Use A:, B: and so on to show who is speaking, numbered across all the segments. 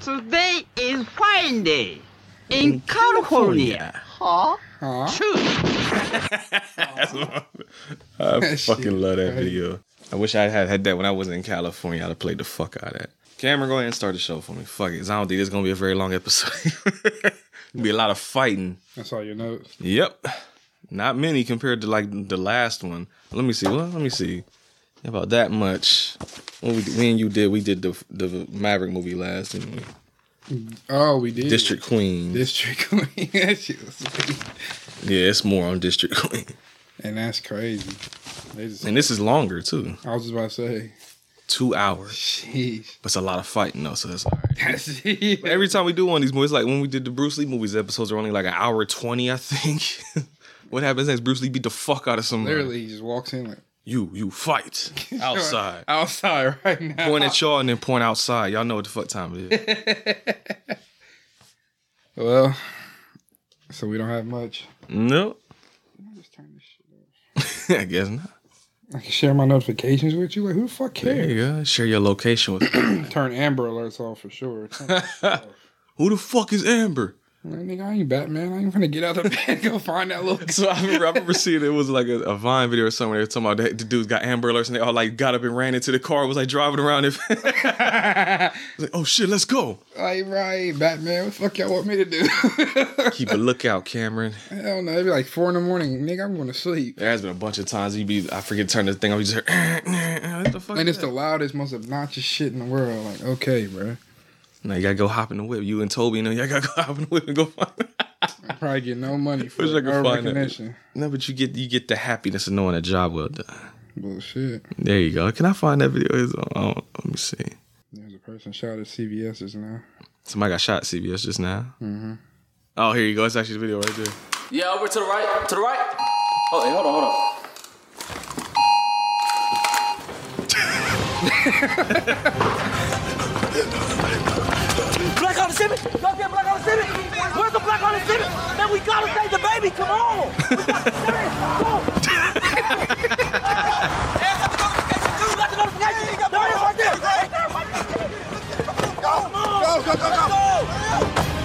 A: Today is Friday in California. Huh? True.
B: That's what- I fucking love that video. I wish I had had that when I was in California. I'd have played the fuck out of that. Cameron, go ahead and start the show for me. Fuck it. 'cause I don't think it's gonna be a very long episode. be a lot of fighting.
C: That's all your notes.
B: Yep. Not many compared to like the last one. Let me see. Well, let me see. About that much. When we, me and you did, we did the the Maverick movie last, didn't we?
C: Oh, we did.
B: District Queen.
C: District Queen. That shit was sweet.
B: yeah, it's more on District Queen,
C: And that's crazy. They just,
B: and this is longer too.
C: I was just about to say,
B: Two hours.
C: sheesh.
B: But it's a lot of fighting though, so that's all right.
C: That's it.
B: Every time we do one of these movies, like when we did the Bruce Lee movies, episodes are only like an hour twenty, I think. what happens next? Bruce Lee beat the fuck out of someone.
C: Literally, he just walks in like
B: You you fight outside.
C: outside right now.
B: point at y'all and then point outside. Y'all know what the fuck time it is.
C: Well, so we don't have much.
B: no,
C: Can I just turn this shit off?
B: I guess not.
C: I can share my notifications with you. Like, who the fuck
B: There
C: cares?
B: you go. Share your location with.
C: Turn Amber Alerts off for sure. Turn that off.
B: Who the fuck is Amber?
C: Like, nigga, I ain't Batman. I ain't gonna get out of bed and go find that little.
B: So I remember, I remember seeing it was like a, a Vine video or something. They were talking about that, the dudes got Amber Alerts and they all like got up and ran into the car. Was like driving around. And like, oh shit, let's go.
C: Like, right, Batman. What the fuck y'all want me to do?
B: Keep a lookout, Cameron.
C: I don't know. It'd be like four in the morning. Nigga, I'm going to sleep.
B: There has been a bunch of times you be I forget to turn this thing off. You just hear what the fuck.
C: And
B: is
C: it's the loudest, most obnoxious shit in the world. Like, okay, bro.
B: that? Now you gotta go hop in the whip. You and Toby, you know, y'all gotta go hop in the whip and go find.
C: I probably get no money for
B: Wish I
C: it,
B: could
C: no
B: find that.
C: recognition.
B: no, but you get you get the happiness of knowing a job well done.
C: Bullshit.
B: There you go. Can I find that video? It's on, on- let me see.
C: There's a person shot at CVS's now.
B: Somebody got shot at CBS just now. Mm-hmm. Oh, here you go. It's actually the video right there.
D: Yeah, over to the right, to the right. Oh, hey, hold on, hold on.
E: Black on the Civic! Y'all get Black on the Civic! Where's the Black on the Civic? Man, we gotta save the baby! Come on! We gotta save it. Come on. Hey, got the notification, too. Got the notification. There it is, right there. Right there, right there. Come on. Let's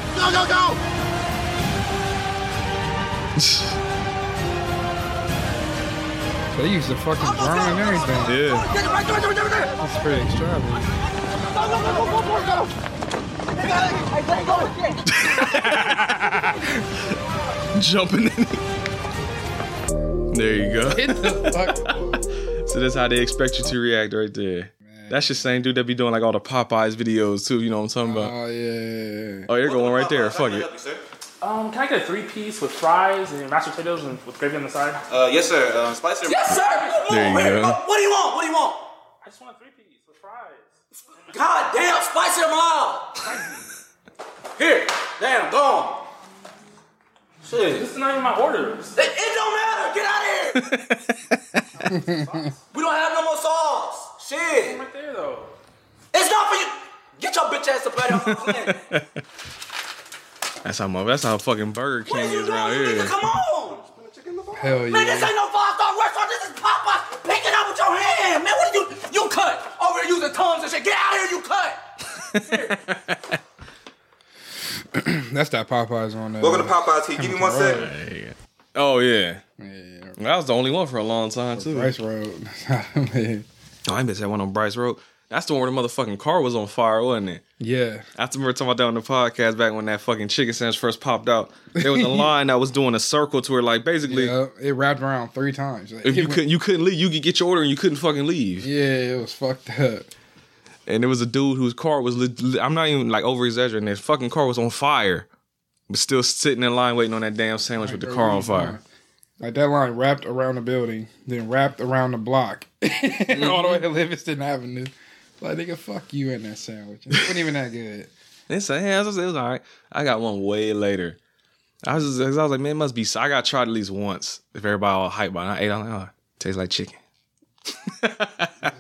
C: They used the fucking
E: Almost
C: drone and
E: there.
C: everything.
B: Yeah.
E: Oh, get it right there, right there, right there.
C: It's pretty extravagant.
E: Go, go, go, go, go, go, go. They got it. Hey, they got it. Yeah.
B: Jumping in it. There you go. so that's how they expect you to react right there. That's the same dude that be doing like all the Popeyes videos too. You know what I'm talking about?
C: Oh, yeah.
B: Oh, you're going right there. Fuck it.
F: Um, can I get a three piece with fries and mashed potatoes and with gravy on the side?
G: Uh, yes, sir. Um, spicy.
D: Yes, sir. Come
B: There
D: on,
B: you
D: man.
B: go.
D: What, what do you want? What do you want?
F: I just want a three piece with fries.
D: God damn, spice them all. Here, damn, go on. Shit.
F: This is not even my orders.
D: It, it don't matter. Get out of here. we don't have no more sauce. Shit.
F: Right there though.
D: It's not for you. Get your bitch ass up out of here.
B: That's how my, that's how fucking Burger
D: What
B: King
D: are you
B: is
D: doing?
B: around
D: You need to
B: here.
D: come on.
C: Hell
D: Man, this
C: yeah.
D: ain't no five-star restaurant. This is Popeye. Pick it up with your hand, man. What are you? You cut over there using tongues and shit. Get out of here, you cut.
C: That's that Popeyes uh, on that.
G: Welcome to Popeyes. Here, give me one sec.
B: Oh yeah,
C: Yeah,
B: I was the only one for a long time too.
C: Rice Road. Man.
B: Oh, I missed that one on Bryce Road. That's the one where the motherfucking car was on fire, wasn't it?
C: Yeah.
B: I remember talking about that on the podcast back when that fucking chicken sandwich first popped out. There was a line that was doing a circle to where, like, basically,
C: yeah. It wrapped around three times. Like,
B: if
C: it
B: you
C: went-
B: couldn't, you couldn't leave. You could get your order and you couldn't fucking leave.
C: Yeah, it was fucked up.
B: And there was a dude whose car was, lit- li- I'm not even like over exaggerating. His fucking car was on fire, but still sitting in line waiting on that damn sandwich with the car on fire.
C: Like that line wrapped around the building, then wrapped around the block, all the way to Livingston Avenue. Like nigga, fuck you in that sandwich. It wasn't even that good.
B: It's like, yeah, it was, it was all right. I got one way later. I was just, 'cause I was like, man, it must be. I got tried at least once. If everybody all hype about it, I ate. I'm like, oh, tastes like chicken.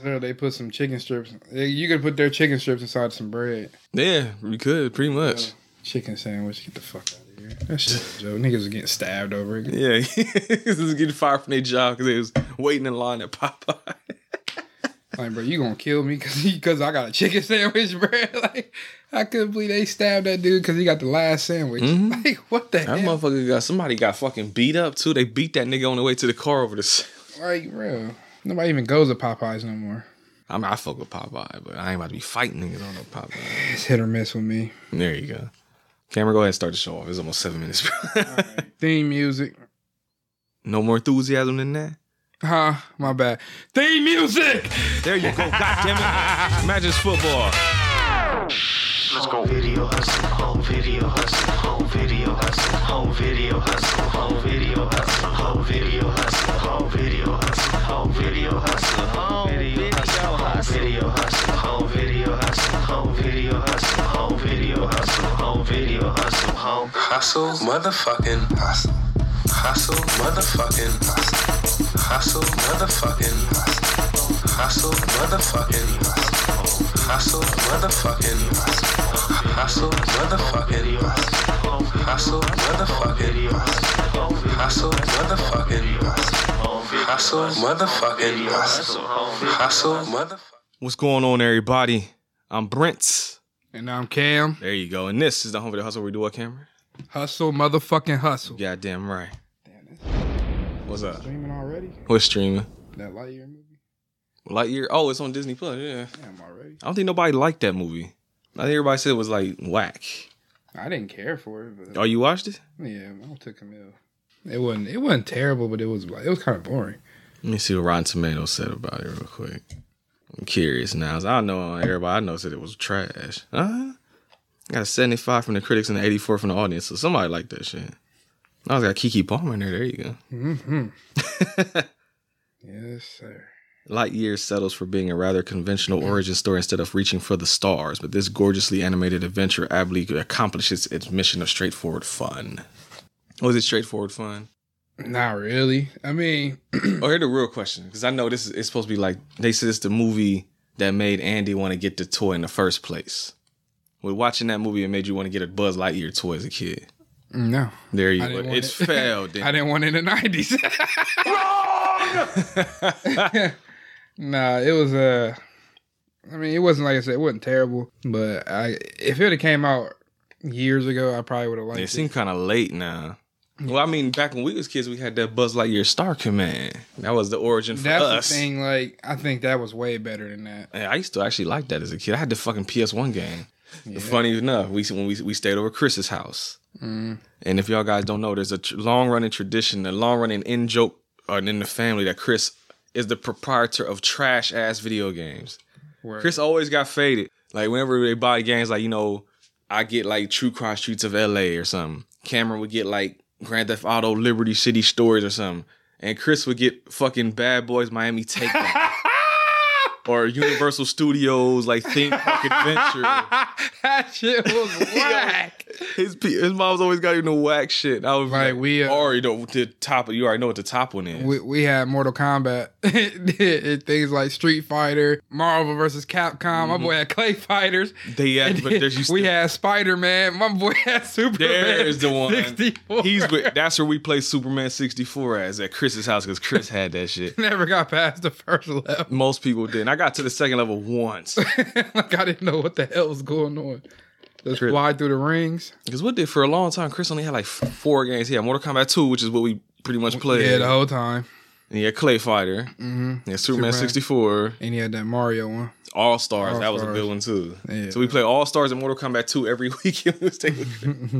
C: So they put some chicken strips. You could put their chicken strips inside some bread.
B: Yeah, we could pretty much.
C: Chicken sandwich. Get the fuck out of here. That shit, was a joke. Niggas are getting stabbed over it.
B: Yeah, this is getting fired from their job because they was waiting in line at Popeye.
C: Like, bro, you gonna kill me because because I got a chicken sandwich, bro. Like, I couldn't believe they stabbed that dude because he got the last sandwich. Like, what the
B: That
C: hell?
B: motherfucker got somebody got fucking beat up too. They beat that nigga on the way to the car over the.
C: Like, bro, nobody even goes to Popeyes no more.
B: I mean, I fuck with Popeye, but I ain't about to be fighting niggas on no Popeye.
C: It's hit or miss with me.
B: There you go. Cameron, go ahead and start the show off. It's almost seven minutes.
C: Theme music.
B: no more enthusiasm than that.
C: Huh? My bad. Theme music.
B: There you go. God damn it. Imagine football.
H: Video hustle, whole video hustle, whole video hustle, whole video hustle, whole video hustle, whole video hustle, whole video hustle, whole video hustle, whole video hustle, whole video hustle, whole video hustle, whole video hustle, whole video hustle, whole video hustle, whole
I: Hustle, motherfucking hustle. Hustle, motherfucking hustle. Hustle, motherfucking hustle. Hustle, motherfucking hustle. Hustle, motherfucking hustle. Hustle, motherfucking hustle. Hustle, motherfucking hustle. Hustle, motherfucking hustle. Hustle, motherfucking hustle. Hustle, motherfucking.
B: What's going on, everybody? I'm Brent.
C: And I'm Cam.
B: There you go. And this is the home for the hustle. Where we do what, Cameron?
C: Hustle, motherfucking hustle.
B: Goddamn right. What's up?
C: Streaming already?
B: What's streaming?
C: That Lightyear movie?
B: Lightyear. Oh, it's on Disney Plus. Yeah.
C: Damn, already.
B: I don't think nobody liked that movie. I think everybody said it was like whack.
C: I didn't care for it, but
B: Oh, you watched it?
C: yeah, I took him ill. It wasn't. It wasn't terrible, but it was. It was kind of boring.
B: Let me see what Rotten Tomatoes said about it real quick. I'm curious now. 'cause I know everybody I know said it was trash. Huh? Uh-huh. I got a 75 from the critics and an 84 from the audience, so somebody liked that shit. I was got Kiki Palmer in there. There you go.
C: Yes, sir.
B: Lightyear settles for being a rather conventional origin story instead of reaching for the stars, but this gorgeously animated adventure ably accomplishes its mission of straightforward fun. Was it straightforward fun?
C: Not really. I mean,
B: Oh, here's the real question because I know this is it's supposed to be like they said it's the movie that made Andy want to get the toy in the first place. With watching that movie, it made you want to get a Buzz Lightyear toy as a kid.
C: no.
B: There you
C: I didn't
B: go.
C: want
B: It's
C: it.
B: failed.
C: I didn't want it in the nineties. nah, it was Uh, I mean, it wasn't like I said, it wasn't terrible, but I if it had came out years ago, I probably would have liked
B: It
C: it.
B: seemed kind of late now. Well, I mean, back when we was kids, we had that Buzz Lightyear Star Command. That was the origin for
C: That's
B: us.
C: the thing. Like, I think that was way better than that.
B: Yeah, I used to actually like that as a kid. I had the fucking PS1 game. Funny enough, we when we, we stayed over at Chris's house, and if y'all guys don't know, there's a tr- long running tradition, a long running in joke uh, in the family that Chris is the proprietor of trash ass video games.
C: Word.
B: Chris always got faded. Like whenever they buy games, like you know, I get like True Crime Streets of L.A. or something. Cameron would get like Grand Theft Auto Liberty City Stories or something, and Chris would get fucking Bad Boys Miami Takeover. Or Universal Studios, like theme park adventure.
C: that shit was whack.
B: His pe- his mom's always got you the whack shit. I was
C: Like,
B: like,
C: we, uh,
B: already know what the top. You already know what the top one is.
C: we, we had Mortal Kombat, and things like Street Fighter, Marvel versus Capcom. My
B: Mm-hmm.
C: boy had Clay Fighters.
B: they had, but there's you.
C: we
B: still-
C: had Spider Man. My boy had Superman.
B: There's the one.
C: 64.
B: He's with. That's where we play Superman 64 as at Chris's house because Chris had that shit.
C: never got past the first level.
B: Most people didn't. I got to the second level once.
C: like I didn't know what the hell was going on. Just
B: Chris-
C: fly through the rings.
B: Because what did for a long time, Chris only had like f- four games. He had Mortal Kombat 2, which is what we pretty much played.
C: Yeah, the whole time.
B: and he had Clay Fighter. Mm-hmm. He had Superman,
C: Superman.
B: 64.
C: And he had that Mario one.
B: All Stars.
C: All
B: That was a
C: Stars.
B: good one too.
C: Yeah.
B: So we play All Stars and Mortal Kombat 2 every weekend. we was taking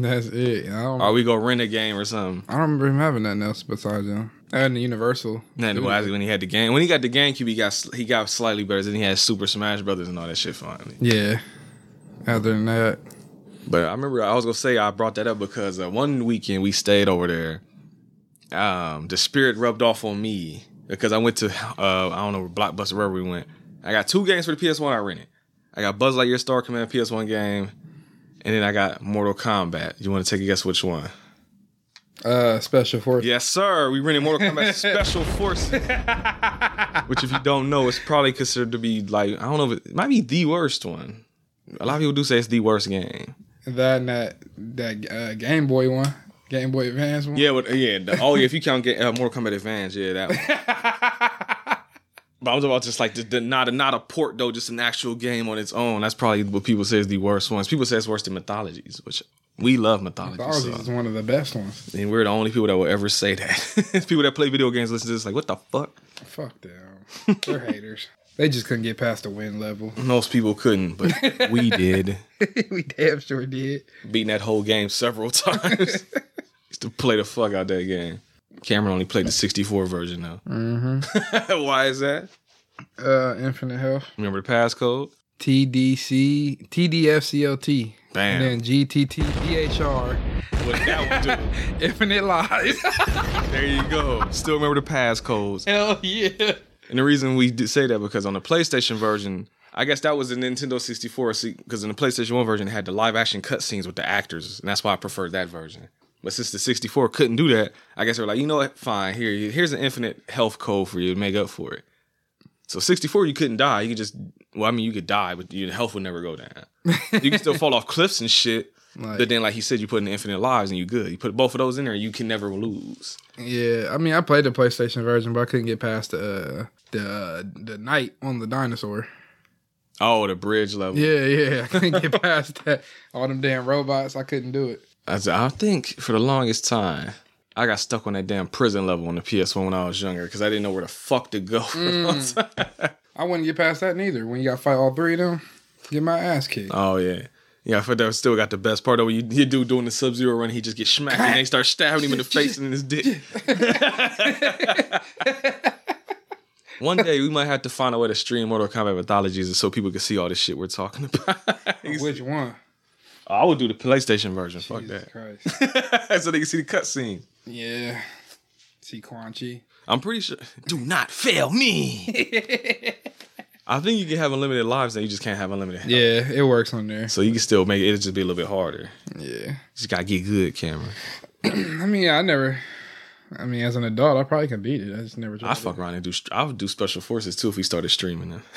C: That's it. I don't.
B: or we go rent a game or something.
C: I don't remember him having nothing else besides them. And the Universal.
B: Not the wise when he had the game. When he got the GameCube, he got s- he got slightly better. Then he had Super Smash Brothers and all that shit finally.
C: Yeah. Other than that,
B: But I remember I was gonna say I brought that up because uh, one weekend we stayed over there. Um, the spirit rubbed off on me because I went to uh, I don't know Blockbuster wherever we went. I got two games for the PS One I rented. I got Buzz Lightyear Star Command PS One game, and then I got Mortal Kombat. You want to take a guess which one?
C: uh, Special Forces.
B: Yes, sir. We rented Mortal Kombat Special Forces, which, if you don't know, it's probably considered to be like I don't know, if it, it might be the worst one. A lot of people do say it's the worst game.
C: That and that that uh, Game Boy one, Game Boy Advance one.
B: Yeah, but yeah. The, oh, yeah. If you count get, uh, Mortal Kombat Advance, yeah, that. One. But I was about just like the, the, not a not a port though, just an actual game on its own. That's probably what people say is the worst ones. People say it's worse than mythologies, which we love mythologies.
C: Mythologies
B: So.
C: is one of the best ones.
B: And we're the only people that will ever say that. people that play video games listen to this like, what the fuck?
C: Fuck them. They're haters. They just couldn't get past the win level.
B: Most people couldn't, but we did.
C: we damn sure did.
B: Beating that whole game several times. Used to play the fuck out that game. Cameron only played the 64 version though. Mm-hmm. Why is that?
C: Uh, Infinite Health.
B: Remember the passcode?
C: TDC, TDFCLT.
B: Bam.
C: And then GTT, PHR.
B: What that would do.
C: E Infinite Lies.
B: There you go. Still remember the passcodes.
C: Hell yeah.
B: And the reason we did say that because on the PlayStation version, I guess that was the Nintendo 64 because in the PlayStation 1 version it had the live action cutscenes with the actors, and that's why I preferred that version. But since the 64 couldn't do that, I guess they were like, you know what? Fine, here, here's an infinite health code for you to make up for it. So 64, you couldn't die. You could just, well, I mean, you could die, but your health would never go down. You can still fall off cliffs and shit.
C: Like-
B: but then, like he said, you put in infinite lives and you good. You put both of those in there, you can never lose.
C: Yeah, I mean, I played the PlayStation version, but I couldn't get past the uh, the the night on the dinosaur.
B: Oh, the bridge level.
C: Yeah, yeah, I couldn't get past that. All them damn robots, I couldn't do it.
B: I, s- I think for the longest time, I got stuck on that damn prison level on the PS1 when I was younger because I didn't know where the fuck to go. for a long time.
C: I wouldn't get past that neither. When you got to fight all three of them, get my ass kicked.
B: oh yeah. Yeah, I feel that still got the best part though. You, you do doing the Sub Zero run, he just gets smacked and they start stabbing him in the face and in his dick. One day we might have to find a way to stream Mortal Kombat Mythologies so people can see all this shit we're talking about.
C: Which one?
B: I would do the PlayStation version. Fuck
C: Jesus Christ.
B: that. so they can see the cutscene.
C: Yeah. See Quan Chi.
B: I'm pretty sure. Do not fail me. I think you can have unlimited lives, and you just can't have unlimited. health.
C: Yeah, it works on there.
B: So you can still make it. It'll just be a little bit harder.
C: Yeah.
B: Just gotta get good, Cameron.
C: I mean, I never. I mean, as an adult, I probably can beat it. I just never.
B: I
C: tried
B: fuck around and do. str- I would do special forces too if we started streaming. It.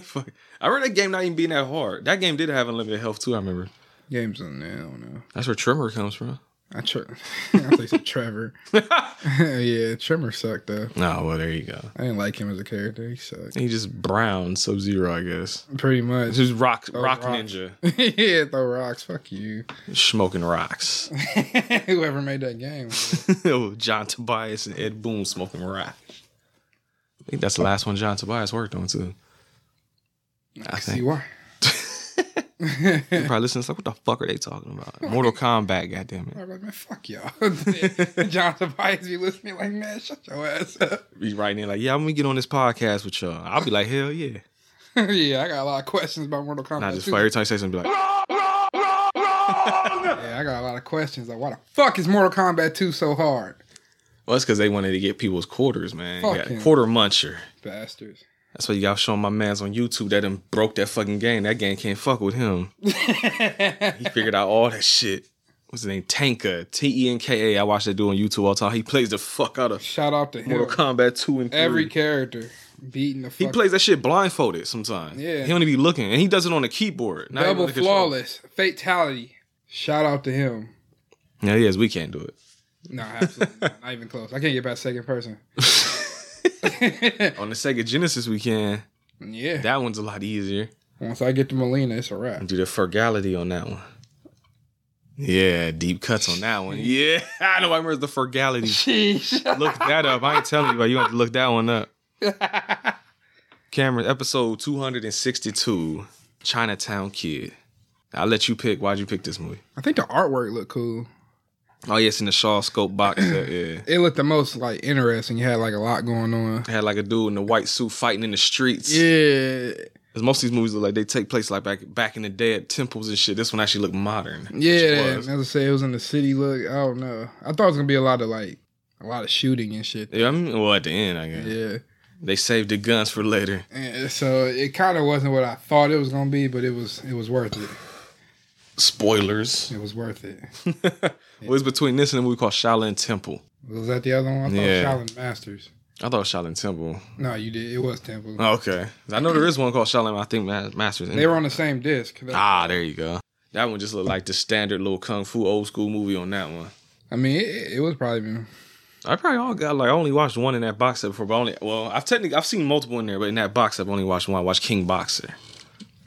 B: fuck. I remember that game not even being that hard. That game did have unlimited health too. I remember.
C: it. games on there. I don't know.
B: That's where Tremor comes from.
C: I tr- I say some Trevor. yeah, Trevor sucked though.
B: Oh well, there you go.
C: I didn't like him as a character. He sucked.
B: He just brown Sub Zero, I guess.
C: Pretty much.
B: Just rock, rock
C: Oh, rock.
B: ninja,
C: yeah, throw rocks. Fuck you.
B: smoking rocks.
C: Whoever made that game.
B: Oh, John Tobias and Ed Boone smoking rock. I think that's the last one John Tobias worked on too. I
C: See
B: think
C: why?
B: he probably listens like, what the fuck are they talking about? Mortal Kombat, goddamn it!
C: I'm like, man, fuck y'all. John Tobias be listening like, man, shut your ass up.
B: Be writing in like, yeah, I'm gonna get on this podcast with y'all. I'll be like, hell yeah!
C: yeah, I got a lot of questions about Mortal Kombat.
B: Not just
C: too.
B: fire every time he says something, be like,
C: Yeah, I got a lot of questions. Like, why the fuck is Mortal Kombat 2 so hard?
B: well, that's because they wanted to get people's quarters, man. You
C: Fuck
B: got a
C: him.
B: quarter muncher.
C: Bastards.
B: That's why you got showing my man's on YouTube that him broke that fucking game. That game can't fuck with him. he figured out all that shit. What's his name? Tanka. T E N K A. I watch that dude on YouTube all the time. He plays the fuck out of
C: Shout out to him.
B: Mortal Kombat 2 and 3.
C: Every character beating the fuck.
B: he plays that shit blindfolded sometimes.
C: Yeah.
B: He don't even be looking. And he does it on a keyboard. not even
C: double
B: on the controller.
C: flawless fatality. Shout out to him.
B: Yeah, he is. We can't do it.
C: No, absolutely not. Not even close. I can't get past second person.
B: On the Sega Genesis we can.
C: Yeah.
B: That one's a lot easier.
C: Once I get to Molina, it's a wrap.
B: Do the frugality on that one. Yeah, deep cuts on that one. Yeah, I know. I remember the frugality.
C: Sheesh.
B: look that up. I ain't telling you about. it. You have to look that one up. Cameron, episode two hundred and sixty-two, Chinatown Kid. I'll let you pick. Why'd you pick this movie?
C: I think the artwork looked cool.
B: Oh yes, in the Shaw Scope box. set, yeah,
C: It looked the most like interesting. You had like a lot going on.
B: had like a dude in the white suit fighting in the streets.
C: Yeah,
B: 'Cause most of these movies look like they take place like back back in the day at temples and shit. This one actually looked modern.
C: yeah.
B: was.
C: As I say, it was in the city. Look, I don't know. I thought it was gonna be a lot of like a lot of shooting and shit.
B: Yeah, I mean, well, at the end, I guess
C: Yeah.
B: they saved the guns for later.
C: And so it kind of wasn't what I thought it was gonna be, but it was it was worth it.
B: Spoilers.
C: It was worth it.
B: Well, it's between this and a movie called Shaolin Temple.
C: Was that the other one? I thought
B: Yeah.
C: yeah. Shaolin Masters.
B: I thought it was Shaolin Temple.
C: No, you did. It was Temple.
B: Oh, Okay, I know there is one called Shaolin. I think Ma- Masters.
C: They were on the same disc.
B: Ah, there you go. That one just looked like the standard little kung fu old school movie on that one.
C: I mean, it, it was probably been
B: I probably all got like I only watched one in that box set before, but only well I've technically I've seen multiple in there, but in that box set, I've only watched one. I watched King Boxer,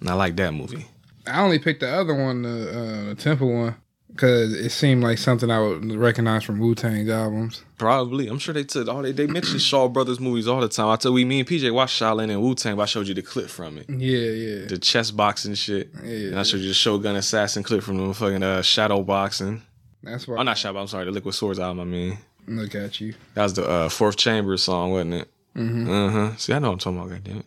B: and I like that movie.
C: I only picked the other one, the, uh, the Temple one, because it seemed like something I would recognize from Wu Tang's albums.
B: Probably, I'm sure they took all they they mention Shaw Brothers movies all the time. I tell we me and PJ watched Shaolin and Wu Tang. but I showed you the clip from it,
C: Yeah, yeah.
B: the chess boxing shit,
C: Yeah.
B: and I showed you the Shogun Assassin clip from the fucking uh, Shadow Boxing.
C: That's why
B: Oh, not Shadow. I'm sorry, the Liquid Swords album. I mean,
C: look at you.
B: that was the uh, Fourth Chamber song, wasn't it? Mm-hmm. Uh huh. See, I know what I'm talking about. God damn it.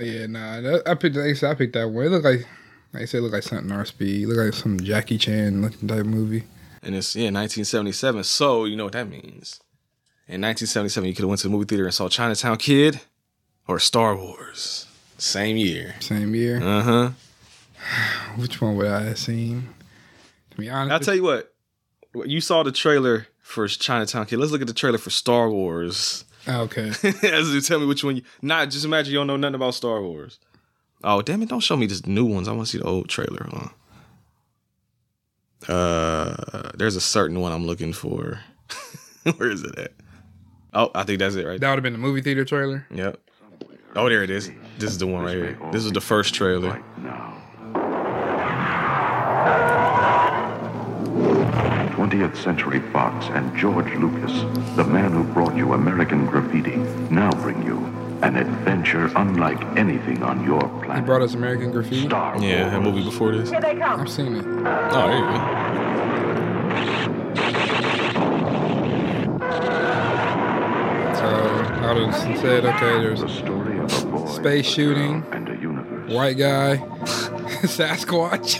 C: Yeah, nah. That, I picked. Like I, said, I picked that one. It looked like, like I said, it looked like something RSP. It looked like some Jackie Chan looking type movie.
B: And it's yeah, 1977. So you know what that means. In 1977, you could have went to the movie theater and saw Chinatown Kid or Star Wars. Same year.
C: Same year.
B: Uh huh.
C: Which one would I have seen? To be honest,
B: I'll tell you what. You saw the trailer for Chinatown Kid. Let's look at the trailer for Star Wars.
C: Oh, okay.
B: As you tell me which one. You, nah, just imagine you don't know nothing about Star Wars. Oh damn it! Don't show me just new ones. I want to see the old trailer. Hold on. Uh, there's a certain one I'm looking for. Where is it at? Oh, I think that's it right
C: That would have been the movie theater trailer.
B: Yep. Oh, there it is. This is the one right here. This is the first trailer.
J: now. 20th Century Fox and George Lucas, the man who brought you American Graffiti, now bring you an adventure unlike anything on your
C: He
J: planet.
C: brought us American Graffiti.
J: Star Wars.
B: Yeah, that movie before this.
E: Here they come.
C: I've seen it.
B: Oh, there you
C: So I would have said, okay, there's
J: The story of a boy,
C: Space shooting.
J: and a universe.
C: white guy, Sasquatch.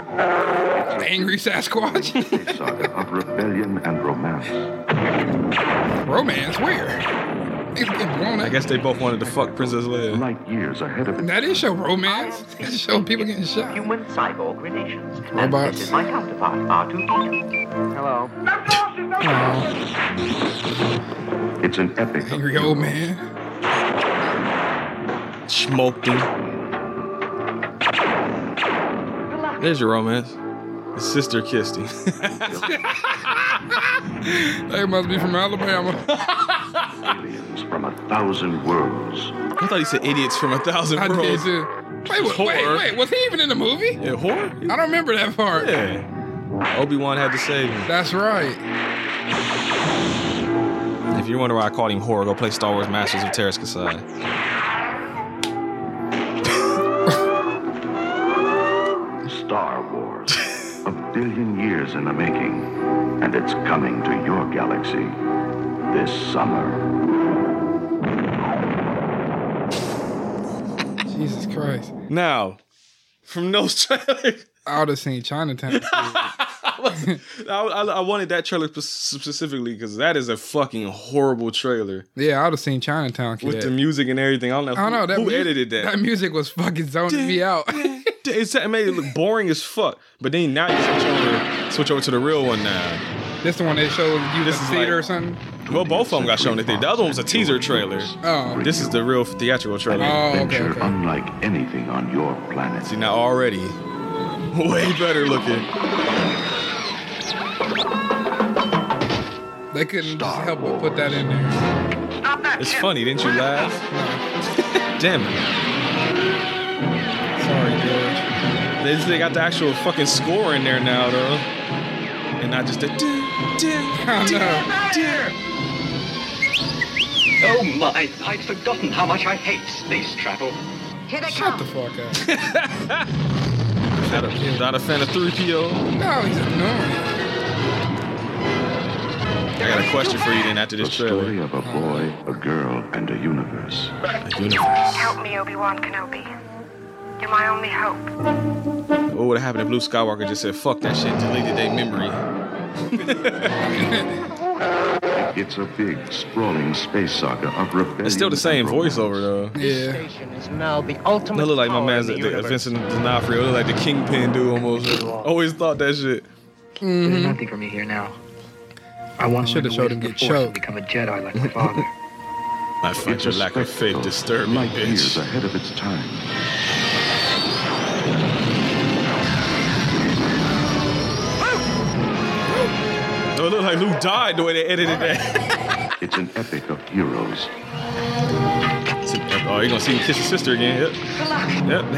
C: Angry Sasquatch.
J: A saga of rebellion and romance.
C: Romance, where? It's getting blown
B: go. I
C: up.
B: guess they both wanted to fuck Princess Leia.
J: Light years ahead of it.
C: That is show romance. It show people getting shot.
H: Human cyborg relations.
C: Robots.
H: And this is my counterpart, R2D2.
C: Aw,
J: It's an epic of
C: angry old man.
B: Smoked him. There's your romance. His sister kissed him.
C: They must be from Alabama.
J: aliens from a thousand worlds.
B: I thought he said idiots from a thousand
C: I did
B: worlds.
C: too. Wait, wait, wait,
B: Horror.
C: wait, was he even in the movie?
B: Yeah, whore?
C: I don't remember that part.
B: Yeah. Obi Wan had to save him.
C: That's right.
B: If you wonder why I called him whore, go play Star Wars Masters of Terrace Kasai.
J: Star Wars. a billion years in the making. And it's coming to your galaxy this summer.
C: Jesus Christ.
B: Now, from those trailers.
C: I would have seen Chinatown.
B: I, I, I wanted that trailer spe- specifically because that is a fucking horrible trailer
C: yeah, I would have seen Chinatown. Kid.
B: with the music and everything. I don't know,
C: I don't know. That
B: who
C: mu-
B: edited that.
C: That music was fucking zoning me out.
B: It's- it made it look boring as fuck. But then now you switch over, switch over to the real one now.
C: this the one that showed you
B: This
C: the
B: is
C: theater
B: like-
C: or something.
B: Well, both of them got shown. That they, the other one was a teaser trailer.
C: Oh,
B: This is the real theatrical trailer.
C: Oh, okay,
J: Adventure
C: okay.
J: unlike anything on your planet.
B: See now already, way better looking.
C: they couldn't just help but put that in there.
B: It's funny, didn't you laugh? Damn it!
C: Sorry, George.
B: They, they got the actual fucking score in there now, though, and not just the. doo, doo.
C: I know.
E: Oh my, I'd forgotten how much I hate space travel.
K: Here they
C: Shut
K: come.
C: the fuck up.
B: Not a, not a fan of three PO.
C: No, he's annoying.
B: I got a question for you then after
J: The
B: this
J: story
B: trailer.
J: of a boy, a girl, and a universe.
K: Help me, Obi-Wan Kenobi. You're my only hope.
B: What would have happened if Luke Skywalker just said, fuck that shit, deleted their memory?
J: It's a big, sprawling space saga of rebellion.
B: It's still the same
J: and romance.
B: voiceover though.
C: Yeah.
E: is now the ultimate.
B: It look like my
E: power
B: man's
E: in
B: the,
E: the
B: the
E: universe.
B: Vincent D'Onofrio. It look like the Kingpin dude almost. Always thought that shit.
E: There's nothing for me here now. I want
C: Shoulda
E: to
C: showed him get choked.
E: become a Jedi like my father.
B: I find
J: It's
B: your
J: a
B: lack of faith
J: spectacle,
B: disturbing,
J: light years
B: bitch.
J: ahead of its time.
B: looked like Luke died the way they edited that.
J: It's an epic of heroes.
B: oh, you're gonna see him kiss his sister again. Yep. Yep.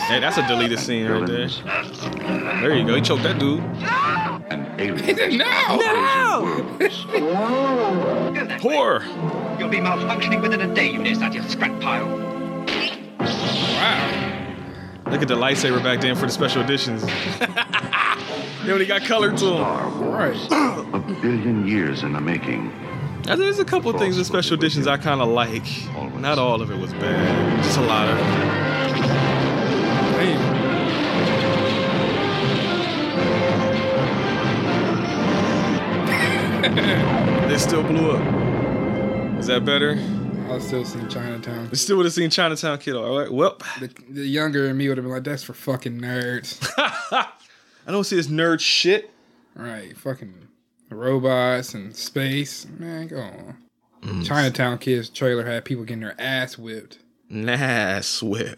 B: Hey, that's a deleted scene right there. There you go. He choked that dude.
J: An alien.
B: No! Poor.
L: You'll be malfunctioning within a day, Eunice, at your scrap pile.
B: Look at the lightsaber back then for the special editions. they only got color to them. Right.
J: A billion years in the making.
B: Now, There's a couple things with special editions I kind of like. Not all of it was bad. Just a lot of. They still blew up. Is that better?
C: I still seen Chinatown.
B: We still would have seen Chinatown Kid. All right. Well,
C: The, the younger in me would have been like, "That's for fucking nerds."
B: I don't see this nerd shit.
C: Right, fucking robots and space. Man, go on. Chinatown Kids trailer had people getting their ass whipped.
B: Nah, swear.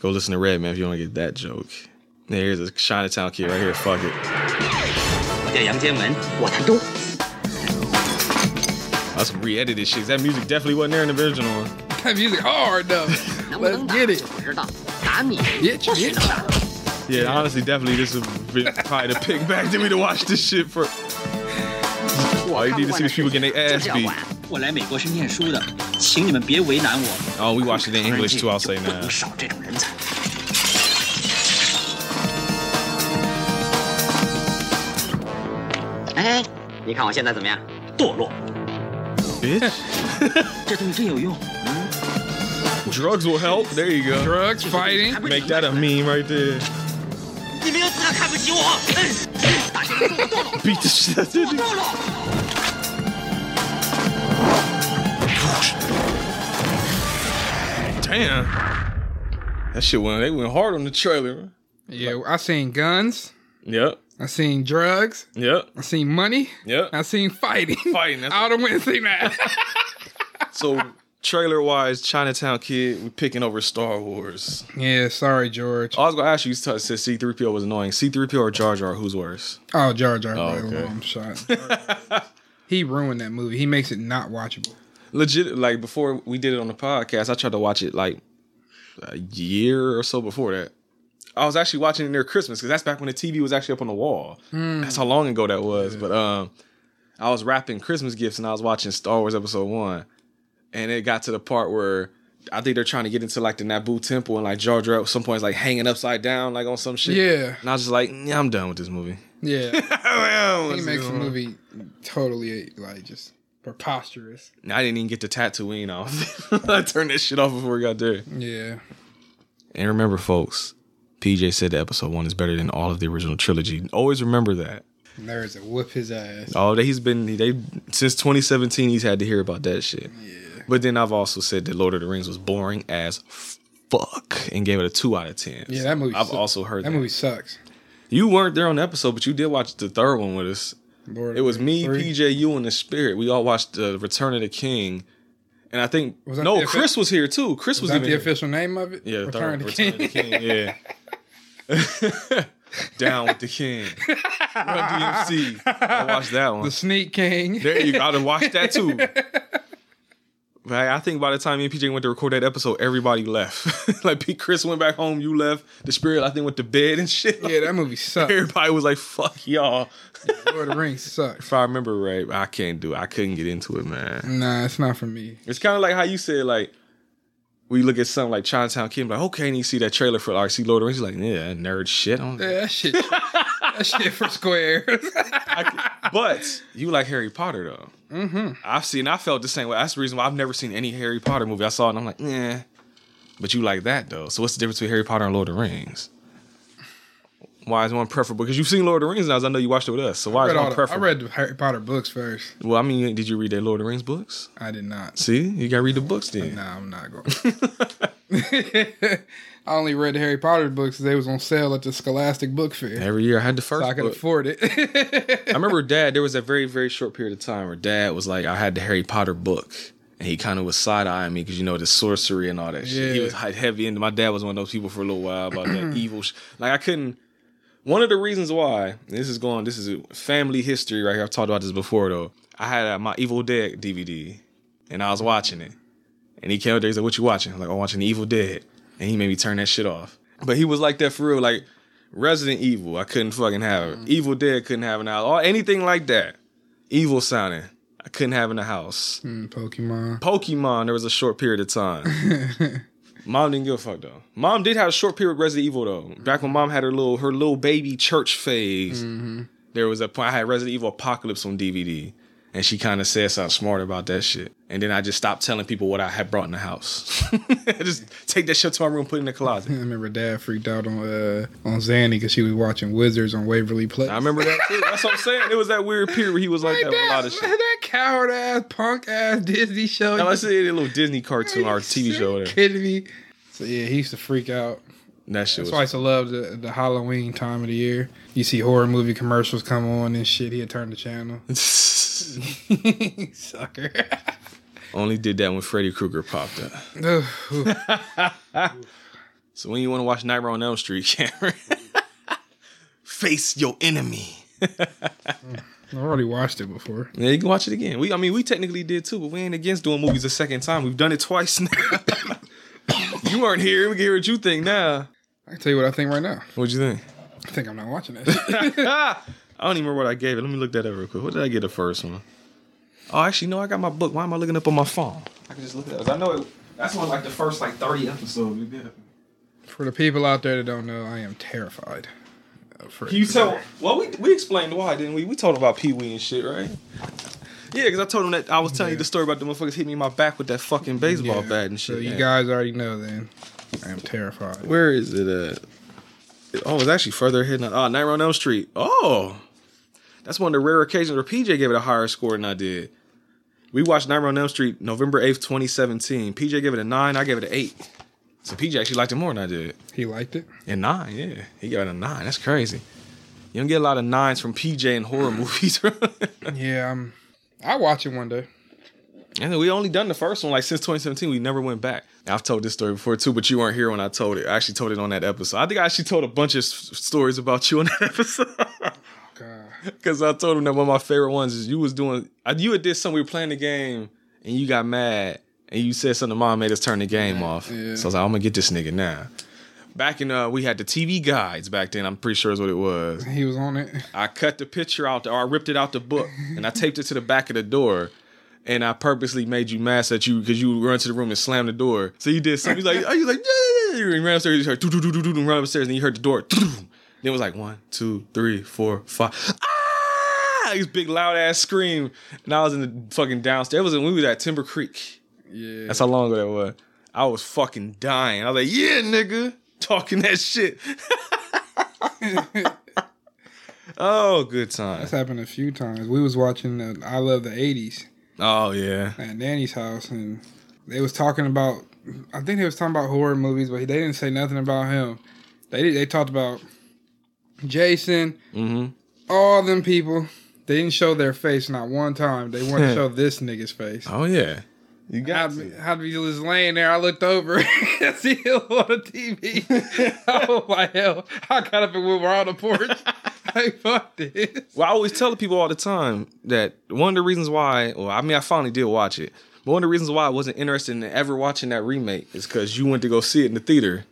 B: Go listen to Red Man if you want to get that joke. Yeah, Here's a Chinatown Kid right here. Fuck it.
D: 我叫杨坚文，我谈都。
B: That's some re-edited shit. That music definitely wasn't there in the original one.
C: That music hard though. Let's get it.
D: 知道，打你，
C: Bitch, bitch.
B: Yeah, honestly, definitely, this would be probably the pick back to me to watch this shit for. All you need to see is people getting their
D: 就
B: ass
D: 这
B: beat.
D: 玩。我来美国是念书的，请你们别为难我。
B: Oh, we watched it in English too. I'll say
D: 不能
B: now.
D: 少这种人才。哎，你看我现在怎么样？堕落，
B: Bitch,
D: 这东西真有用。
B: drugs will help. There you go.
C: Drugs fighting.
B: Make that a meme right there.
D: 你没有资格看不起我。大学生堕落，
B: Beat the shit out of
D: 堕落。
B: it. Damn. That shit went. They went hard on the trailer.
C: Yeah, I seen guns.
B: Yep.
C: I seen drugs.
B: Yep.
C: I seen money.
B: Yep.
C: I seen fighting.
B: Fighting. That's
C: I don't want to see that.
B: So trailer wise, Chinatown Kid, we picking over Star Wars.
C: yeah, sorry, George.
B: I was gonna ask you, you said C3PO was annoying. C3PO or Jar Jar, who's worse?
C: Oh, Jar Jar.
B: Oh,
C: right,
B: okay.
C: long shot. he ruined that movie. He makes it not watchable.
B: Legit, like before we did it on the podcast, I tried to watch it like a year or so before that. I was actually watching it near Christmas because that's back when the TV was actually up on the wall. That's how long ago that was. But um, I was wrapping Christmas gifts and I was watching Star Wars Episode One, and it got to the part where I think they're trying to get into like the Naboo temple and like Jar Jar at some point is like hanging upside down like on some shit.
C: Yeah.
B: and I was just like, yeah, I'm done with this movie.
C: Yeah, he
B: he
C: makes the movie totally like just preposterous.
B: I didn't even get the Tatooine off. I turned that shit off before we got there.
C: Yeah,
B: And remember, folks, PJ said that episode one is better than all of the original trilogy. Always remember that.
C: nerds that whoop his ass.
B: All that he's been they since 2017, he's had to hear about that shit. But then I've also said that Lord of the Rings was boring as fuck and gave it a two out of ten.
C: Yeah, that movie.
B: I've
C: sucks.
B: also heard that.
C: that movie sucks.
B: You weren't there on the episode, but you did watch the third one with us.
C: Lord
B: It was
C: of the
B: me,
C: Rings three.
B: PJ, you, and the Spirit. We all watched the Return of the King, and I think
C: Was that
B: no,
C: the offi-
B: Chris was here too. Chris was,
C: Is that
B: even
C: the
B: here.
C: official name of it?
B: Yeah, the
C: Return
B: third,
C: of the
B: Return of the
C: King.
B: King. Yeah. Down with the King. Run DMC. I watched that one.
C: The Sneak King.
B: There you gotta watch that too. Right, I think by the time me and PJ went to record that episode, everybody left. like Pete Chris went back home, you left. The spirit, I think, went to bed and shit.
C: Yeah, that movie sucks.
B: Everybody was like, "Fuck y'all."
C: Lord of the Rings sucks.
B: If I remember right, I can't do. it. I couldn't get into it, man.
C: Nah, it's not for me.
B: It's kind of like how you said, like, we look at something like Chinatown Kid, like, okay, and you see that trailer for like, see Lord of the Rings, you're like, yeah, nerd shit. I'm
C: Yeah, that shit. that shit for squares.
B: But you like Harry Potter though. Mm-hmm. I've seen. I felt the same way. That's the reason why I've never seen any Harry Potter movie. I saw it and I'm like, eh. But you like that though. So what's the difference between Harry Potter and Lord of the Rings? Why is one preferable? Because you've seen Lord of the Rings now. As I know you watched it with us. So why
C: I
B: is
C: read, all
B: one
C: the, I
B: preferable?
C: read the Harry Potter books first.
B: well, I mean, did you read the Lord of the Rings books?
C: I did not.
B: See, you gotta read the books then.
C: Nah, I'm not going. I only read the Harry Potter books. 'cause They was on sale at the Scholastic Book Fair.
B: Every year I had the
C: So
B: first.
C: I could
B: book.
C: afford it.
B: I remember dad, there was a very, very short period of time where dad was like, I had the Harry Potter book. And he kind of was side eyeing me because you know the sorcery and all that shit. He
C: Yeah.
B: was he- heavy into my dad was one of those people for a little while about that evil. Sh- like I couldn't. One of the reasons why this is going, this is family history right here. I've talked about this before though. I had uh, my Evil Dead DVD, and I was watching it, and he came up there. He's like, "What you watching?" I'm like, "I'm watching Evil Dead," and he made me turn that shit off. But he was like that for real, like Resident Evil. I couldn't fucking have it. Evil Dead couldn't have it now. Or anything like that. Evil sounding. I couldn't have in the house.
C: Mm, Pokemon.
B: Pokemon, there was a short period of time. mom didn't give a fuck though. Mom did have a short period with Resident Evil though. Back when mom had her little her little baby church phase, there was a point I had Resident Evil Apocalypse on DVD, and she kind of said something smart about that shit. And then I just stopped telling people what I had brought in the house. just take that shit to my room, put it in the closet.
C: I remember Dad freaked out on uh, on Zanny because she was watching Wizards on Waverly Place.
B: I remember that too. That's what I'm saying. It was that weird period where he was like that with a lot of shit.
C: that coward ass, punk ass Disney show.
B: Now, I see a little Disney cartoon or TV show. There.
C: kidding me? So yeah, he used to freak out.
B: That shit
C: That's
B: was
C: why I used to love the, the Halloween time of the year. You see horror movie commercials come on and shit. He'd turn the channel. Sucker.
B: Only did that when Freddy Krueger popped up. So when you want to watch Nightmare on Elm Street, Cameron, face your enemy.
C: I already watched it before.
B: Yeah, you can watch it again. We, I mean, we technically did too, but we ain't against doing movies a second time. We've done it twice now. you weren't here. We can hear what you think now.
C: I can tell you what I think right now.
B: What'd you think?
C: I think I'm not watching that. shit.
B: I don't even remember what I gave it. Let me look that up real quick. What did I get the first one? Oh, actually, no, I got my book. Why am I looking up on my phone? I can just look it up. 'Cause I know it, that's one of, like the first like 30 episodes we did.
C: For the people out there that don't know, I am terrified. of Freddy
B: You tell
C: Krueger.
B: well, we we explained why, didn't we? We told about Pee Wee and shit, right? Yeah, because I told him that I was telling you the story about the motherfuckers hitting me in my back with that fucking baseball
C: Yeah.
B: bat and shit.
C: So you
B: yeah.
C: guys already know then. I am terrified.
B: Where is it at? It- Oh, it's actually further ahead. than- Oh, Nightmare on Elm Street. Oh, that's one of the rare occasions where PJ gave it a higher score than I did. We watched Nightmare on Elm Street November 8th, 2017. PJ gave it a 9, I gave it an 8. So PJ actually liked it more than I did.
C: He liked it.
B: A 9, yeah. He gave it a 9. That's crazy. You don't get a lot of 9s from PJ in horror movies, bro.
C: yeah, um, I watch it one day.
B: And then we only done the first one like since 2017. We never went back. And I've told this story before too, but you weren't here when I told it. I actually told it on that episode. I think I actually told a bunch of s- stories about you on that episode. Because I told him that one of my favorite ones is you was doing. I- You had did something. We were playing the game, and you got mad, and you said something. Mom made us turn the game off. So I was like, I'm gonna get this nigga now. Back in uh, we had the TV guides back then. I'm pretty sure is what it was.
C: He was on it.
B: I cut the picture out, or I ripped it out the book, and I taped it to the back of the door. And I purposely made you mad at you because you would run to the room and slam the door. So you did something. You like, oh, you like, yeah, and you ran upstairs. You heard do do do do do, and run upstairs, and you heard the door. doo-doo. Then it was like one, two, three, four, five. Ah! This big loud ass scream, and I was in the fucking downstairs. It was when we was at Timber Creek.
C: Yeah.
B: That's how long ago that was. I was fucking dying. I was like, yeah, nigga, talking that shit. oh, good time.
C: That's happened a few times. We was watching uh, I Love the 80s
B: Oh yeah.
C: at Nanny's house, and they was talking about, I think they was talking about horror movies, but they didn't say nothing about him. They, they talked about Jason,
B: Mm-hmm.
C: all them people. They didn't show their face not one time. They wanted to show this nigga's face.
B: Oh yeah. You
C: got me. I'd be just laying there. I looked over. I see him on the TV. oh my hell! I got up and we were on the porch. hey, fuck this.
B: Well, I always tell people all the time that one of the reasons why, well, I mean, I finally did watch it, but one of the reasons why I wasn't interested in ever watching that remake is because you went to go see it in the theater,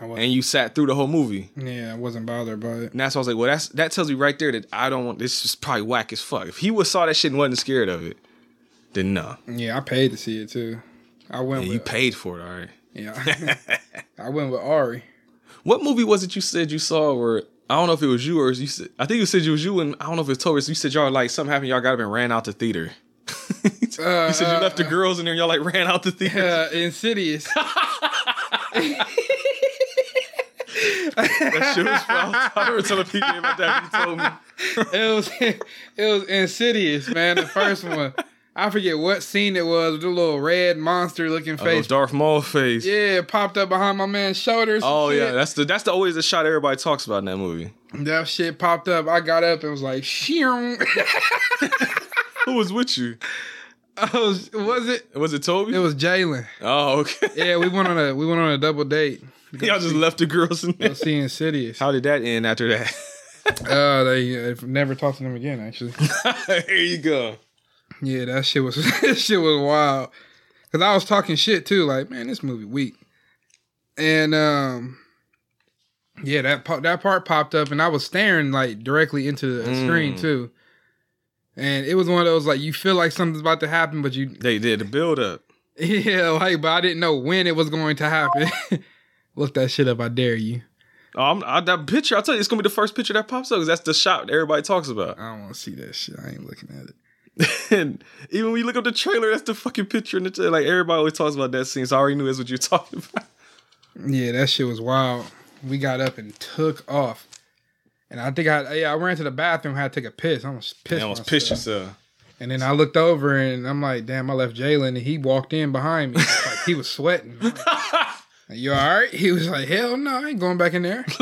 B: and you sat through the whole movie.
C: Yeah, I wasn't bothered by it.
B: And that's why I was like, well, that's that tells me right there that I don't want this is probably whack as fuck. If he was saw that shit and wasn't scared of it, then no.
C: Yeah, I paid to see it too. I went
B: Yeah, you
C: with
B: paid for it, all right.
C: yeah. I went with Ari.
B: What movie was it you said you saw where I don't know if it was you or you said I think you said it was you and I don't know if it's Toby. So you said y'all like something happened, y'all got up and ran out the theater. you said you left the girls in there and y'all like ran out the theater.
C: Uh, Insidious.
B: that shit was fun. I remember telling PJ about that. You told me.
C: it was it was Insidious, man. The first one. I forget what scene it was with the little red monster looking
B: Oh, those
C: face.
B: Darth Maul face.
C: yeah, it popped up behind my man's shoulders. and
B: Oh
C: shit.
B: yeah, that's the that's the always the shot everybody talks about in that movie.
C: That shit popped up. I got up and was like, "Shoom."
B: Who was with you?
C: I was. Was it?
B: Was it Toby?
C: It was Jalen.
B: Oh okay.
C: Yeah, we went on a we went on a double date.
B: Y'all just left the girls in there.
C: See Insidious.
B: How did that end after that?
C: uh, they I've never talked to them again. Actually,
B: there you go.
C: Yeah, that shit was that shit was wild. Cause I was talking shit too, like man, this movie weak. And um, yeah, that po- that part popped up, and I was staring like directly into the screen
B: Mm.
C: too. And it was one of those like you feel like something's about to happen, but you
B: They did the build up.
C: yeah, like but I didn't know when it was going to happen. Look that shit up, I dare you.
B: Oh, I'm, I, that picture, I tell you, it's gonna be the first picture that pops up 'cause that's the shot everybody talks about.
C: I don't want to see that shit. I ain't looking at it.
B: and even when you look up the trailer, that's the fucking picture in the trailer. Like everybody always talks about that scene, so I already knew that's what you're talking about.
C: Yeah, that shit was wild. We got up and took off. And I think I yeah, I ran to the bathroom, had to take a piss. I almost pissed.
B: I almost
C: myself.
B: pissed yourself.
C: And then I looked over and I'm like, damn, I left Jalen and he walked in behind me. Like he was sweating. I'm like, you all right? He was like, hell no, I ain't going back in there.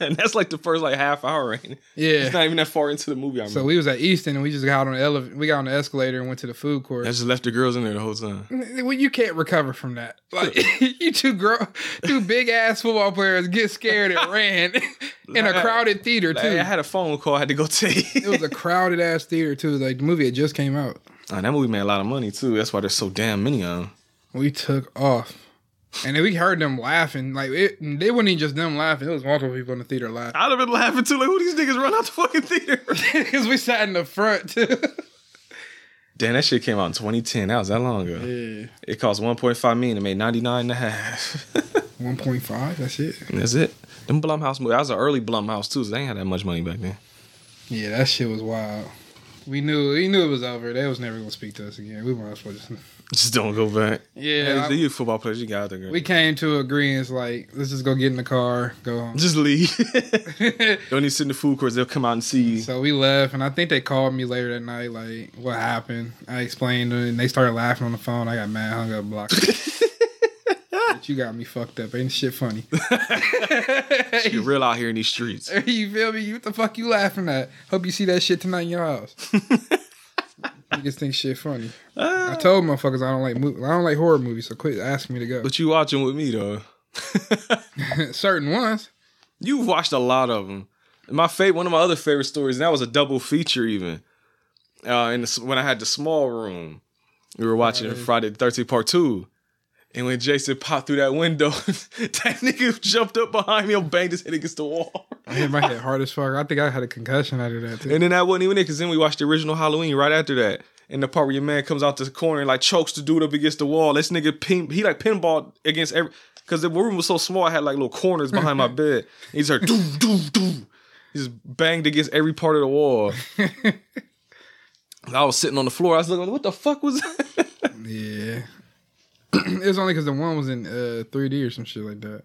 B: and that's like the first like half hour. Ain't it?
C: Yeah.
B: it's not even that far into the movie. I remember.
C: So we was at Easton and we just got on the elevator. We got on the escalator and went to the food court.
B: I just left the girls in there the whole time.
C: Well, you can't recover from that. Like you two girl, two big ass football players get scared and ran in a crowded theater
B: Like,
C: too.
B: I had a phone call. I had to go take.
C: it was a crowded ass theater too. Like the movie had just came out.
B: Oh, that movie made a lot of money too. That's why there's so damn many of them.
C: We took off, and then we heard them laughing. Like it, they weren't even just them laughing. It was multiple people in the theater laughing
B: I'd have been laughing too. Like, who these niggas run out the fucking theater?
C: because we sat in the front too.
B: Damn, that shit came out in 2010. That was that long ago.
C: Yeah.
B: It cost 1.5 million. It made 99 and a half.
C: One point five. That's it.
B: That's it. Them Blumhouse movies. I was an early Blumhouse too, so they ain't had that much money back then.
C: Yeah, that shit was wild. We knew we knew it was over. They was never gonna speak to us again. We might as well just.
B: Just don't go back.
C: Yeah,
B: Hey,
C: I-
B: you football players, you got out there.
C: We came to agreements like let's just go get in the car, go home.
B: Just leave. don't need to sit in the food courts. They'll come out and see you.
C: So we left, and I think they called me later that night, like what happened. I explained, it, and they started laughing on the phone. I got mad, hung up, blocked. it. but you got me fucked up. Ain't shit funny.
B: You're real out here in these streets.
C: you feel me? You- What the fuck you laughing at? Hope you see that shit tonight in your house. Niggas think shit funny. I told motherfuckers I don't like mo- I don't like horror movies, so quit asking me to go.
B: But you watching with me though.
C: Certain ones.
B: You've watched a lot of them. My favorite, one of my other favorite stories, and that was a double feature even. Uh, in the, s- when I had the small room, we were watching Friday the 13th Part Two, and when Jason popped through that window, that nigga jumped up behind me and banged his head against the wall.
C: I hit my head hard as fuck. I think I had a concussion out of that too.
B: And then that wasn't even it, because then we watched the original Halloween right after that. And the part where your man comes out the corner and like chokes the dude up against the wall. This nigga pin, he like pinballed against every because the room was so small. I had like little corners behind my bed. And he just heard doo doo doo. He just banged against every part of the wall. And I was sitting on the floor. I was looking, what the fuck was that?
C: Yeah. it was only because the one was in uh, 3D or some shit like that.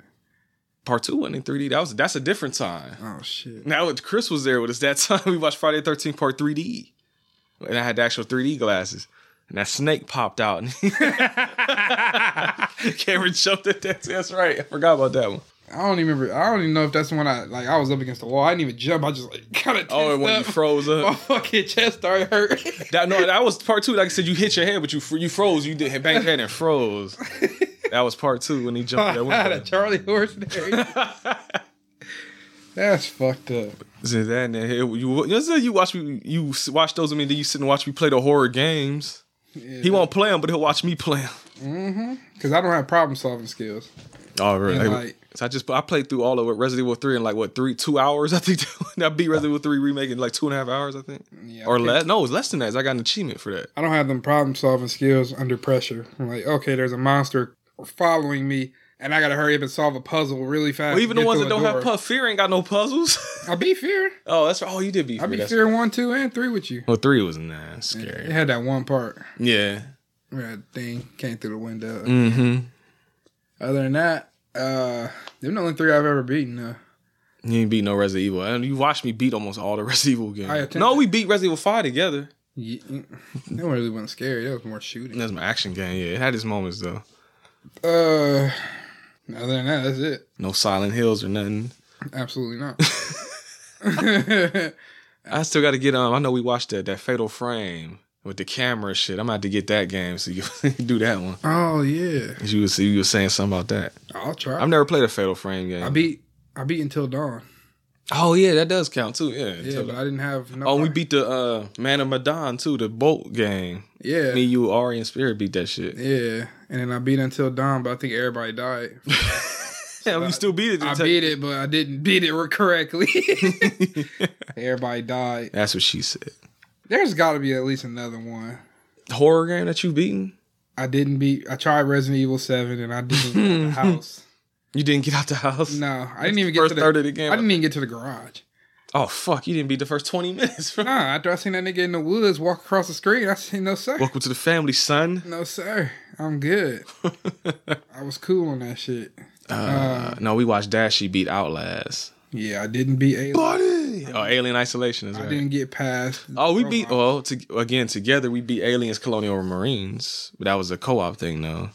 B: Part two wasn't in 3D. That was that's a different time.
C: Oh shit.
B: Now with Chris was there with us that time. We watched Friday the 13th part 3D. And I had the actual 3D glasses. And that snake popped out. Cameron jumped at that. That's right. I forgot about that one.
C: I don't even remember. I don't even know if that's the one I like. I was up against the wall. I didn't even jump. I just like kind of.
B: Oh, and when you froze
C: My
B: up.
C: fucking chest started hurt.
B: That no, that was part two. Like I said, you hit your head, but you fr- you froze. You did bang your head and froze. That was part two when he
C: I
B: jumped that
C: had a
B: window.
C: Charlie horse there. That's fucked up.
B: So that and then here, you you, so you watch me you s- watch those with me, then you sit and watch me play the horror games. He won't play them, but he'll watch me play them.
C: Mm-hmm. Because I don't have problem solving skills.
B: Oh, really?
C: And,
B: Like-
C: like-
B: so I just I played through all of it, Resident Evil three in like what three two hours? I think that- I beat Resident Evil three remake in like two and a half hours, I think, or
C: okay.
B: less. No, it was less than that. 'cause I got an achievement for that.
C: I don't have them problem solving skills under pressure. I'm like, okay, there's a monster following me, and I gotta hurry up and solve a puzzle really fast.
B: Well, even the
C: to get
B: ones
C: to
B: that
C: a
B: don't have
C: door.
B: puff fear ain't got no puzzles.
C: I beat fear.
B: Oh, that's right. Oh, you did beat
C: I
B: fear.
C: beat
B: that's
C: fear one, two, and three with you.
B: Well, three was nah, it's scary.
C: It had that one part
B: Yeah.
C: where that thing came through the window.
B: Mm-hmm.
C: Other than that, uh, them the only three I've ever beaten. Uh,
B: You ain't beat no Resident Evil, and you watched me beat almost all the Resident Evil
C: I
B: games.
C: attempted-
B: No, we beat Resident Evil five together.
C: ye- that one really wasn't scary. That was more shooting.
B: That's my action game. Yeah, it had its moments though.
C: Uh, other than that, that's it.
B: No Silent Hills or nothing.
C: Absolutely not.
B: I still got to get um. I know we watched that that Fatal Frame with the camera shit. I'm about to get that game so you can do that one.
C: oh yeah,
B: 'Cause You was you was saying something about that.
C: I'll try.
B: I've never played a Fatal Frame game.
C: I beat I beat until dawn.
B: Oh yeah, that does count too. Yeah,
C: Yeah,
B: So-
C: but I didn't have. No
B: oh, we beat the uh, Man of Madon too, the Bolt game.
C: Yeah.
B: me, you, Ari, and Spirit beat that shit.
C: Yeah, and then I beat until dawn, but I think everybody died.
B: yeah, we still beat it.
C: I beat it, but I didn't beat it correctly. everybody died.
B: That's what she said.
C: There's got to be at least another one.
B: Horror game that you've beaten?
C: I didn't beat. I tried Resident Evil Seven, and I didn't get out the house.
B: You didn't get out the house?
C: No, I didn't even get
B: First
C: to the,
B: third of the game.
C: I didn't even get to the garage.
B: Oh fuck! You didn't beat the first twenty minutes.
C: nah, after I seen that nigga in the woods walk across the screen, I seen no sir,
B: Welcome to the family, son.
C: no sir, I'm good. I was cool on that shit.
B: Uh, no, we watched Dashy beat Outlast.
C: Yeah, I didn't beat Alien.
B: Oh, Alien Isolation is
C: I
B: right.
C: didn't get past.
B: Oh, we beat well to, again together. We beat Aliens, Colonial Marines, but that was a co-op thing, though.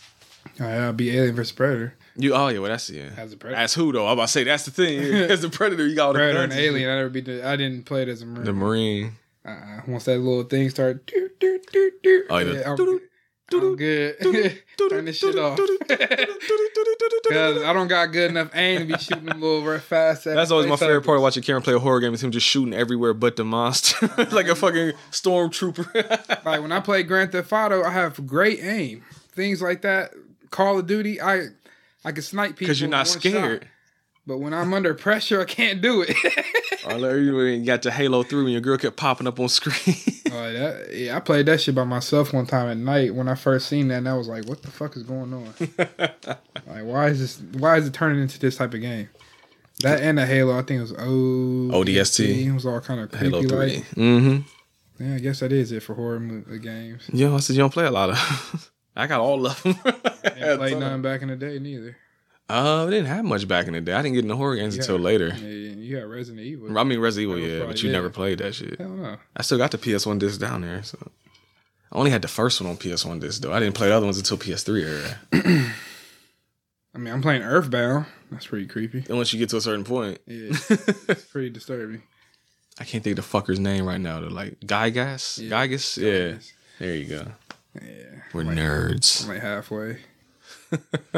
C: I uh, beat Alien versus Predator.
B: You oh yeah, well that's yeah.
C: As a predator,
B: That's who though. I'm about to say that's the thing. As a predator, you got all the
C: Predator and
B: guns
C: Alien. I never beat. The, I didn't play it as a Marine.
B: The Marine.
C: Uh, once that little thing started, doo, doo, doo, doo,
B: Oh, yeah.
C: I'm, I'm good. Turn this shit off. Cause I don't got good enough aim to be shooting them little red fast.
B: That's always my favorite part of watching Karen play a horror game is him just shooting everywhere but the monster, like a fucking stormtrooper.
C: like when I play Grand Theft Auto, I have great aim. Things like that. Call of Duty, I I can snipe people
B: Because you're
C: in
B: not
C: one shot.
B: scared.
C: But when I'm under pressure, I can't do it.
B: Or like you when you got your Halo 3 and your girl kept popping up on screen.
C: Oh, that- yeah, I played that shit by myself one time at night when I first seen that, and I was like, "What the fuck is going on? like, why is this? Why is it turning into this type of game?" That and the Halo, I think it was O
B: ODST.
C: It was all kind of
B: Halo
C: creepy.
B: 3.
C: Like,
B: Mm-hmm.
C: yeah, I guess that is it for horror mo- games.
B: Yo, I said you don't play a lot of I got all of them.
C: I didn't play none back in the day neither.
B: Uh, I didn't have much back in the day. I didn't get into horror games
C: Yeah.
B: until later.
C: Yeah, you got Resident Evil.
B: I mean, Resident Evil,
C: That was
B: yeah,
C: probably
B: but you
C: it.
B: never played that shit.
C: Hell no.
B: I still got the PS1 disc down there, so I only had the first one on PS1 disc though. I didn't play the other ones until PS3 era.
C: I mean, I'm playing Earthbound. That's pretty creepy.
B: And once you get to a certain point,
C: Yeah, it's pretty disturbing.
B: I can't think of the fucker's name right now. They're like Gygas, Gygas, yeah. There you go.
C: Yeah,
B: We're nerds.
C: I'm like halfway.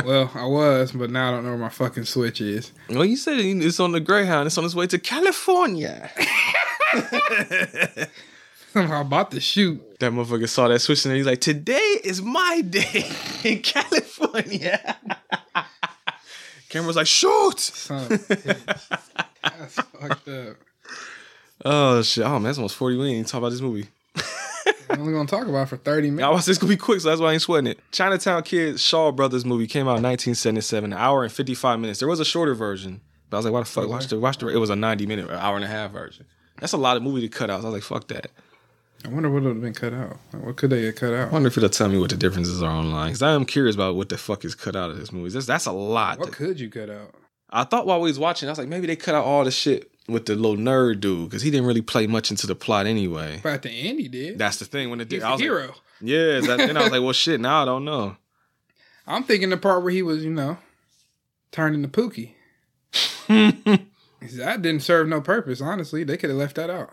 C: well, I was, but now I don't know where my fucking switch is.
B: Well, you said it's on the Greyhound. It's on its way to California.
C: Somehow about to shoot.
B: That motherfucker saw that switch and he's like, "Today is my day in California." Camera's like, "Shoot!"
C: Son of a bitch. That's fucked up.
B: Oh shit! Oh man, that's almost forty. We ain't even talk about this movie.
C: I'm only gonna talk about it for 30 minutes.
B: I was just gonna be quick, so that's why I ain't sweating it. Chinatown Kids Shaw Brothers movie came out in 1977, an hour and 55 minutes. There was a shorter version, but I was like, why the fuck? Watch the watch the. It was a 90 minute, or hour and a half version. That's a lot of movie to cut out. So I was like, fuck that.
C: I wonder what would have been cut out. Like, What could they have cut
B: I
C: out?
B: wonder if it'll tell me what the differences are online because I am curious about what the fuck is cut out of this movie. That's, that's a lot.
C: What could you cut out?
B: I thought while we was watching, I was like, maybe they cut out all the shit with the little nerd dude because he didn't really play much into the plot anyway.
C: But at the end, he did.
B: That's the thing when the
C: He's
B: I
C: a
B: was like-
C: hero.
B: yeah, that, then I was like, well, shit. Now I don't know.
C: I'm thinking the part where he was, you know, turned into Pookie. that didn't serve no purpose, honestly. They could have left that out.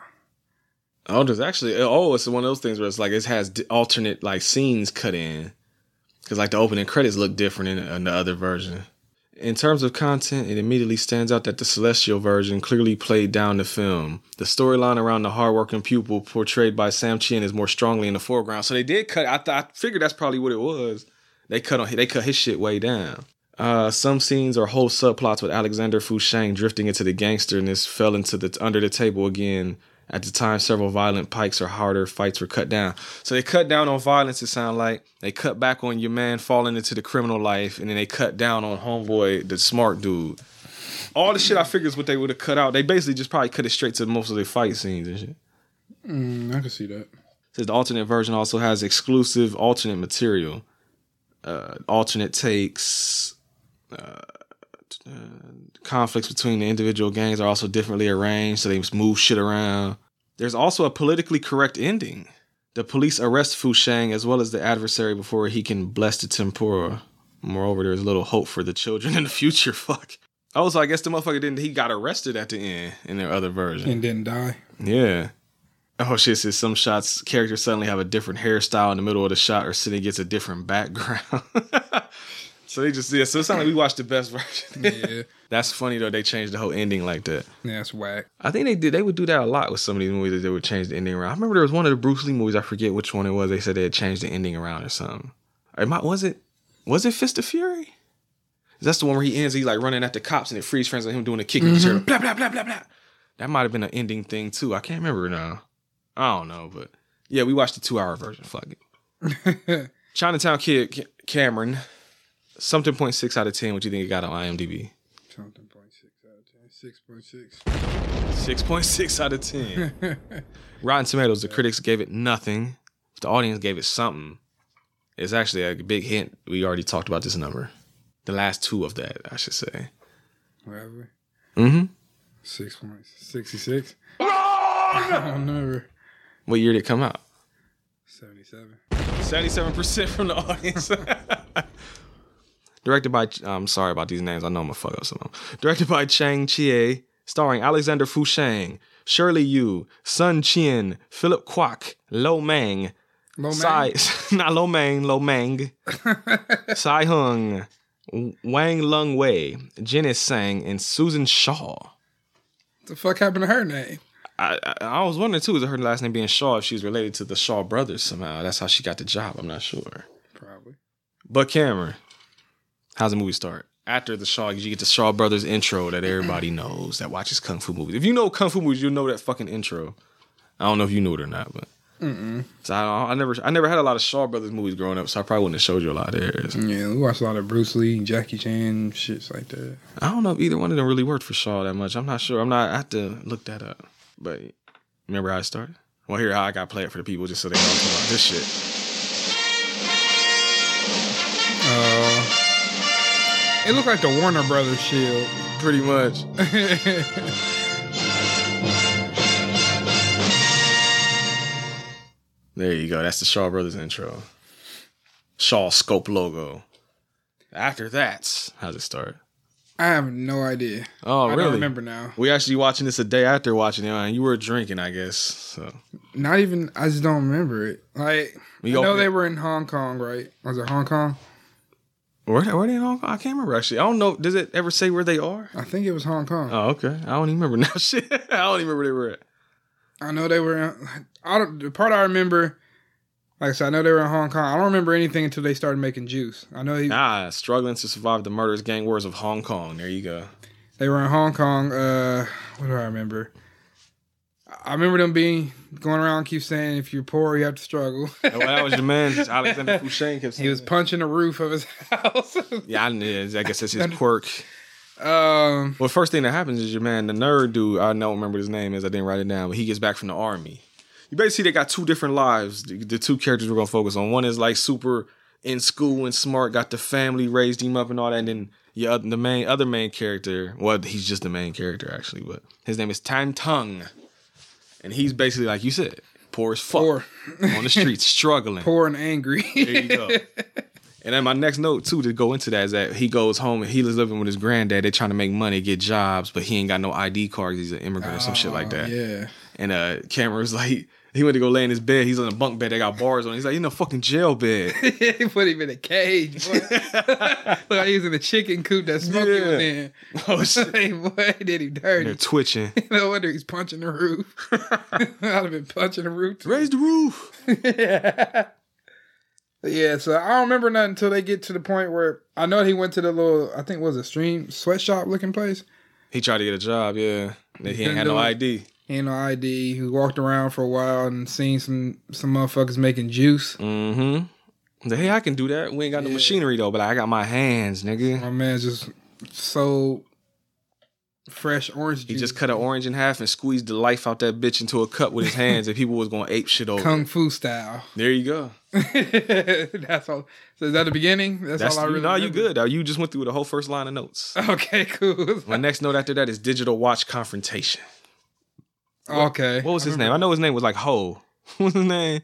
B: Oh, there's actually oh, it's one of those things where it's like it has d- alternate like scenes cut in because like the opening credits look different in, in the other version. In terms of content, it immediately stands out that the Celestial version clearly played down the film. The storyline around the hardworking pupil portrayed by Sam Chien is more strongly in the foreground. So they did cut. I, th- I figured that's probably what it was. They cut on. They cut his shit way down. Uh, some scenes are whole subplots with Alexander Fushang drifting into the gangsterness, fell into the under the table again. At the time, several violent pikes or harder fights were cut down. So they cut down on violence. It sound like they cut back on your man falling into the criminal life, and then they cut down on homeboy, the smart dude. All the shit I figured is what they would have cut out. They basically just probably cut it straight to most of the fight scenes and shit.
C: Mm, I can see that.
B: Says the alternate version also has exclusive alternate material, uh, alternate takes. Uh, t- uh, conflicts between the individual gangs are also differently arranged, so they just move shit around. There's also a politically correct ending. The police arrest Fu Shang as well as the adversary before he can bless the tempura. Moreover, there's little hope for the children in the future. Fuck. Oh, so I guess the motherfucker didn't. He got arrested at the end in their other version.
C: And didn't die.
B: Yeah. Oh shit! Says some shots, characters suddenly have a different hairstyle in the middle of the shot, or City gets a different background. So they just yeah. So it sounds like we watched the best version.
C: Mm-hmm.
B: yeah. That's funny though. They changed the whole ending like that.
C: Yeah, that's whack.
B: I think they did. They would do that a lot with some of these movies. That they would change the ending around. I remember there was one of the Bruce Lee movies. I forget which one it was. They said they had changed the ending around or something. Am I, was it? Was it Fist of Fury? That's the one where he ends. He's like running at the cops and it frees friends on him doing a kick. and hmm Blah blah blah blah blah. That might have been an ending thing too. I can't remember now. I don't know, but yeah, we watched the two-hour version. Fuck it. Chinatown Kid Ca- Cameron, something point six out of ten. What do you think it got on IMDb?
C: Something point six out of ten. Six point six.
B: Six point six out of ten. Rotten Tomatoes. The critics gave it nothing. The audience gave it something. It's actually a big hint. We already talked about this number. The last two of that, I should say.
C: Whatever.
B: Mm-hmm.
C: Six point sixty six. I
B: Wrong!
C: don't know.
B: What year did it come out?
C: Seventy seven.
B: Seventy-seven percent from the audience. Directed by, I'm sorry about these names. I know I'm gonna fuck up some of them. Directed by Chang Chie, starring Alexander Fushang, Shirley Yu, Sun Chien, Philip Kwok, Lo Mang,
C: Lo
B: Sai, not Lo Mang, Lo Mang, Sai Hung, Wang Lung Wei, Janice Sang, and Susan Shaw.
C: What the fuck happened to her name?
B: I, I, I was wondering too, is her last name being Shaw, if she's related to the Shaw brothers somehow. That's how she got the job. I'm not sure.
C: Probably.
B: But Cameron, how's the movie start? After the Shaw, you get the Shaw Brothers intro that everybody knows that watches Kung Fu movies. If you know Kung Fu movies, you'll know that fucking intro. I don't know if you knew it or not, but
C: Mm-mm.
B: so I, don't- I never I never had a lot of Shaw Brothers movies growing up, so I probably wouldn't have showed you a lot of theirs.
C: Yeah, we watched a lot of Bruce Lee, Jackie Chan, shits like that.
B: I don't know if either one of them really worked for Shaw that much. I'm not sure. I'm not I have to look that up. But remember how it started? Well here how I gotta play it for the people just so they don't know about this shit.
C: Uh, it looked like the Warner Brothers shield.
B: Pretty much. There you go. That's the Shaw Brothers intro. Shaw scope logo. After that, how's it start?
C: I have no idea.
B: Oh,
C: I
B: really?
C: don't remember now.
B: We actually watching this a day after watching it, and you were drinking, I guess. So
C: Not even. I just don't remember it. Like
B: We
C: I know
B: opened
C: they
B: it-
C: were in Hong Kong, right? Was it Hong Kong?
B: where they, where they in Hong Kong? I can't remember actually. I don't know. Does it ever say where they are?
C: I think it was Hong Kong.
B: Oh, okay. I don't even remember now. Shit, I don't even remember where they were at.
C: I know they were. In, I don't, the part I remember, like I said, I know they were in Hong Kong. I don't remember anything until they started making juice. I know he,
B: Ah, struggling to survive the murderous gang wars of Hong Kong. There you go.
C: they were in Hong Kong. Uh, what do I remember? I remember them being going around, keep saying, "If you're poor, you have to struggle."
B: And when I was the man, Alexander Fushin kept saying.
C: he was punching the roof of his house.
B: yeah, I, yeah, I guess that's his quirk.
C: um,
B: Well, first thing that happens is your man, the nerd dude. I don't remember his name is. I didn't write it down, but he gets back from the army. You basically they got two different lives. The, the two characters we're gonna focus on. One is like super in school and smart, got the family, raised him up and all that. And then your oth- the main other main character. Well, he's just the main character actually, but his name is Tan Tung, and he's basically like you said, poor as fuck on the streets, struggling.
C: poor and angry.
B: There you go. And then my next note too to go into that is that he goes home and he was living with his granddad. They're trying to make money, get jobs, but he ain't got no ID card. 'cause He's an immigrant or some shit like that.
C: yeah.
B: And uh, Cameron was like, he went to go lay in his bed. He's on a bunk bed. They got bars on. He's like, in a fucking jail bed.
C: he put him in a cage. Boy. Look, like he was in a chicken coop that Smokey was
B: Yeah.
C: in.
B: Oh shit!
C: Hey, boy, did he
B: And they're
C: dirty?
B: twitching.
C: no wonder he's punching the roof. I'd have been punching the roof. too.
B: Raise the roof.
C: Yeah, so I don't remember nothing until they get to the point where I know he went to the little, I think it was a stream sweatshop looking place.
B: He tried to get a job. Yeah, And he ain't had no ID.
C: He had no ID. He walked around for a while and seen some some motherfuckers making juice.
B: Mm-hmm. Hey, I can do that. We ain't got no machinery though, but I got my hands, nigga.
C: My man just sold fresh orange
B: He
C: juice.
B: just cut an orange in half and squeezed the life out that bitch into a cup with his hands, and people was gonna ape shit over.
C: Kung Fu style.
B: There you go.
C: That's all. So is that the beginning? That's,
B: That's
C: all I
B: you-
C: really.
B: No, you
C: remember.
B: good. though. You just went through the whole first line of notes.
C: Okay, cool.
B: My next note after that is digital watch confrontation.
C: Okay.
B: What was his name? I know his name was like Ho. What's his name?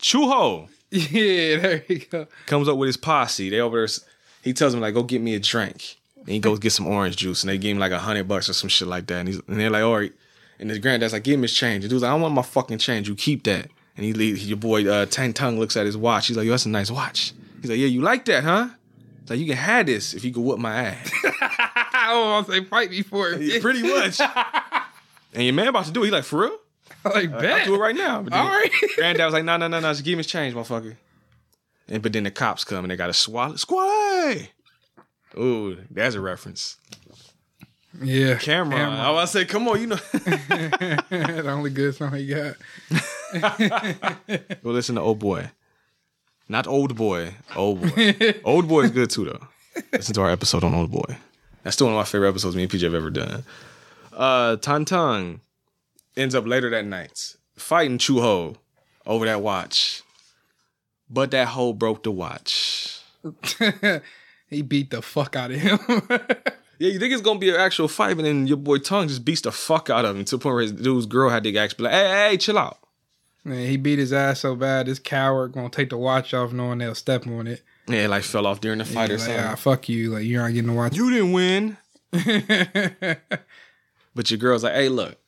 B: Chuho
C: Yeah, there you go.
B: comes up with his posse. They over there. s- He tells him like, "Go get me a drink." And he goes get some orange juice, and they give him like a hundred bucks or some shit like that. And, he's, and they're like, "All right." And his granddad's like, "Give him his change." And dude's like, "I don't want my fucking change. You keep that." And he leave. Your boy uh, Tang Tung looks at his watch. He's like, "Yo, that's a nice watch." He's like, "Yeah, you like that, huh?" So you can have this if you can whoop my ass.
C: I don't want to say fight me for it.
B: Yeah, pretty much. and your man about to do it. He like, for real?
C: like,
B: I'll
C: bet.
B: do it right now. But then
C: All right.
B: Granddad was like, no, no, no, no. Just give me his change, motherfucker. And but then the cops come and they got to swallow. Squally! Ooh, that's a reference.
C: Yeah.
B: Cameron.
C: Cameron.
B: I was say, come on, you know.
C: the only good song he got.
B: Go listen to Old Boy. Not Old Boy. Old Boy. old Boy is good too, though. Listen to our episode on Old Boy. That's still one of my favorite episodes me and PJ have ever done. Uh, Tan Tang ends up later that night fighting Chu Ho over that watch. But that hoe broke the watch.
C: he beat the fuck out of him.
B: Yeah, you think it's gonna be an actual fight, and then your boy Tongue just beats the fuck out of him to the point where his dude's girl had to actually be like, hey, hey, chill out.
C: Man, he beat his ass so bad, this coward gonna take the watch off knowing they'll step on it.
B: Yeah, like fell off during the
C: Yeah,
B: fight or
C: like,
B: something.
C: ah, fuck you. Like, you're not getting the watch.
B: You didn't win. But your girl's like, hey, look,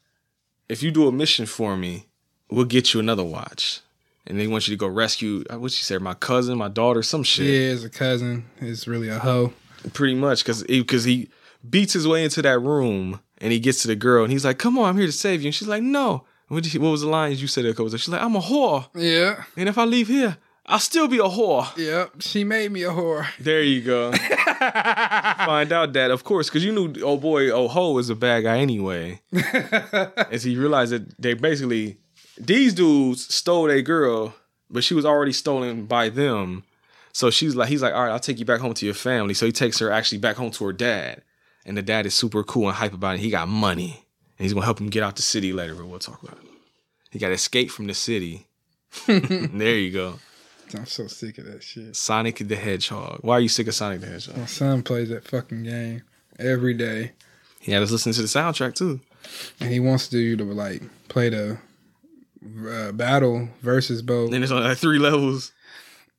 B: if you do a mission for me, we'll get you another watch. And they want you to go rescue, uh, what she said, my cousin, my daughter, some shit.
C: Yeah, as a cousin. It's really a hoe.
B: Pretty much, because he, 'cause he beats his way into that room and he gets to the girl and he's like, come on, I'm here to save you. And she's like, no. What, did she- what was the line you said? a couple times? She's like, I'm a whore.
C: Yeah.
B: And if I leave here, I'll still be a whore.
C: Yep. She made me a whore.
B: There you go. Find out that, of course, because you knew oh boy, oh ho was a bad guy anyway. and so you realize that they basically these dudes stole a girl, but she was already stolen by them. So she's like, he's like, all right, I'll take you back home to your family. So he takes her actually back home to her dad, and the dad is super cool and hype about it. He got money, and he's gonna help him get out the city later. But we'll talk about it. He got escaped from the city. there you go.
C: I'm so sick of that shit.
B: Sonic the Hedgehog. Why are you sick of Sonic the Hedgehog?
C: My son plays that fucking game every day.
B: He had us listening to the soundtrack too.
C: And he wants to you to like play the uh, battle versus both.
B: And it's on like three levels.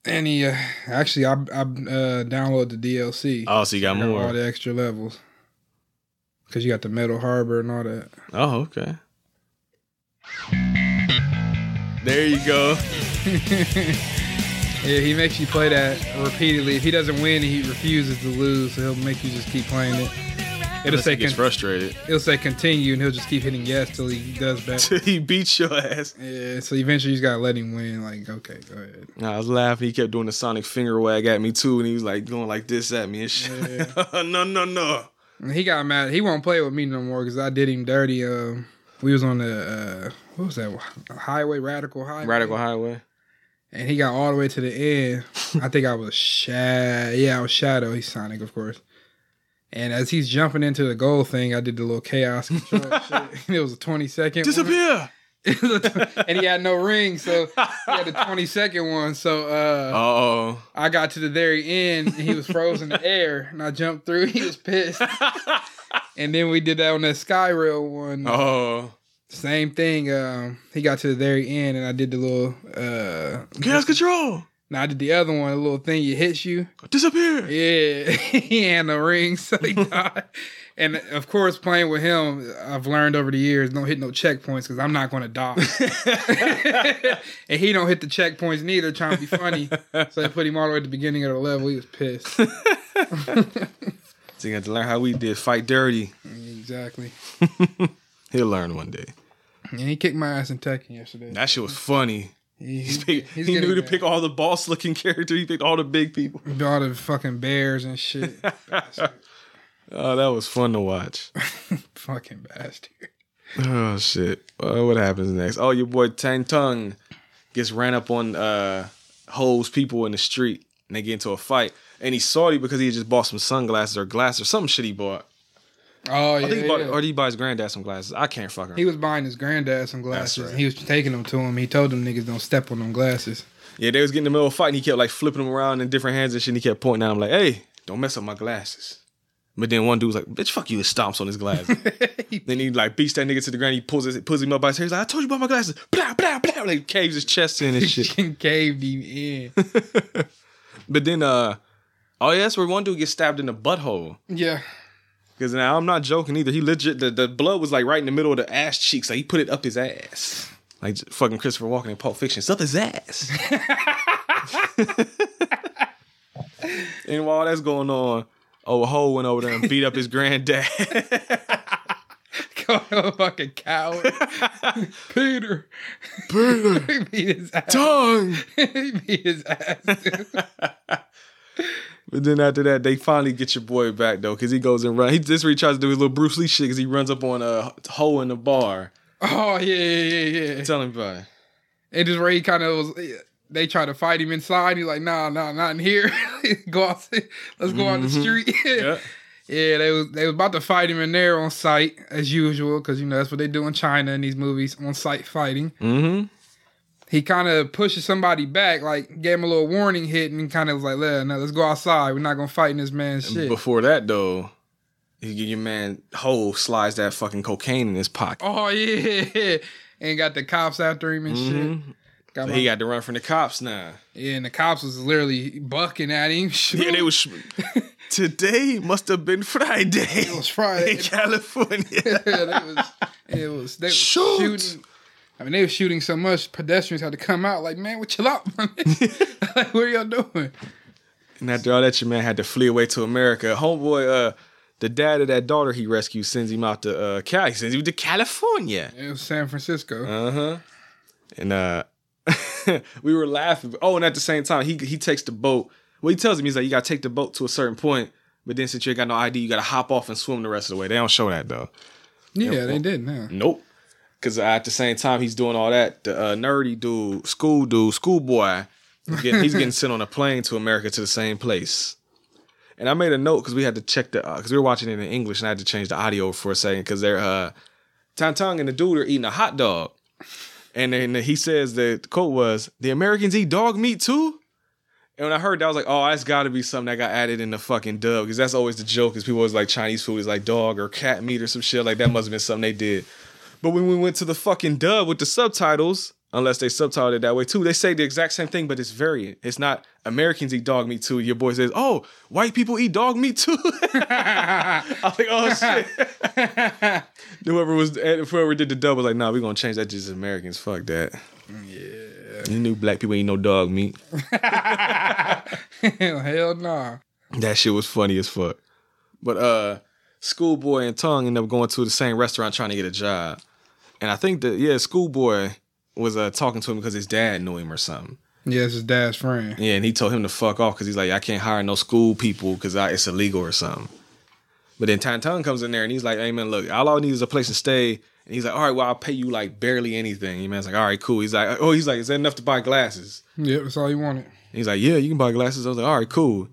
C: And he uh, actually, I, I uh, downloaded the DLC.
B: Oh, so you got more.
C: All the extra levels. Because you got the Metal Harbor and all that.
B: Oh, okay. There you go.
C: Yeah, he makes you play that repeatedly. If he doesn't win, he refuses to lose, so he'll make you just keep playing it. It'll
B: Unless he
C: say
B: gets
C: con-
B: frustrated.
C: it'll say continue, and he'll just keep hitting yes till he does better.
B: Till he beats your ass.
C: yeah, so eventually you just gotta let him win. Like, okay, go ahead.
B: I was laughing. He kept doing the Sonic finger wag at me too, and he was like going like this at me and shit. no, no, no.
C: And he got mad. He won't play with me no more because I did him dirty. Um, we was on the uh, what was that highway? Radical highway.
B: Radical Highway.
C: And he got all the way to the end. I think I was Shadow. Yeah, I was Shadow. He's Sonic, of course. And as he's jumping into the goal thing, I did the little chaos control shit. And it was a 20 second.
B: Disappear.
C: and he had no ring, so he had the 20 second one. So uh,
B: Oh,
C: I got to the very end, and he was frozen in the air. And I jumped through. He was pissed. and then we did that on that Skyrail one.
B: oh.
C: Same thing. Um, he got to the very end, and I did the little uh,
B: Chaos control.
C: now I did the other one, a little thing you hits you.
B: Disappear.
C: Yeah, he had no ring, so he died. And of course, playing with him, I've learned over the years, don't hit no checkpoints because I'm not going to die. and he don't hit the checkpoints neither, trying to be funny. So they put him all the way at the beginning of the level. He was pissed.
B: So you got to learn how we did fight dirty.
C: exactly.
B: He'll learn one day.
C: And he kicked my ass in Tekken yesterday.
B: That shit was funny.
C: He,
B: He's pick,
C: he's
B: he knew
C: getting
B: to
C: there.
B: pick all the boss looking character. He picked all the big people.
C: all the fucking bears and shit.
B: Oh, that was fun to watch.
C: fucking bastard.
B: Oh shit! Uh, what happens next? Oh, your boy Tang Tung gets ran up on uh hoes people in the street, and they get into a fight. And he's salty because he just bought some sunglasses or glass or some shit he bought.
C: Oh, yeah.
B: I think he bought,
C: yeah.
B: or did he buy his granddad some glasses. I can't fucking.
C: He was buying his granddad some glasses.
B: right.
C: and He was taking them to him. He told them niggas don't step on them glasses.
B: yeah, they was getting in the middle of a fight, and he kept like flipping them around in different hands and shit. And he kept pointing at him like, "Hey, don't mess up my glasses." But then one dude was like, "Bitch, fuck you!" and stomps on his glasses. then he like beats that nigga to the ground. He pulls his, pulls him up by his hair. He's like, "I told you about my glasses." Blah blah blah. Like caves his chest in and shit.
C: Fucking caved him in.
B: But then, uh, oh yeah, that's where one dude gets stabbed in the butthole.
C: Yeah.
B: Cause now I'm not joking either. He legit the, the blood was like right in the middle of the ass cheeks. Like he put it up his ass, like j- fucking Christopher Walken in Pulp Fiction. It's up his ass. And while that's going on, old Ho went over there and beat up his granddad.
C: Call him a fucking coward. Peter.
B: Peter.
C: he beat his ass.
B: Tongue.
C: he beat his ass. dude.
B: But then after that, they finally get your boy back though, because he goes and run. He this where he tries to do his little Bruce Lee shit, because he runs up on a hoe in the bar.
C: oh, yeah, yeah, yeah, yeah.
B: Tell him about it.
C: And just where he kind of was, they try to fight him inside. He's like, nah, nah, not in here. go out, let's go out the
B: Mhm.
C: street.
B: Yeah.
C: Yeah, they was they was about to fight him in there on site as usual because you know that's what they do in China in these movies on site fighting.
B: Mm-hmm.
C: He kind of pushes somebody back, like gave him a little warning hit, and kind of was like, "Let no, let's go outside. We're not gonna fight in this man's shit."
B: Before that though, you get your man Ho slides that fucking cocaine in his pocket.
C: Oh yeah, and got the cops after him and
B: Mm-hmm.
C: shit. Got
B: So
C: my-
B: he got to run from the cops now.
C: yeah, and the cops was literally bucking at him.
B: Yeah, they was. Today must have been Friday.
C: It was Friday
B: in California.
C: It was they was shooting. I mean, they were shooting so much pedestrians had to come out. Like, man, what chill out, man. like, what are y'all doing?
B: And after all that, your man had to flee away to America. Homeboy, uh, the dad of that daughter he rescued sends him out to uh, Cali. He sends him to California.
C: It was San Francisco.
B: Uh huh. And uh, we were laughing. Oh, and at the same time, he he takes the boat. Well, he tells him he's like, you gotta take the boat to a certain point, but then since you ain't got no ID, you gotta hop off and swim the rest of the way. They don't show that though.
C: yeah, they did. Now,
B: Nope. Because at the same time he's doing all that, the uh, nerdy dude, school dude, schoolboy, he's getting, he's getting sent on a plane to America to the same place. And I made a note because we had to check the because we were watching it in English and I had to change the audio for a second because they're uh, Tang Tang and the dude are eating a hot dog, and then he says that the quote was the Americans eat dog meat too. And when I heard that, I was like, "Oh, that's got to be something that got added in the fucking dub," because that's always the joke. Is people always like Chinese food is like dog or cat meat or some shit like that. Must have been something they did. But when we went to the fucking dub with the subtitles, unless they subtitled it that way too, they say the exact same thing, but it's variant. It's not Americans eat dog meat too. Your boy says, "Oh, white people eat dog meat too." I was like, "Oh shit." whoever was whoever did the dub was like, "Nah, we're gonna change that. to Just Americans. Fuck that." Yeah. You knew black people ain't no dog meat.
C: hell nah.
B: That shit was funny as fuck. But uh Schoolboy and Tongue ended up going to the same restaurant trying to get a job. And I think that yeah, Schoolboy was uh talking to him because his dad knew him or something.
C: Yeah, it's his dad's friend.
B: Yeah, and he told him to fuck off because he's like, I can't hire no school people because it's illegal or something. But then Tan Tan comes in there and he's like, Hey man, look, all I need is a place to stay. And he's like, All right, well, I'll pay you like barely anything. Your man's like, All right, cool. He's like, Oh, he's like, Is that enough to buy glasses?
C: Yep, that's all he wanted.
B: And he's like, yeah, you can buy glasses. I was like, all right, cool.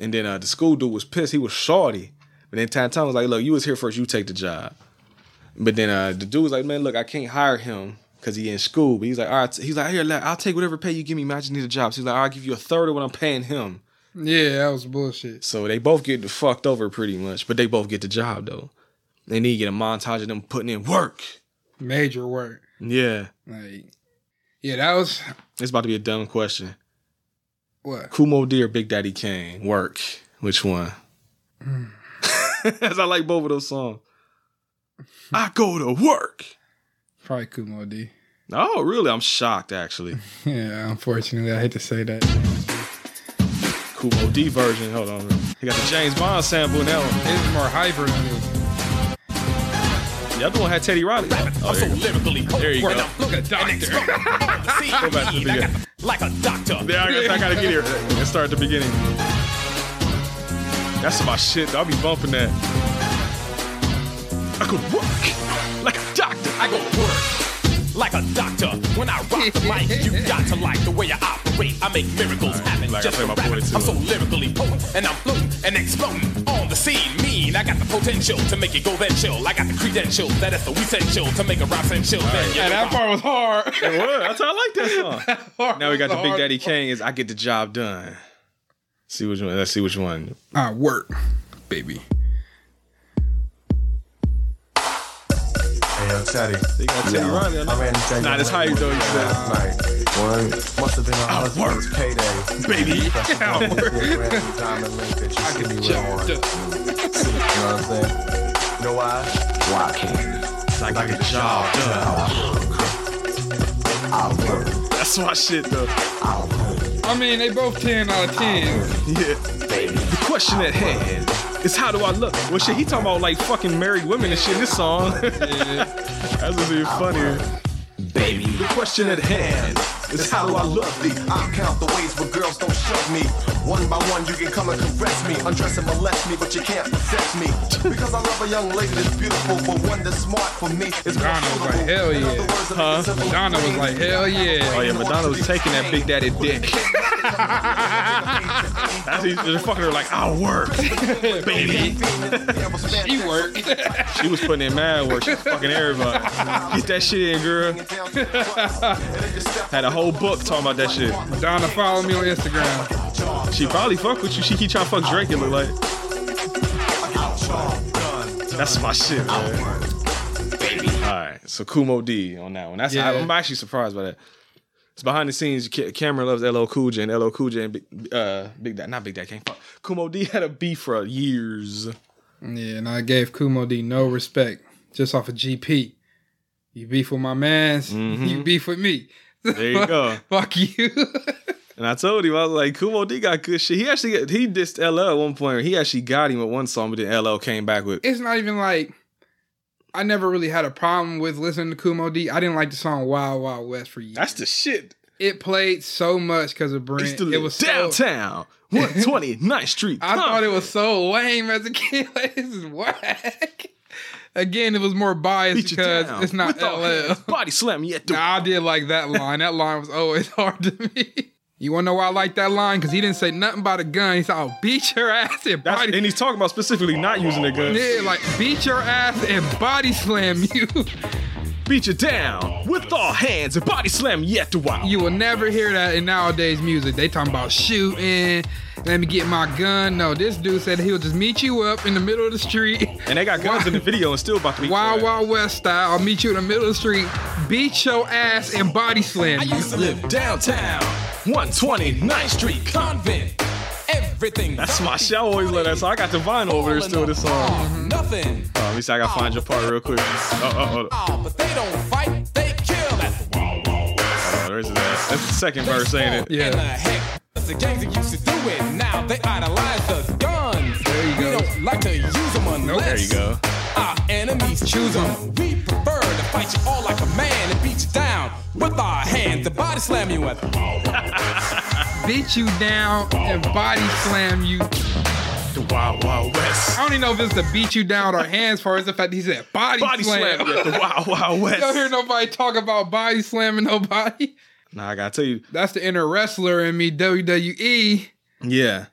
B: And then uh, the school dude was pissed. He was shorty. But then Tan Tan was like, look, you was here first. You take the job. But then uh, the dude was like, man, look, I can't hire him because he in school. But he's like, all right. He's like, here, look, I'll take whatever pay you give me. Man, I just need a job. So he's like, I'll give you a third of what I'm paying him.
C: Yeah, that was bullshit.
B: So they both get fucked over pretty much. But they both get the job, though. They need to get a montage of them putting in work.
C: Major work.
B: Yeah.
C: Like, yeah, that was
B: It's about to be a dumb question.
C: what.
B: Kumo D or Big Daddy Kane? Work. Which one? As I like both of those songs. I go to work.
C: Probably Kumo D.
B: Oh, really? I'm shocked actually.
C: Yeah, unfortunately, I hate to say that.
B: Kumo D version. Hold on. He got the James Bond sample in that one.
C: It's more hyper than this.
B: The other one had Teddy Riley. Oh, there you go. There you go.
C: Look at doctor.
B: Go back to the beginning.
E: Like a doctor.
B: Yeah, I, guess I gotta get here and start at the beginning. That's my shit. I'll be bumping that. I could work
E: like a doctor. I go to work like a doctor. When I rock the mic, you got to like the way I operate. I make miracles happen.
B: like I
E: just
B: play my
E: from rapping.
B: boy, too.
E: I'm so lyrically potent, and I'm floating and exploding on the scene. Mean, I got the potential to make it go then chill. I got the credential that is the essential to make a rhyme and chill. Then you
C: Yeah, that part was hard.
B: It was. That's how I like that song. now we got the Big Daddy Kane is I get the job done. See which one. Let's see which one.
C: I work, baby.
M: Hey, yo, Teddy.
B: They got Teddy Riley on
M: I ran
B: that. Nah, this hype though. You said.
M: Night. One must have been my husband's payday.
B: Baby.
M: Pressing
B: Yeah,
M: buttons
B: work.
M: with a random diamond link that you see me with on. You know what I'm saying? Know why? Why can't?
B: Like I get the job done.
M: I work.
B: That's my shit though.
M: I work.
C: I mean, they both 10 out of 10.
B: Yeah. The question at hand is how do I look? Well, shit, he talking about like fucking married women and shit in this song. That's what's even funnier. Baby. The question at hand
N: It's how I look thee. I count the ways where girls don't shove me. One by one, you can come and caress me, undress and molest me, but you can't possess me. Because I love a young lady that's beautiful, but one that's smart for me is more
C: Madonna was like, hell yeah. Huh? Madonna was like, hell yeah.
B: Oh yeah, Madonna was taking that big daddy dick. That's he's just fucking her like I work, baby.
C: she worked.
B: She was putting in mad work. She was fucking everybody. Get that shit in, girl. Had a whole book talking about that shit.
C: Madonna follow me on Instagram.
B: She probably fuck with you. She keep trying to fuck Drake and look like. That's my shit, man. All right, so Kumo D on that one. That's
C: Yeah.
B: I'm actually surprised by that. It's behind the scenes. Ca- Cameron loves LL Cool J and LL Cool J and Big, uh, Big Dad, not Big Dad, can't fuck. Kumo D had a beef for years.
C: Yeah, and I gave Kumo D no respect just off of GP. You beef with my mans, you beef with me.
B: Mm-hmm. There you go.
C: Fuck you.
B: And I told him I was like, Kumo D got good shit. He actually got, he dissed LL at one point. He actually got him with one song, but then LL came back with.
C: It's not even like I never really had a problem with listening to Kumo D. I didn't like the song Wild Wild West for years.
B: That's the shit.
C: It played so much because of
B: He
C: Brent.
B: still
C: It was So,
B: downtown, 120 9th Street.
C: I thought it
B: Compton.
C: was so lame as a kid. Like, this is whack. Again, it was more biased
B: Beat you
C: because
B: down
C: it's not
B: with all
C: LL.
B: hands, Body slam you at the.
C: Nah, I did like that line. That line was always hard to me. You wanna know why I like that line? Cause he didn't say nothing about a gun. He said, "I'll beat your ass and
B: That's,
C: body."
B: and he's talking about specifically not using the gun.
C: Yeah, like beat your ass and body slam you.
B: Beat you down with all hands and body slam you at the wow.
C: You will never hear that in nowadays music. They talking about shooting. Let me get my gun. No, this dude said he'll just meet you up in the middle of the street.
B: And they got guns in the video and still about to be.
C: Wild Wild West style. I'll meet you in the middle of the street. Beat your ass and body slam you.
B: to live downtown, 120 9th Street Convent. Everything. That's my shit. I always love that song. I got the vinyl over there still. This song.
O: Nothing.
B: Oh, at least I gotta find your part real quick. Oh, oh, hold on.
O: Oh, but they don't fight, they kill. That's the wild, wild west.
B: Oh, there's his ass. That's the second verse, ain't it?
O: And the heck, that's the gangs that used to do it. Now they idolize the guns. There you go. We don't like to use them unless
B: There you go.
O: our enemies choose them. We prefer to fight you all like a man and beat you down with our hands. The body slam you with.
C: beat you down and body slam you.
B: The Wild Wild West.
C: I don't even know if it's the beat you down or hands for. It's the fact he said body,
B: Body slam. you at the Wild Wild
C: you don't
B: West.
C: hear nobody talk about body slamming nobody.
B: Nah, I gotta tell you.
C: That's the inner wrestler in me, WWE.
B: Yeah.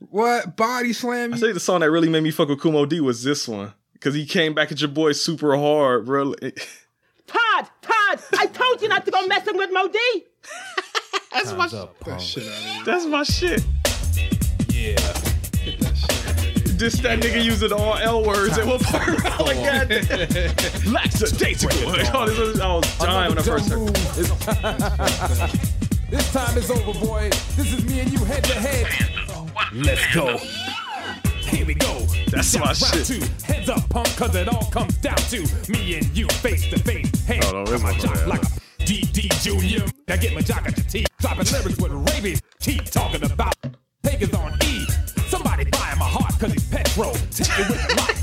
C: What? Body slam
B: I
C: you?
B: think the song that really made me fuck with Kumo D was this one. Cause he came back at your boy super hard, bro.
E: Todd, Todd, I told you not to go messing with Modi.
B: That's my
C: That shit out of here.
B: That's my shit. Yeah. Just that nigga using all L words at one part. I'm like, God damn. Lackadaisical. Like, all this other- I was dying when I first heard
O: This time is over, boy. This is me and you head to head.
B: Let's go.
O: Here we go.
B: That's my
O: Round
B: shit.
O: two. Heads up, punk, cause it all comes down to me and you face to face. Hey,
B: Hold on, where's my
O: jock like a DD Junior. Now get my jock at your teeth. Dropping lyrics with rabies. Keep talking about takers on E. Somebody buy him a heart cause he's petro. Take it with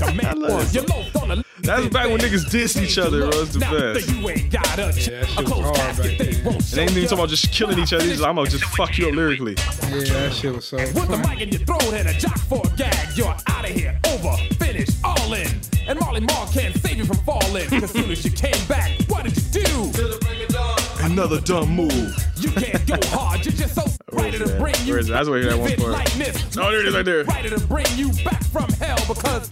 O: like a man.
B: love
O: or
B: that
O: your loaf on the
B: That's back when niggas dissed each other, bro. It's the
O: Now
B: best.
O: that you ain't got a, ch- a close casket, they won't
B: It ain't even talking about just killing each other. He's like, I'm gonna just fuck you up lyrically.
C: Yeah, that shit was so.
O: With the mic in your throat and a jock for a gag, you're out of here. Over, finish, all in. And Marley Marl can't save you from falling. Cause soon as you came back, what did you do?
B: Another dumb move.
O: You can't go hard, you're just so right it'll bring you.
B: Where is it? That's where you at one
O: Live it
B: point.
O: like this.
B: Oh, there it is right there.
O: Right it'll bring you back from hell because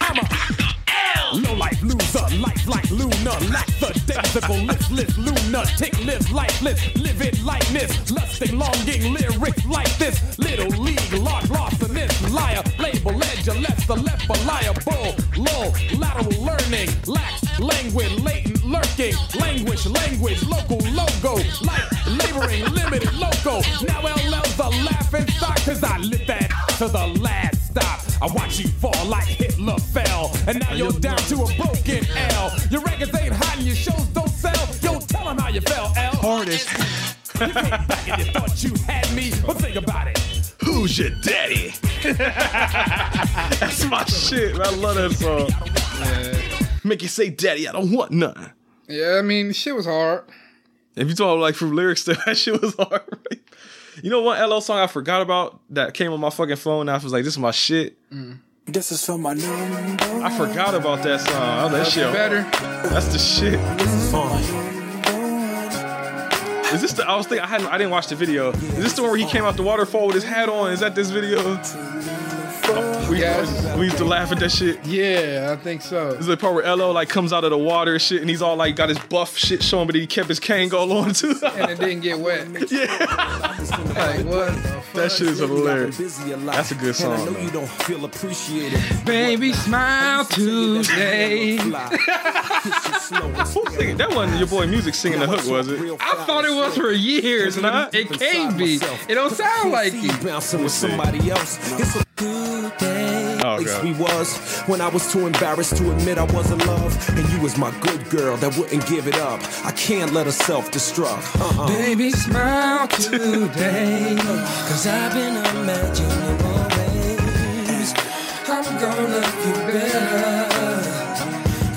O: I'm a low life loser, life like Luna, lack the densical listless lunatic, live lifeless, live it like this, lusting, longing lyrics like this, little league, large loss in this, liar, label, ledger, left the left, a liar, bull, low, lateral learning, lax, languid, latent, lurking, language, language, local, logo, like, laboring, limited, loco, now LL's the laughing stock, cause I lit that to the last stop, I watch you fall like Hitler fell, and now you're down to a broken L, your records ain't hot and your shows don't sell, yo, tell 'em how you fell, L.
B: Hardest.
D: You came back and you thought you had me. Well, think about it.
B: Who's your daddy? That's my shit. I love that song. Make you say, "Daddy, I don't want none."
C: Yeah, I mean, shit was hard.
B: If you talk like from lyrics, to that shit was hard. right? You know what LL song I forgot about that came on my fucking phone? And I was like, "This is my shit."
D: Mm. This is for my number.
B: I forgot about that song. Oh, that shit
C: better.
B: That's the shit. Is this the? I was thinking I hadn't. I didn't watch the video. Is this the one where he came out the waterfall with his hat on? Is that this video? We, we used to laugh at that shit.
C: Yeah, I think so. This
B: is the part where LO like comes out of the water and shit, and he's all like got his buff shit showing, but he kept his Kangol on too.
C: And it didn't get wet.
B: Yeah.
C: like what?
B: That shit is hilarious. That's a good song. though.
D: don't feel appreciated.
C: Baby smile today.
B: Who's singing? That wasn't your boy music singing the hook, was it?
C: I thought it was for years, and I, it can't be. It don't sound like it.
D: Bouncing with somebody else. It's a good day.
B: Oh,
D: At least
B: God.
D: we was when I was too embarrassed to admit I was in love, and you was my good girl that wouldn't give it up. I can't let her self-destruct. Uh-uh.
C: Baby smile today.
D: Cause I've been imagining always I'm gonna feel better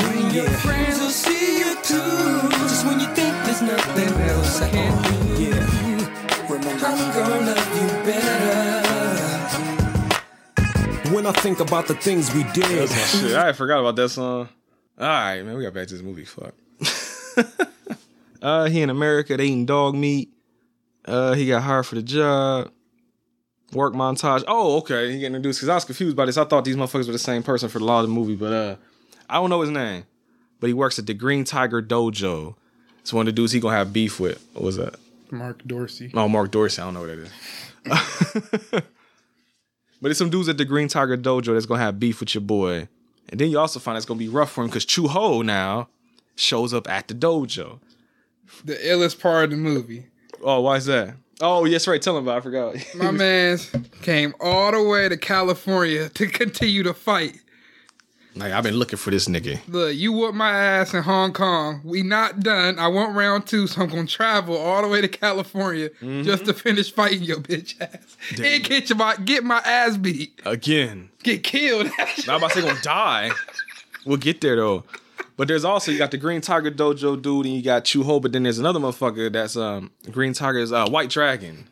D: When your friends will see you too Just when you think there's nothing else I can do I'm gonna feel better When I think about the things we did
B: That's my shit. I forgot about that song. All right, man, we got back to this movie. Fuck. uh, he in America. They eating dog meat. Uh, he got hired for the job. Work montage. Oh, okay. He getting introduced because I was confused by this. I thought these motherfuckers were the same person for the lot of the movie, but uh, I don't know his name. But he works at the Green Tiger Dojo. It's one of the dudes he gonna have beef with. What was that?
C: Mark Dorsey.
B: Oh, Mark Dorsey. I don't know what that is. but it's some dudes at the Green Tiger Dojo that's gonna have beef with your boy. And then you also find it's gonna be rough for him because Chu Ho now shows up at the dojo.
C: The illest part of the movie.
B: Oh, why is that? Oh, yes, right. Tell him about. it. I forgot.
C: My man's came all the way to California to continue to fight.
B: like I've been looking for this nigga.
C: Look, you whooped my ass in Hong Kong. We not done. I want round two, so I'm gonna travel all the way to California
B: Mm-hmm.
C: just to finish fighting your bitch ass. And get your my get my ass beat.
B: Again.
C: Get killed.
B: Not about to say gonna die. We'll get there though. But there's also you got the Green Tiger Dojo dude, and you got Chu Ho, but then there's another motherfucker that's um Green Tiger's uh, White Dragon.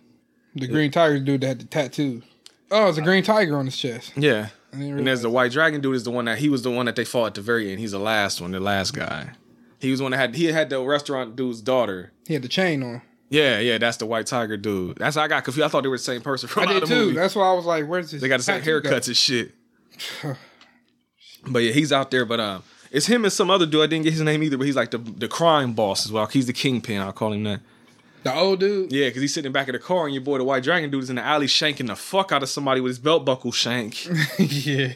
C: the green tiger dude that had the tattoo. Oh, it's a green tiger on his chest.
B: Yeah.
C: I didn't
B: And there's the White Dragon dude is the one that he was the one that they fought at the very end. He's the last one, the last guy. He was the one that had he had the restaurant dude's daughter.
C: He had the chain on.
B: Yeah, yeah, that's the White Tiger dude. That's how I got confused. I thought they were the same person from
C: I
B: out
C: did
B: of
C: too.
B: the movie.
C: That's why I was like, "Where's this?"
B: They got the same
C: tattoo
B: haircuts and shit. But yeah, he's out there. But um, it's him and some other dude. I didn't get his name either. But he's like the the crime boss as well. He's the kingpin. I'll call him that.
C: The old dude.
B: Yeah, because he's sitting back in the car, and your boy, the white dragon dude, is in the alley shanking the fuck out of somebody with his belt buckle shank.
C: yeah,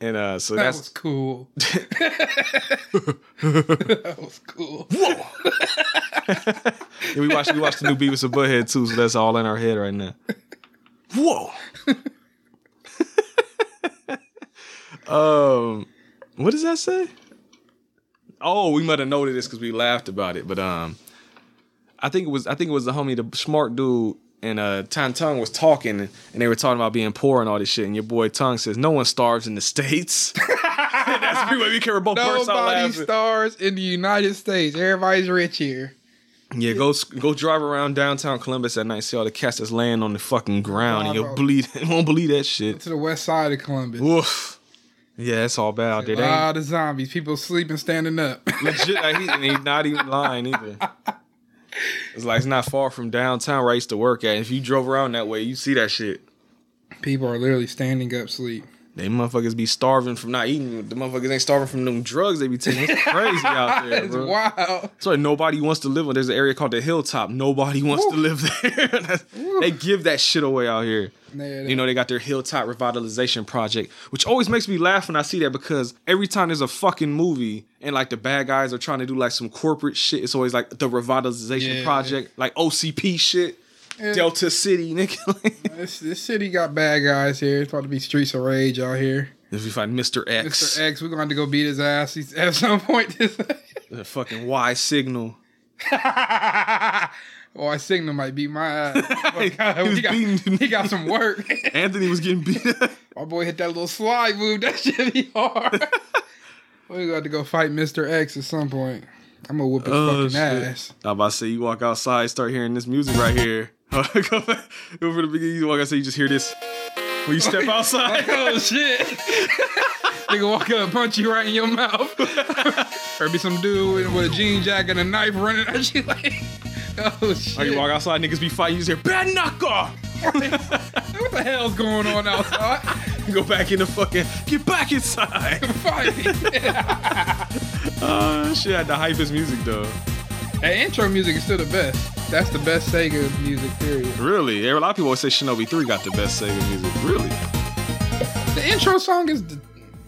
B: And uh, so
C: that
B: that's
C: was cool. that was cool.
B: and we watched we watched the new Beavis and Butthead too. So that's all in our head right now. Whoa. um, what does that say? Oh, we might have noted this because we laughed about it, but um, I think it was I think it was the homie, the smart dude, and uh, Tan Tung was talking, and they were talking about being poor and all this shit. And your boy Tung says, "No one starves in the states." that's pretty we can both burst out
C: Nobody
B: laughing.
C: stars in the United States. Everybody's rich here.
B: Yeah, go go drive around downtown Columbus at night, see all the cats that's laying on the fucking ground, and
C: Nah,
B: you'll
C: bro.
B: bleed. You won't believe that shit.
C: To the west side of Columbus.
B: Woof. Yeah, it's all bad out
C: A
B: there. They ain't-
C: lot of zombies. People sleeping, standing up.
B: legit, like, he, and he's not even lying either. It's like it's not far from downtown where I used to work at. If you drove around that way, you see that shit.
C: People are literally standing up, sleep.
B: They motherfuckers be starving from not eating. The motherfuckers ain't starving from them drugs they be taking. It's crazy out there,
C: It's
B: bro.
C: wild.
B: That's why nobody wants to live on. There's an area called the Hilltop. Nobody wants to live there. That's- they give that shit away out here.
C: Yeah,
B: You know, they got their Hilltop Revitalization Project, which always makes me laugh when I see that because every time there's a fucking movie and like the bad guys are trying to do like some corporate shit, it's always like the Revitalization
C: Yeah.
B: Project, like OCP shit,
C: Yeah.
B: Delta City, nigga. Like,
C: This, this city got bad guys here. It's about to be streets of rage out here.
B: if you find Mr. X,
C: Mr. X, we're going to have to go beat his ass He's- at some point.
B: the fucking Y signal.
C: Or Oh, I signal might beat my ass. he, got, he got some work.
B: Anthony was getting beat up.
C: My boy hit that little slide move. That shit be hard. we got to go fight Mr. X at some point. I'm gonna whoop his fucking ass.
B: I'm about to say you walk outside, start hearing this music right here. Go back Over the beginning, you walk outside, you just hear this. When you step outside,
C: Like, oh shit. Nigga walk up, punch you right in your mouth. or be some dude with, with a jean jacket and a knife running at you like, oh shit.
B: Or you walk outside, niggas be fighting, you just hear bad knocker.
C: what the hell's going on outside?
B: Go back in the fucking get back inside. Oh shit, I had the hypest music though.
C: That intro music is still the best. That's the best Sega music, period.
B: Really? There are A lot of people always say Shinobi 3 got the best Sega music. Really?
C: The intro song is the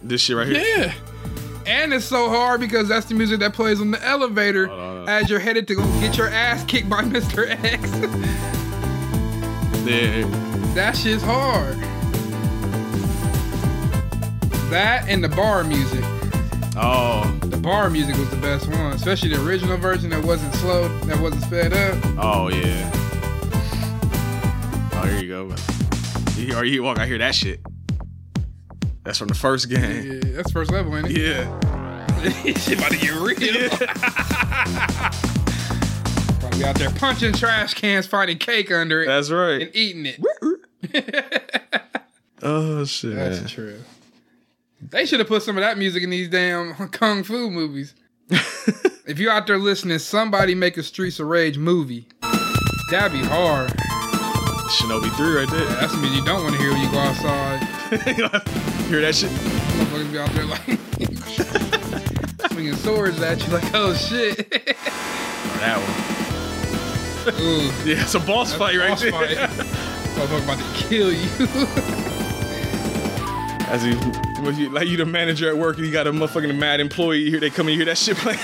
B: This shit right here?
C: Yeah. And it's so hard because that's the music that plays on the elevator as you're headed to go get your ass kicked by Mr. X.
B: Yeah.
C: that shit's hard. That and the bar music.
B: Oh.
C: The bar music was the best one, especially the original version that wasn't slow, that wasn't sped up.
B: Oh yeah. Oh, here you go. You hear, you walk. I hear that shit. That's from the first game.
C: Yeah, that's first level, ain't it?
B: Yeah.
C: shit about to get real. Probably out there punching trash cans, finding cake under it.
B: That's right.
C: And eating it.
B: Oh shit.
C: That's
B: man.
C: true. They should have put some of that music in these damn kung fu movies. if you're out there listening, somebody make a Streets of Rage movie. That'd be hard.
B: Shinobi 3 right there.
C: that's the music you don't want to hear when you go outside.
B: hear that shit?
C: Motherfuckers be out there like swinging swords at you, like, oh shit.
B: That one.
C: Ooh.
B: Yeah, it's a boss
C: That's
B: fight
C: a
B: right
C: boss
B: there.
C: fight. Motherfucker about to kill you.
B: As you, was you, like you the manager at work and you got a motherfucking mad employee. You hear they come and you hear that shit playing.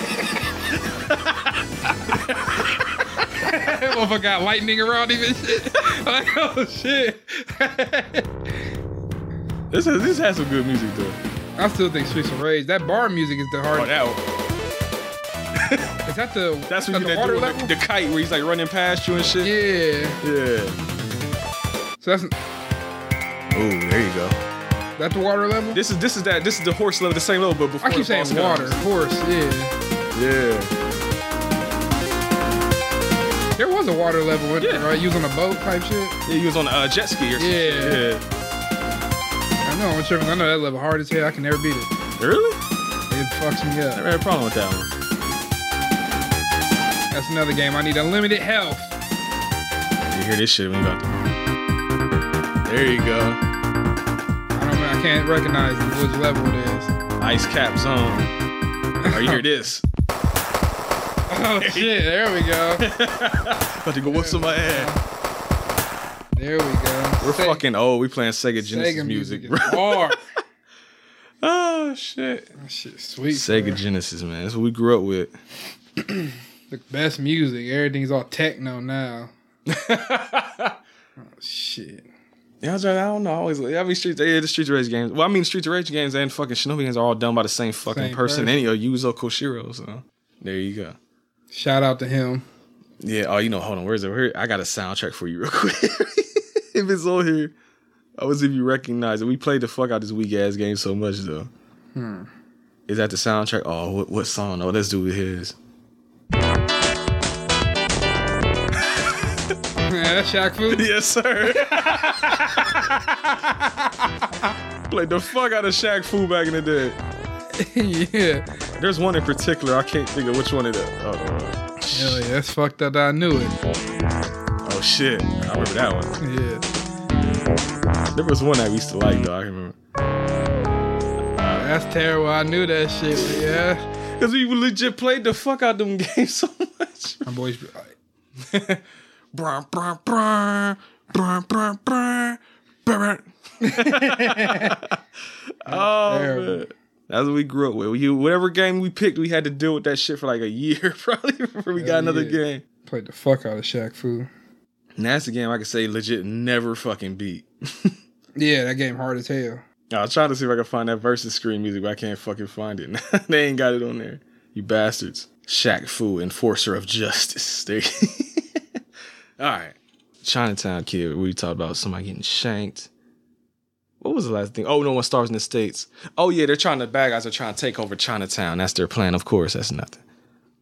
C: Motherfucker got lightning around him and shit. Like, oh shit.
B: This has, this has some good music though.
C: I still think Streets of Rage. That bar music is the hardest. Is that the
B: That's
C: is
B: what
C: that
B: you
C: the
B: that
C: water
B: do
C: level?
B: with the, the kite where he's like running past you and shit.
C: Yeah.
B: Yeah.
C: So that's
B: Oh, there you go.
C: that the water level?
B: This is this is that this is the horse level, the same level, but before
C: I
B: the
C: keep saying
B: boss
C: water,
B: comes.
C: horse. Yeah.
B: Yeah.
C: There was a water level, wasn't there, right? You was on a boat type shit.
B: Yeah, he was on a uh, jet ski or something.
C: Yeah.
B: yeah.
C: I know. I'm tripping. I know that level hard as hell. I can never beat it.
B: Really?
C: It fucks me up.
B: Never had a problem with that one.
C: That's another game. I need unlimited health.
B: You hear this shit when you about to. There you go.
C: I don't. know. I can't recognize which level it is.
B: Ice cap zone. Or you hear this.
C: Oh shit! There we go.
B: About to go whoop somebody ass.
C: There we go.
B: We're
C: Sega-
B: fucking old. We playing Sega Genesis
C: Sega
B: music,
C: music.
B: bro.
C: is hard.
B: Oh shit.
C: That shit's sweet.
B: Sega
C: bro.
B: Genesis, man. That's what we grew up with.
C: The best music. Everything's all techno now. oh shit.
B: Yeah, I was like, I don't know. I always, I mean, Street, yeah, the Street Rage games. Well, I mean, Street Rage games and fucking Shinobi games are all done by the same fucking
C: Same
B: person,
C: person.
B: and you know, Yuzo Koshiro. So there you go.
C: Shout out to him.
B: Yeah. Oh, you know, hold on. Where's it? Where, I got a soundtrack for you real quick. if it's on here, I was if you recognize it. We played the fuck out this weak ass game so much though.
C: Hmm.
B: Is that the soundtrack? Oh, what, what song? Oh, let's do his.
C: Yeah, that's Shaq Fu.
B: yes, sir. Played the fuck out of Shaq Fu back in the day.
C: yeah.
B: There's one in particular. I can't think of which one it is. Oh,
C: Hell yeah, that's fucked up. that I knew it.
B: oh shit. I remember that one.
C: Yeah.
B: There was one that we used to like though. I remember.
C: That's terrible. I knew that shit. but yeah.
B: Cause we legit played the fuck out them games so much.
C: My boys be like,
B: Brr, brr, brr, brr, brr, brr, brr. Oh
C: terrible.
B: man. That's what we grew up with. We, whatever game we picked, we had to deal with that shit for like a year probably before we
C: Hell
B: got another
C: yeah.
B: game.
C: played the fuck out of Shaq Fu.
B: And that's the game I could say legit never fucking beat.
C: Yeah, that game hard as hell.
B: I was trying to see if I could find that versus screen music, but I can't fucking find it. they ain't got it on there. You bastards. Shaq Fu, enforcer of justice. There you- All right. Chinatown kid, we talked about somebody getting shanked. What was the last thing? Oh, no one stars in the States. Oh, yeah, they're trying to, bad guys are trying to take over Chinatown. That's their plan. Of course, that's nothing.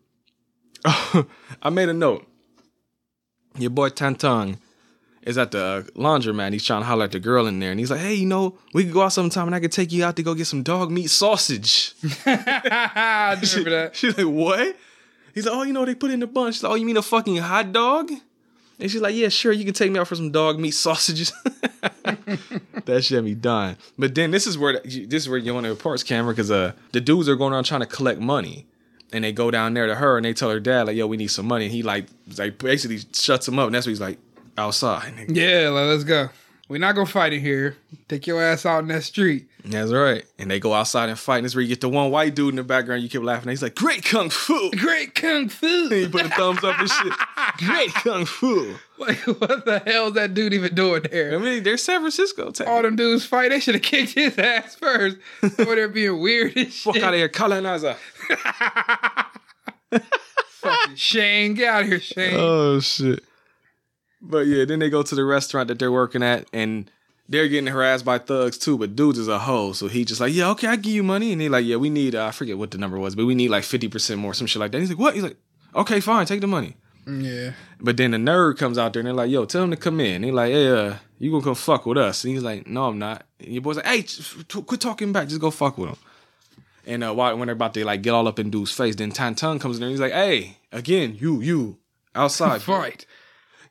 B: I made a note. Your boy Tantang is at the uh, laundromat. He's trying to holler at the girl in there. And he's like, hey, you know, we could go out sometime and I could take you out to go get some dog meat sausage.
C: I remember that.
B: She's like, what? He's like, oh, you know, they put it in the bun. She's like, oh, you mean a fucking hot dog? And she's like, yeah, sure, you can take me out for some dog meat sausages. that shit had me dying. But then this is where this is where you want to parts camera because uh the dudes are going around trying to collect money, and they go down there to her and they tell her dad like, yo, we need some money. And he like like basically shuts him up, and that's what he's like outside. nigga.
C: Yeah, like, let's go. We're not gonna fight in here. Take your ass out in that street.
B: That's right. And they go outside and fight. And that's where you get the one white dude in the background. You keep laughing. He's like, great kung fu.
C: Great kung fu.
B: And he put a thumbs up and shit. Great kung fu.
C: Like, what the hell is that dude even doing there?
B: I mean, they're San Francisco.
C: All them dudes fight. They should have kicked his ass first. Over there being weird and shit.
B: Fuck out of here, colonizer.
C: Fucking Shane, get out of here, Shane.
B: Oh shit. But yeah, then they go to the restaurant that they're working at and they're getting harassed by thugs too, but dudes is a hoe. So he just like, yeah, okay, I give you money. And they like, yeah, we need uh, I forget what the number was, but we need like 50% more, some shit like that. he's like, what? He's like, okay, fine, take the money.
C: Yeah.
B: But then the nerd comes out there and they're like, yo, tell him to come in. And they like, hey, uh, you gonna come fuck with us. And he's like, no, I'm not. And your boy's like, hey, t- t- quit talking back. Just go fuck with him. And uh, while, when they're about to like get all up in dude's face, then Tan Tan comes in there and he's like, hey, again, you, you, outside.
C: Fight.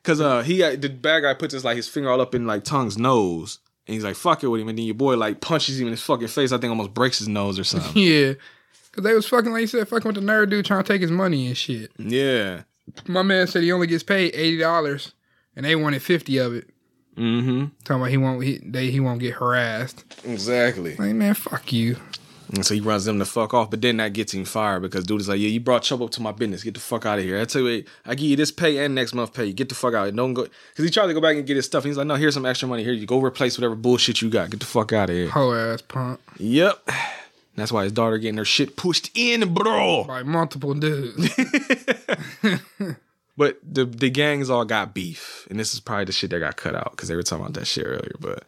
B: Cause uh he got- the bad guy puts his like his finger all up in like Tong's nose. And he's like, fuck it with him. And then your boy like punches him in his fucking face. I think almost breaks his nose or something.
C: Yeah. Cause they was fucking like you said, fucking with the nerd dude trying to take his money and shit.
B: yeah.
C: My man said he only gets paid eighty dollars and they wanted fifty of it.
B: Mm-hmm.
C: Talking about he won't he they he won't get harassed.
B: Exactly.
C: Like, man, fuck you.
B: And so he runs them the fuck off, but then that gets him fired because dude is like, yeah, you brought trouble to my business. Get the fuck out of here. I tell you, what, I give you this pay and next month pay. Get the fuck out. And don't go because he tried to go back and get his stuff. He's like, no, here's some extra money. Here you go replace whatever bullshit you got. Get the fuck out of here.
C: Hoe ass punk.
B: Yep. That's why his daughter getting her shit pushed in, bro.
C: By multiple dudes.
B: But the the gangs all got beef, and this is probably the shit that got cut out because they were talking about that shit earlier. But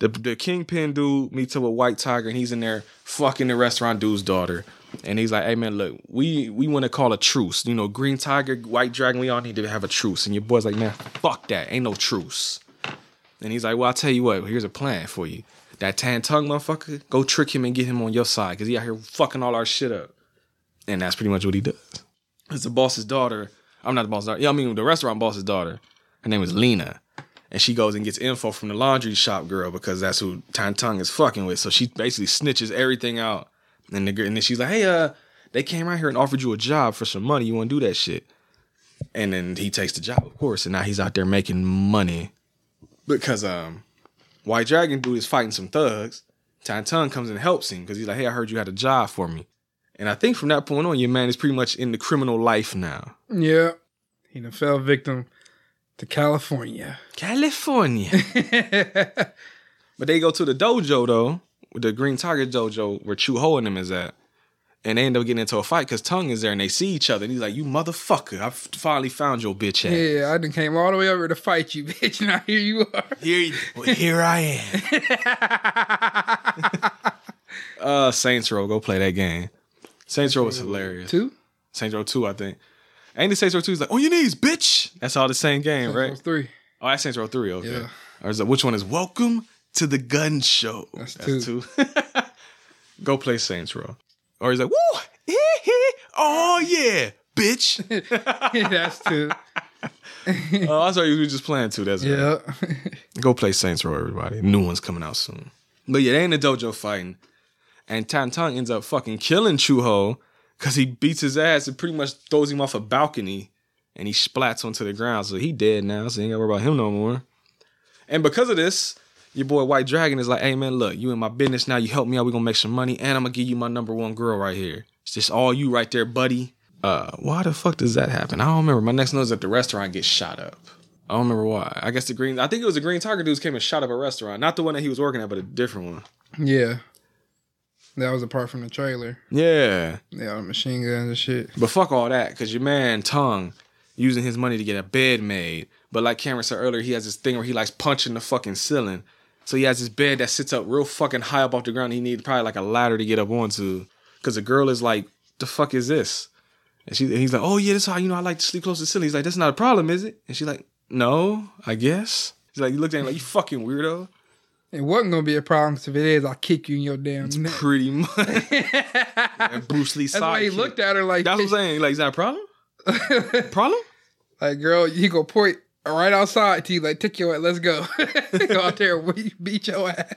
B: the the kingpin dude meets up with White Tiger, and he's in there fucking the restaurant dude's daughter, and he's like, "Hey man, look, we we want to call a truce. You know, Green Tiger, White Dragon, we all need to have a truce." And your boy's like, "Man, fuck that, ain't no truce." And he's like, "Well, I'll tell you what. Here's a plan for you. That tan tongue motherfucker, go trick him and get him on your side because he out here fucking all our shit up." And that's pretty much what he does. It's the boss's daughter. I'm not the boss's daughter. Yeah, I mean the restaurant boss's daughter. Her name is Lena. And she goes and gets info from the laundry shop girl because that's who Tan Tong is fucking with. So she basically snitches everything out. And, the, gir- and then she's like, hey, uh, they came out here and offered you a job for some money. You want to do that shit? And then he takes the job, of course. And now he's out there making money because um, White Dragon dude is fighting some thugs. Tan Tong comes and helps him because he's like, hey, I heard you had a job for me. And I think from that point on, your man is pretty much in the criminal life now.
C: yeah. He done fell victim to California.
B: California. but they go to the dojo though, with the Green Tiger dojo where Chu Ho and him is at. And they end up getting into a fight because Tongue is there and they see each other. And he's like, You motherfucker, I f- finally found your bitch ass.
C: Yeah, I done came all the way over to fight you, bitch, and now here you are.
B: Here, you- well, here I am. uh, Saints Row, go play that game. Saints Row was hilarious.
C: Two?
B: Saints Row 2, I think. Ain't it Saints Row 2? He's like, On your knees, bitch. That's all the same game, right?
C: Three.
B: Oh, that's Saints Row 3, okay.
C: Yeah.
B: Or is it, which one is Welcome to the Gun Show? That's, two. Go play Saints Row. Or he's like, woo, hee hee, oh yeah, bitch.
C: That's two.
B: Oh, I sorry, you were just playing two. That's right.
C: Yeah.
B: Go play Saints Row, everybody. New one's coming out soon. But yeah, they in the dojo fighting. And Tan Tong ends up fucking killing Chuho because he beats his ass and pretty much throws him off a balcony and he splats onto the ground. So he dead now, so you ain't gotta worry about him no more. And because of this, your boy White Dragon is like, hey man, look, you in my business now. You help me out, we gonna make some money, and I'm gonna give you my number one girl right here. It's just all you right there, buddy. Uh, why the fuck does that happen? I don't remember. My next note is that the restaurant gets shot up. I don't remember why. I guess the green. I think it was the green tiger dudes came and shot up a restaurant, not the one that he was working at, but a different one.
C: Yeah. That was apart from the trailer.
B: Yeah.
C: Yeah, all the machine guns and shit.
B: But fuck all that, because your man Tongue using his money to get a bed made. But like Cameron said earlier, he has this thing where he likes punching the fucking ceiling. So he has this bed that sits up real fucking high up off the ground. He needs probably like a ladder to get up onto. Cause the girl is like, the fuck is this? And she and he's like, Oh yeah, that's how you know I like to sleep close to the ceiling. He's like, That's not a problem, is it? And she's like, No, I guess. He's like, you looked at him like you fucking weirdo.
C: It wasn't gonna be a problem 'cause if it is, I'll kick you in your damn neck.
B: Pretty much. and Bruce Lee
C: That's why he
B: sidekick.
C: looked at her like
B: That's what I'm saying. Like, is that a problem? problem?
C: Like, girl, you go point right outside to you. Like, take your ass. Let's go. go out there. We beat your ass.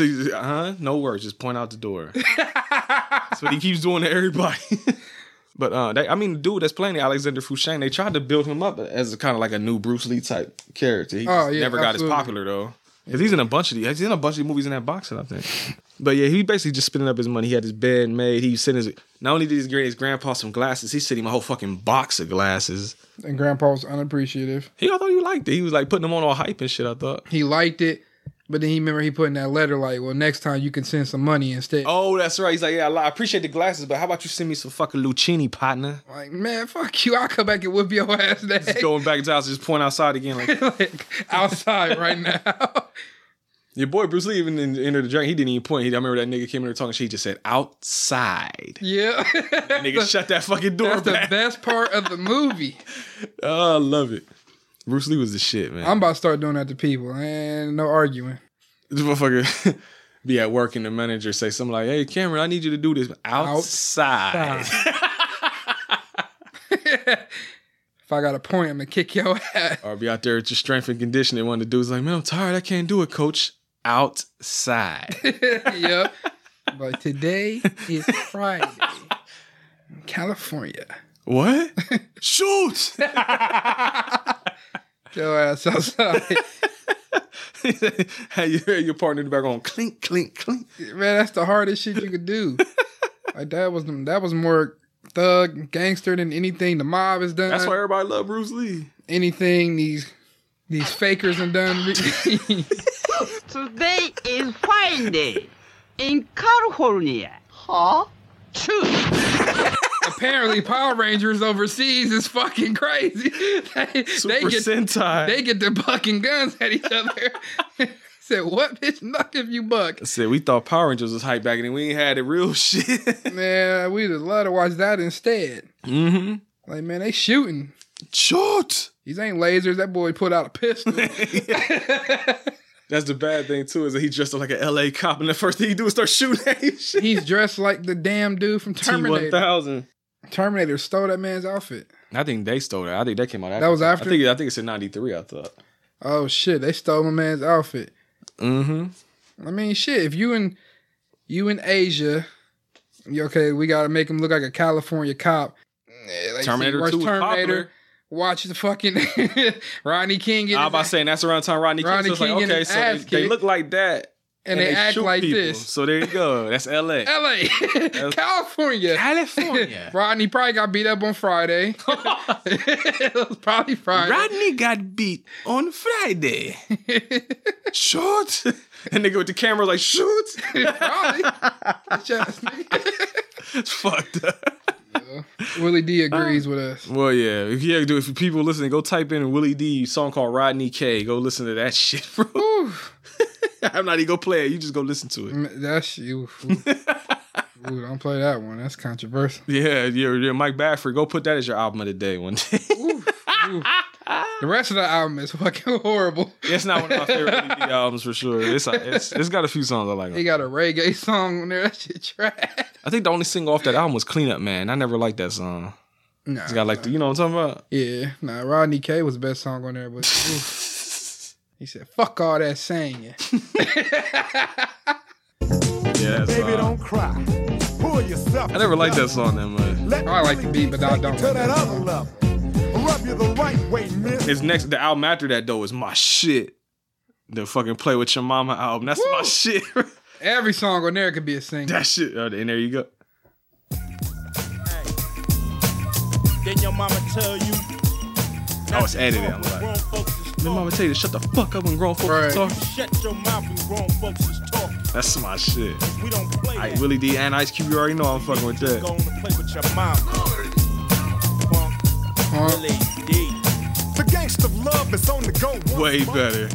B: uh huh. No words. Just point out the door. that's what he keeps doing to everybody. but uh, they, I mean, the dude that's playing Alexander Fushan, they tried to build him up as kind of like a new Bruce Lee type character. He
C: Oh,
B: just
C: yeah,
B: never got as
C: absolutely.
B: popular though. Cause he's in a bunch of these. He's in a bunch of these movies in that boxing, I think. But yeah, he basically just spinning up his money. He had his bed made. He sent his. Not only did he get his grandpa some glasses, he sent him a whole fucking box of glasses.
C: And Grandpa was unappreciative.
B: He, I thought he liked it. He was like putting them on all hype and shit. I thought.
C: He liked it, but then he remember he put in that letter like, "Well, next time you can send some money instead."
B: Oh, that's right. He's like, yeah, I li- I appreciate the glasses, but how about you send me some fucking Lucini, partner?
C: Like, man, fuck you. I'll come back and whip your ass next.
B: Just going back to the house, just point outside again. Like,
C: outside right now.
B: Your boy Bruce Lee even in, entered the drink. He didn't even point. He, I remember that nigga came in there talking. She just said outside.
C: Yeah.
B: That nigga shut that fucking door
C: That's the
B: back.
C: best part of the movie.
B: Oh, I love it. Bruce Lee was the shit, man.
C: I'm about to start doing that to people, and no arguing.
B: this motherfucker be at work and the manager say something like, "Hey, Cameron, I need you to do this outside."
C: If I got a point, I'm gonna kick your ass.
B: or be out there at your strength and conditioning. One of the dudes like, "Man, I'm tired. I can't do it, coach." Outside.
C: yep. But today is Friday, California.
B: what? Shoot!
C: Your ass outside,
B: hey, you hear your partner in the background clink, clink, clink.
C: man. That's the hardest shit you could do. Like that was that was more thug gangster than anything the mob has done.
B: That's why everybody love Bruce Lee.
C: anything these these fakers have done. re-
A: Today is Friday in California. Huh? Shoot.
C: Apparently, Power Rangers overseas is fucking crazy. They, they
B: Super
C: get
B: Sentai.
C: they get their fucking guns at each other. Said what bitch? Knock if you buck.
B: I said we thought Power Rangers was hype back and then we ain't had the real shit.
C: Man, we'd have loved to watch that instead.
B: mm-hmm.
C: Like, man, they shooting.
B: Shoot.
C: These ain't lasers. That boy put out a pistol.
B: That's the bad thing too, is that he dressed up like an LA cop and the first thing he do is start shooting at you.
C: He's dressed like the damn dude from
B: T one
C: Terminator.
B: thousand.
C: Terminator stole that man's outfit.
B: I think they stole that. I think that came out after.
C: That was after?
B: I think I think it's in ninety three, I thought.
C: Oh shit, they stole my man's outfit.
B: Mm-hmm.
C: I mean, shit. If you in you in Asia, you okay, we gotta make him look like a California cop. Eh, like,
B: Terminator
C: see, worst
B: 2 was popular.
C: Watch the fucking Rodney King get
B: I was
C: his
B: about saying that's around the time Rodney,
C: Rodney
B: King, so it's
C: King
B: like,
C: getting
B: okay,
C: his
B: so they,
C: ass
B: they
C: kicked.
B: look like that.
C: And they act
B: shoot
C: like this.
B: So there you go. That's LA.
C: LA, California.
B: California.
C: Rodney probably got beat up on Friday. it was probably Friday.
B: Rodney got beat on Friday. Shoot. And they go with the camera like, shoot.
C: probably. Just-
B: It's fucked up.
C: Willie
B: Uh.
C: D agrees with us.
B: Well, yeah. If you do, if people listening, go type in Willie D song called Rodney K. Go listen to that shit, bro. I'm not even gonna play it. You just go listen to it.
C: Mm, That's you. Ooh, don't play that one. That's controversial.
B: Yeah, yeah, yeah. Mike Baffert, go put that as your album of the day one day.
C: The rest of the album is fucking horrible.
B: it's not one of my favorite Willie D albums for sure. It's, it's it's got a few songs I like. on
C: He got a reggae song on there. That shit trash.
B: I think the only single off that album was Clean Up Man. I never liked that song.
C: Nah.
B: It's got like the, you know what I'm talking about?
C: Yeah, nah. Rodney K was the best song on there, but oof. he said, "Fuck all that singing."
B: Yeah, uh, that
D: Baby,
B: song.
D: don't cry. Pull yourself.
B: I never liked that song that much.
C: I like the beat, but I don't.
D: To that other level. Rub you the right way, miss.
B: His next the album after that though is my shit. The fucking Play With Your Mama album. That's my shit.
C: Every song on there could be a single.
B: that shit. Uh, and there you go.
P: Then your mama tell you.
B: Oh, it's edited. I'm like,
P: Grown folks is
B: My mama tell you to shut the fuck up when grown folks talk.
F: Shut your mouth and grown folks is talking.
B: That's my shit.
F: We don't play
B: I Willie D and Ice Cube, you already know I'm fucking with
F: Go
B: that.
F: on and play with your mouth. Willie D.
O: The gangsta love is on the go.
B: Way better.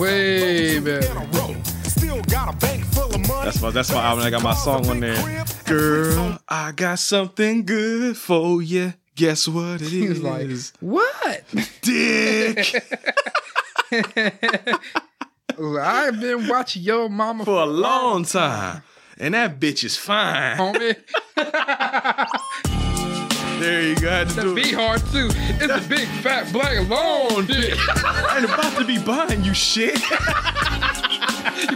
C: Way better.
O: Still got a bank full of money.
B: That's my that's my album. I got my song on there. Girl, I got something good for you. Guess what it is?
C: What?
B: Dick.
C: I've been watching your mama
B: for a long time, and that bitch is fine.
C: Homie.
B: there you go.
C: That be hard too. It's a big fat black long dick. I
B: ain't about to be buying you shit.
C: you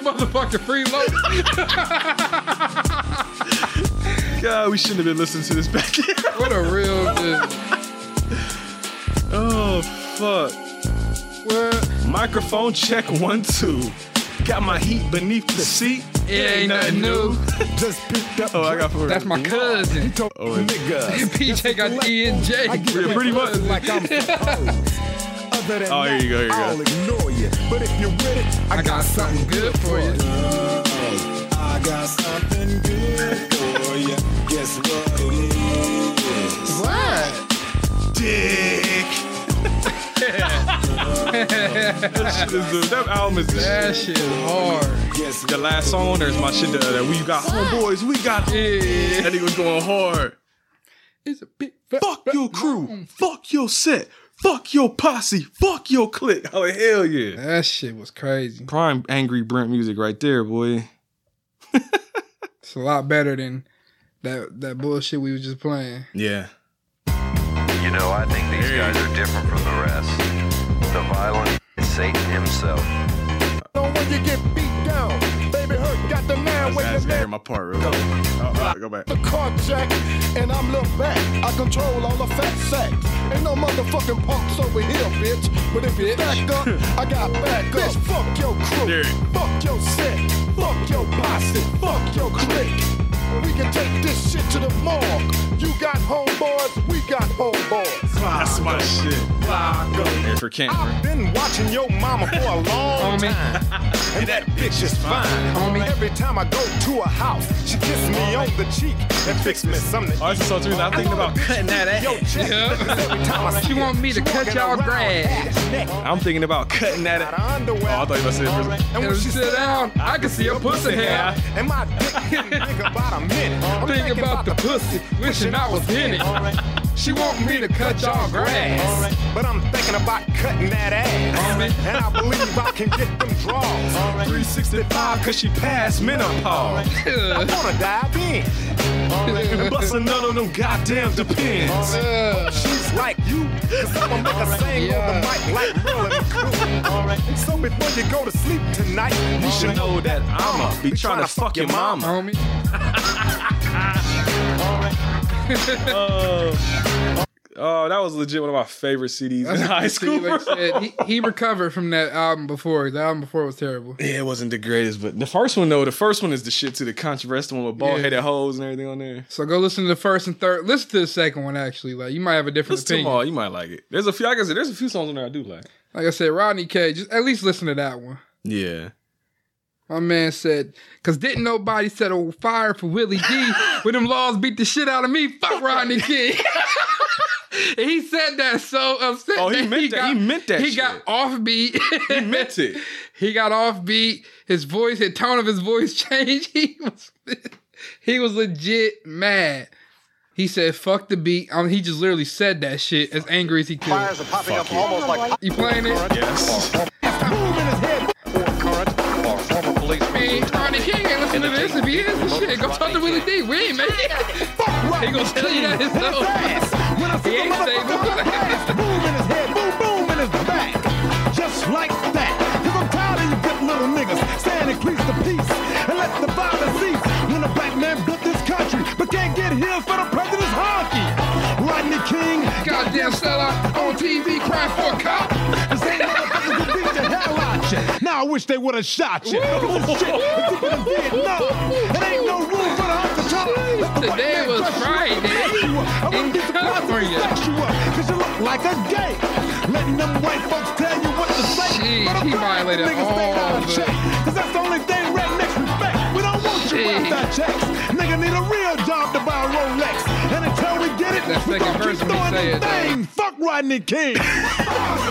C: motherfucking freeloader.
B: God, we shouldn't have been listening to this back.
C: what a real dude.
B: Oh fuck. What? Microphone check one two. Got my heat beneath the seat.
C: It ain't nothing new.
B: Just picked up. Oh, I got for
C: That's my cousin.
B: Oh, it's-
C: PJ got the E and J.
B: Yeah, pretty much.
O: Like I'm Other than
B: Oh, here you go, here you go.
O: I'll ignore you. But if you're with it, I, got something good for you. I got something good for you. Guess what it is?
C: What?
B: Dick. that, shit is, that album is
C: That shit is hard.
B: Yes. The last song on there is my shit that, that we got homeboys, we got
C: yeah.
B: That nigga was going hard. Fuck your crew. Fuck your set. Fuck your posse. Fuck your clique. Oh hell yeah.
C: That shit was crazy.
B: Prime angry Brent music right there, boy.
C: It's a lot better than that that bullshit we was just playing.
B: Yeah.
J: You know, I think these guys are different from the rest. The violent is Satan himself.
O: So when you get beat down, baby hurt got the man with
B: That's hear my part real quick. Oh, oh, go back.
O: the car jack, and I'm Lil back. I control all the fat sacks. Ain't no motherfucking punks over here, bitch. But if you back up, I got back up. Bitch, fuck your crew, fuck your set, fuck your posse, fuck your clique. We can take this shit to the morgue. You got homeboys, we got homeboys.
B: That's my shit. And for Kent.
O: I've been watching your mama for a long time. And that bitch is fine. Every time I go to a house, she kisses me on the cheek and fix me something.
B: Oh, I just saw too, I'm thinking about cutting that ass.
C: She want me to cut y'all grass.
B: I'm thinking about cutting that. Oh, I thought you were saying
O: And when she sit down, I can see her pussy hair. And my dick getting big about a minute. I'm thinking about the pussy, wishing I was in it. She want me to cut y'all grass, but I'm thinking about cutting that ass. And I believe I can get them draws. 365,
B: cause she passed menopause.
O: I wanna dive in.
B: And bust a nut on them goddamn depends.
O: She's like you, cause I'ma make her sing on the mic like Merlin and Crew. So before you go to sleep tonight, you should know that I'ma
B: Be trying to fuck your mama. oh. Oh, that was legit one of my favorite CDs in high school.
C: Like
B: bro.
C: shit. He, he recovered from that album before. The album before was terrible.
B: Yeah, it wasn't the greatest, but the first one though, the first one is the shit to the controversy the one with bald headed
C: Yeah.
B: hoes and everything on there.
C: So go listen to the first and third. Listen to the second one actually. Like you might have a different
B: Listen to them
C: opinion.
B: all, you might like it. There's a few, like I said, there's a few songs on there I do like.
C: Like I said, Rodney K. Just at least listen to that one.
B: Yeah,
C: My man said, "Cause didn't nobody set a fire for Willie D when them laws beat the shit out of me? Fuck Rodney King." And he said that so upset.
B: Oh, he meant that. He meant that
C: He
B: shit.
C: got offbeat. he
B: meant it.
C: He got offbeat. His voice, the tone of his voice changed. He was, he was legit mad. He said, "Fuck the beat." I mean, he just literally said that shit as angry as he could. Fires
O: are popping up almost like
C: you playing it.
B: Yes.
C: Man, Rodney King ain't listening to this. If he is, this shit, go talk to Willie D. We ain't making it. He gonna tell you that himself. He ain't stable.
O: boom in his back, just like that. Cause I'm tired of you good little niggas. Stand and please the peace and let the violence cease. When the black man built this country, but can't get here for the president's honky. Rodney King,
C: goddamn sellout on TV, crying for a cop.
O: The same motherfuckers who beat the hell out you. Now I wish they would have shot you. This shit is deeper than Vietnam. It ain't no room for the hot to top. Let the
C: Today
O: white man
C: was
O: dress you
C: Friday
O: up, dress you up. I wouldn't be surprised if he
C: California.
O: slapped you up, 'cause you look like a gay. Letting them white folks tell you what to
C: Jeez, he violated
O: niggas stay
C: all
O: out of check.
C: the.
O: Cause that's the only thing rednecks respect. We don't want you
C: Jeez.
O: with that checks. Nigga need a real job to buy a Rolex. And until we get it,
C: That's
O: we
C: second
O: gon' keep
C: verse when you
O: doing
C: say
O: the
C: it. though.
O: thing. Fuck Rodney King.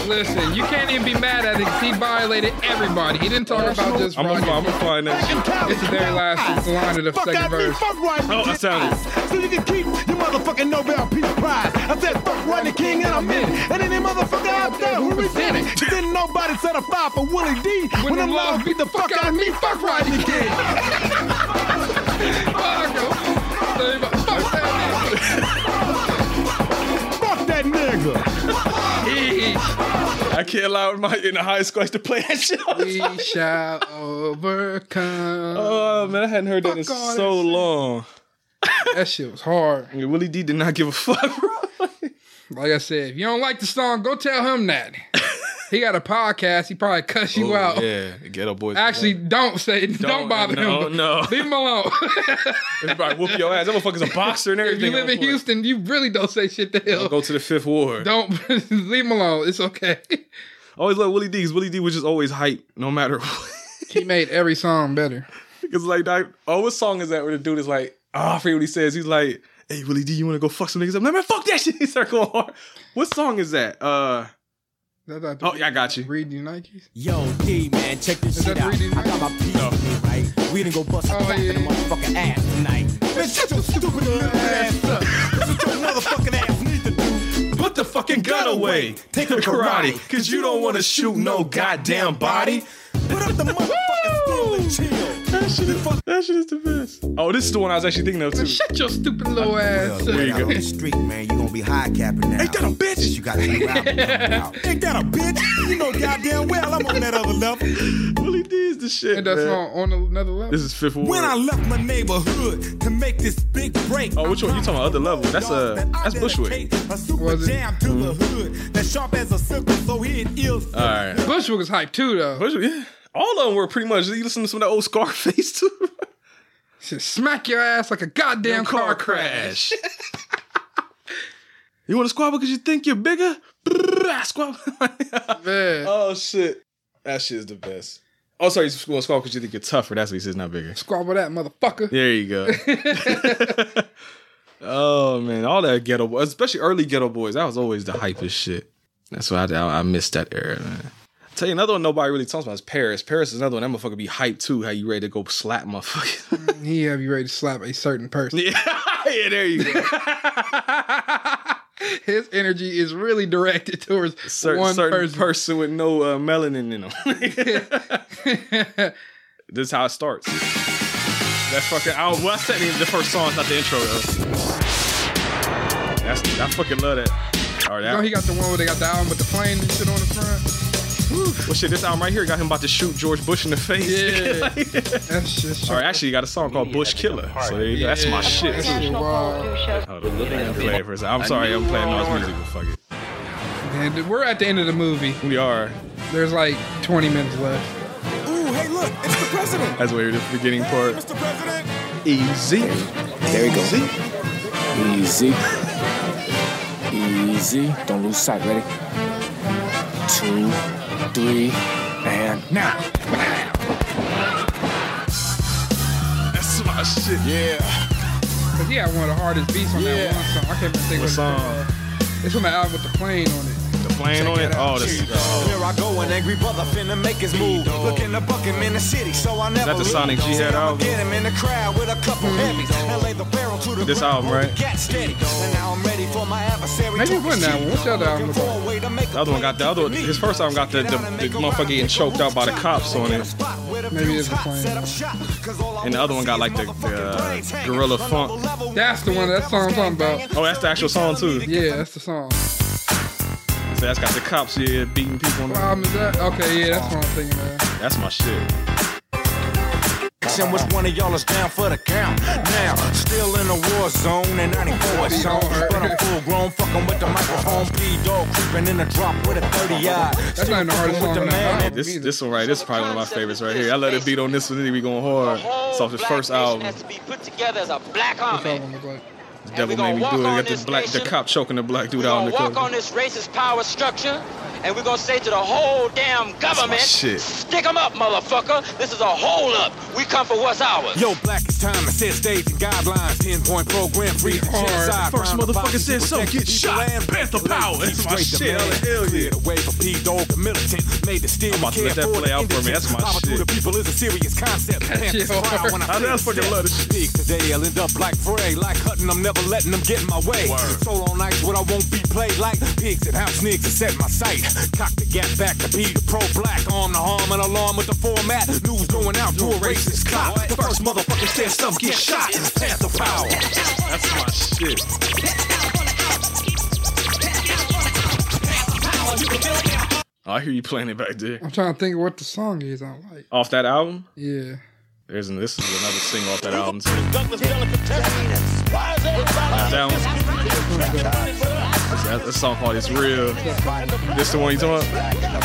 C: Listen, you can't even be mad at it 'cause he violated everybody. He didn't talk about just
B: I'm
C: Rodney.
B: gonna find that shit.
C: It's the very last line of the
O: Ah. Fuck
C: second
O: out me,
C: verse.
O: fuck Rodney
B: Oh, I sounded.
O: So you can keep your motherfucking Nobel Peace Prize. I said fuck Rodney King and I'm in it. And any motherfucker out there who resent it. Cause then nobody set a fire for Willie D. When them laws beat the fuck out of me, fuck Rodney King. Fuck that nigga.
B: I can't allow my in the highest quest to play that shit.
C: We shall overcome.
B: Oh man, I hadn't heard that in
C: Fuck all that
B: so long.
C: That shit was hard.
B: Willie D did not give a fuck.
C: Like I said, if you don't like the song, go tell him that. he got a podcast. He probably cuss you
B: Oh,
C: out.
B: Yeah, ghetto boys.
C: Actually, don't say. Don't, bother
B: no,
C: him.
B: No,
C: Leave him alone.
B: He probably whoop your ass. That motherfucker's a boxer and
C: if you
B: everything.
C: live in Houston, you really don't say shit to him.
B: Don't go to the fifth ward.
C: Don't leave him alone. It's okay.
B: Always love Willie D. 'cause Willie D was just always hype, no matter what.
C: he made every song better.
B: Because like, I, oh, what song is that where the dude is like, oh, I forget what he says. He's like, hey, Willie D, you want to go fuck some niggas up? Man, man, fuck that shit. He start going hard. What song is that? Uh,
C: That's not
B: oh, yeah, I got you.
C: Read you Nikes.
D: Yo, D man, check this shit out. I got my piece in, right? We didn't go bust
O: Oh,
D: a cap in the motherfucking ass tonight.
O: Bitch, shut your stupid little ass up. That's what your motherfucking ass need to do.
B: Put the fucking
O: gun away. Take a karate. Cause you don't wanna shoot no goddamn body. Put up the motherfucking stool and chill.
B: That shit is that shit is the best. Oh, this is the one I was actually thinking of too.
C: Shut your stupid little ass.
B: There you
Q: Out on
B: go.
Q: the street, man, you gonna be high capping now. Ain't that a bitch? you got to be rapping out.
O: Ain't that a bitch? You know goddamn well I'm on that other level.
B: Willie D is the shit.
C: And that's on, on another level.
B: This is fifth ward.
O: When I left my neighborhood to make this big break.
B: Oh, which one? You talking about other level? That's uh, that's Bushwick.
O: A super jam to the hood. That's sharp as a sickle, so he it ill.
B: All right.
C: Bushwick was hype too, though.
B: Bushwick, yeah. All of them were pretty much. You listen to some of that old Scarface too.
C: Shit, smack your ass like a goddamn car, crash.
B: you want to squabble because you think you're bigger? Brrrr, squabble.
C: Man.
B: Oh shit. That shit is the best. Oh, sorry. You squabble because you think you're tougher. That's what he says. Not bigger.
C: Squabble that motherfucker.
B: There you go. oh man, all that ghetto, boy- especially early ghetto boys. That was always the hypest shit. That's why I, I, I missed that era, man. Tell you another one nobody really talks about is Paris. Paris is another one. That motherfucker be hyped too. How you ready to go slap motherfucker?
C: He have you ready to slap a certain person.
B: yeah, yeah, there you go.
C: His energy is really directed towards
B: Certain,
C: one
B: certain
C: person.
B: person. with no uh, melanin in them. this is how it starts. That fucking I, well, I said it in the first song, not the intro though. That's I fucking love that. All right,
C: You know, he got the one where they got the album with the plane and shit on the front.
B: Well, shit, this album right here got him about to shoot George Bush in the face.
C: Yeah.
B: Like-
C: That's just.
B: Or actually, he got a song called Bush Killer. So there you go. That's my shit. Hold on, I'm playing it for a second. I'm sorry, I'm playing noise music, but fuck it.
C: And we're at the end of the movie.
B: We are.
C: There's like 20 minutes left.
B: Uh.
O: Ooh, hey, look, it's the president.
B: That's where the beginning part.
O: Mr. President.
B: Easy.
R: There you go. Easy. Easy. Don't lose sight. Ready? Two, three, and now.
B: That's my shit.
R: Yeah.
C: Cause he had one of the hardest beats on that one song. I can't even think
B: What
C: of
B: song?
C: It's from the album with the plane on it.
B: The plane on it? Oh, this
O: Here I go, an angry brother finna make his move. Looking to buck him in the city, so I never
B: that the Sonic G had
O: I'ma
B: album?
O: Get him in the crowd with a couple heavies and lay the barrel to the
B: This
O: ground.
B: album,
O: Hold the
B: right?
O: gat steady. And now I'm ready for my adversary.
C: Maybe
O: to
C: it wasn't that one. What's the other album?
O: For a way to make
B: The other one got the other. His first album got the, the, the motherfucker getting choked out by the cops on it,
C: Maybe it's the plane.
B: and the other one got like the, the uh, gorilla funk.
C: That's the one. That song I'm talking about.
B: Oh, that's the actual song too.
C: Yeah, that's the song.
B: So that's got the cops yeah beating people. On
C: What
B: the,
C: album is that? Okay, yeah, that's what I'm thinking of.
B: that's my shit.
O: action. Which one of y'all is down for the count? Now, still in the war zone and 94 is on. But I'm full grown, fucking with the microphone. P dog creeping in the drop with a 30 odd. That's
C: not the hardest song on that album.
B: This this one right, this is probably one of my favorites right here. I love the beat on this one. It be going hard. It's off his first album.
A: together as a black army.
B: The devil made me do it. Got the black the cop choking the black dude out
A: Gonna
B: in the
A: walk
B: corner.
A: on this racist power structure and we're gonna say to the whole damn government,
B: shit.
A: stick 'em up, motherfucker. This is a hold up. We come for what's ours.
O: Yo, black is time, it says days and guidelines. 10 point program, free for genocide.
B: First
O: crime
B: motherfucker
O: violence,
B: said so,
O: protection,
B: get
O: people
B: shot.
O: and
B: Panther
O: people.
B: power, that's my
O: Straight
B: shit.
O: to man.
B: Hell yeah.
O: Clear the way for P-Dog, the militant. Made the steer,
B: about to let that play out for me. That's my shit.
O: the people is a serious concept. Panthers
B: shit
O: cry
B: hard.
O: when
B: I
O: I
B: just fucking love this
O: Speak today, I'll end up like Frey. Like cutting, I'm never letting them get in my way.
B: Word.
O: Solo nights, what I won't be played like. Pigs and house niggas that set my sight. Cock the gap back to be the pro-black. Arm the harm and alarm with the format. News going out to a racist cop. The first motherfucker says some get shot. It's Panther power.
B: That's my shit. I hear you playing it back there.
C: I'm trying to think of what the song is I like.
B: Off that album,
C: Yeah.
B: there's an, this is another single off that album. too.
E: Douglas Dillon protected. Why is everybody
B: That one. That, that song called "It's Real." This the one you talking about?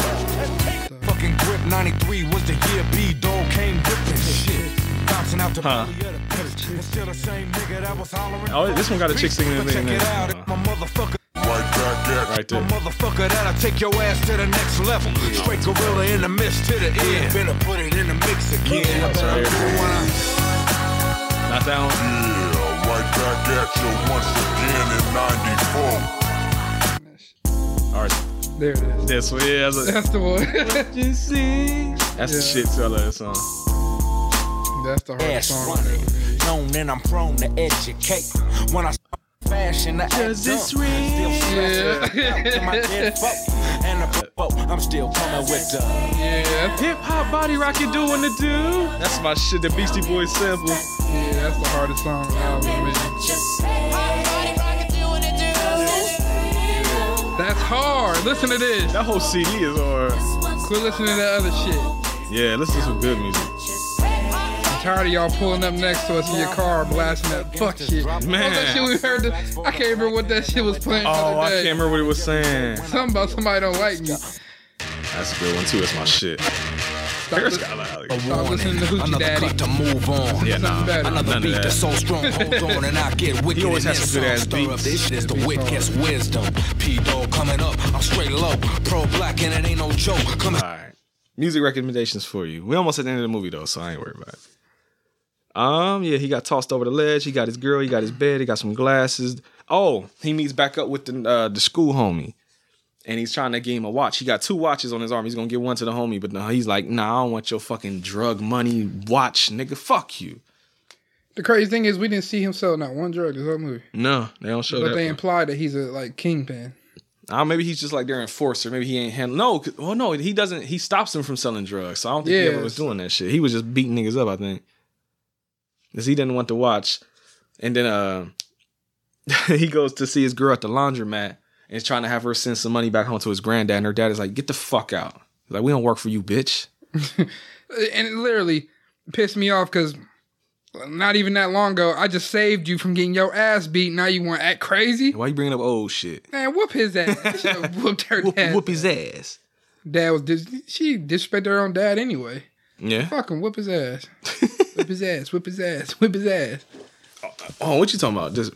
O: Fucking grip 93 was the year B-Dog came ripping shit. Bouncing out the
B: Huh.
O: belly of the pitch. It's still the same nigga that was hollering.
B: Oh, this one got a chick singing in
O: Check it
B: it.
O: out, my motherfucker.
B: Right there.
O: Motherfucker, that'll take your ass to the next level. Straight gorilla in the mist to the end. Finna put it in the mix again.
B: That's right here. Not that one.
S: Yeah, right back at you once again in 94.
B: All right.
C: There it is.
B: That's what. Yeah, that's,
C: That's the one.
B: What you see? that's the shit. So I love that song.
C: That's the hardest
O: Ass
C: song.
O: running. Known and I'm prone to educate. When I start fashion, I act dumb. Still stressing out to my dead folk. And the po- I'm still coming with the
C: yeah.
B: Hip hop body rockin' doing the do. That's my shit. The Beastie Boys sample.
C: Yeah, that's the hardest song on the album, man. That's hard. Listen to this.
B: That whole CD is hard.
C: Quit listening to that other shit.
B: Yeah, listen to some good music.
C: I'm tired of y'all pulling up next to us in your car blasting that fuck shit. What was that
B: Man.
C: shit we heard? The, I can't remember what that shit was playing the
B: Oh, I
C: other
B: can't
C: day.
B: remember what it was saying.
C: Something about somebody don't like me.
B: That's a good one too. That's my shit. Harris got loud.
C: Stop listening to Hoochie
O: another
C: Daddy.
O: cut to move on.
B: Yeah, nah.
O: Another
B: None
O: beat
B: of
O: that's
B: that.
O: so strong, hold on, and I get wicked.
B: He always
O: and
B: has
O: then
B: some good
O: some
B: ass
O: stir
B: beats.
O: Up. This shit is the wickedest wisdom. P dog coming up, I'm straight low, pro black, and it ain't no joke. Coming
B: Alright. Music recommendations for you. We almost at the end of the movie though, so I ain't worried about it. Um, yeah, he got tossed over the ledge. He got his girl. He got his bed. He got some glasses. Oh, he meets back up with the uh, the school homie, and he's trying to give him a watch. He got two watches on his arm. He's gonna give one to the homie, but no, he's like, nah, I don't want your fucking drug money watch, nigga. Fuck you.
C: The crazy thing is, we didn't see him sell not one drug this whole movie,
B: No, they don't show
C: but
B: that.
C: they
B: part.
C: imply that he's a like kingpin.
B: Uh, maybe he's just like their enforcer. Maybe he ain't handling. No, 'cause- well, no, he doesn't. He stops him from selling drugs. So I don't think he ever
C: Yes.
B: was doing that shit. He was just beating niggas up. I think, because he didn't want to watch. And then uh, he goes to see his girl at the laundromat and is trying to have her send some money back home to his granddad. And her dad is like, "Get the fuck out! He's like we don't work for you, bitch."
C: and it literally pissed me off because not even that long ago, I just saved you from getting your ass beat. Now you want to act crazy?
B: Why you bringing up old shit?
C: Man, whoop his ass. I should have whooped her dad.
B: Whoop his ass.
C: Dad was dis- she disrespected her own dad anyway.
B: Yeah.
C: Fucking whip his ass. whip his ass. Whip his ass. Whip his ass.
B: Oh, what you talking about? Just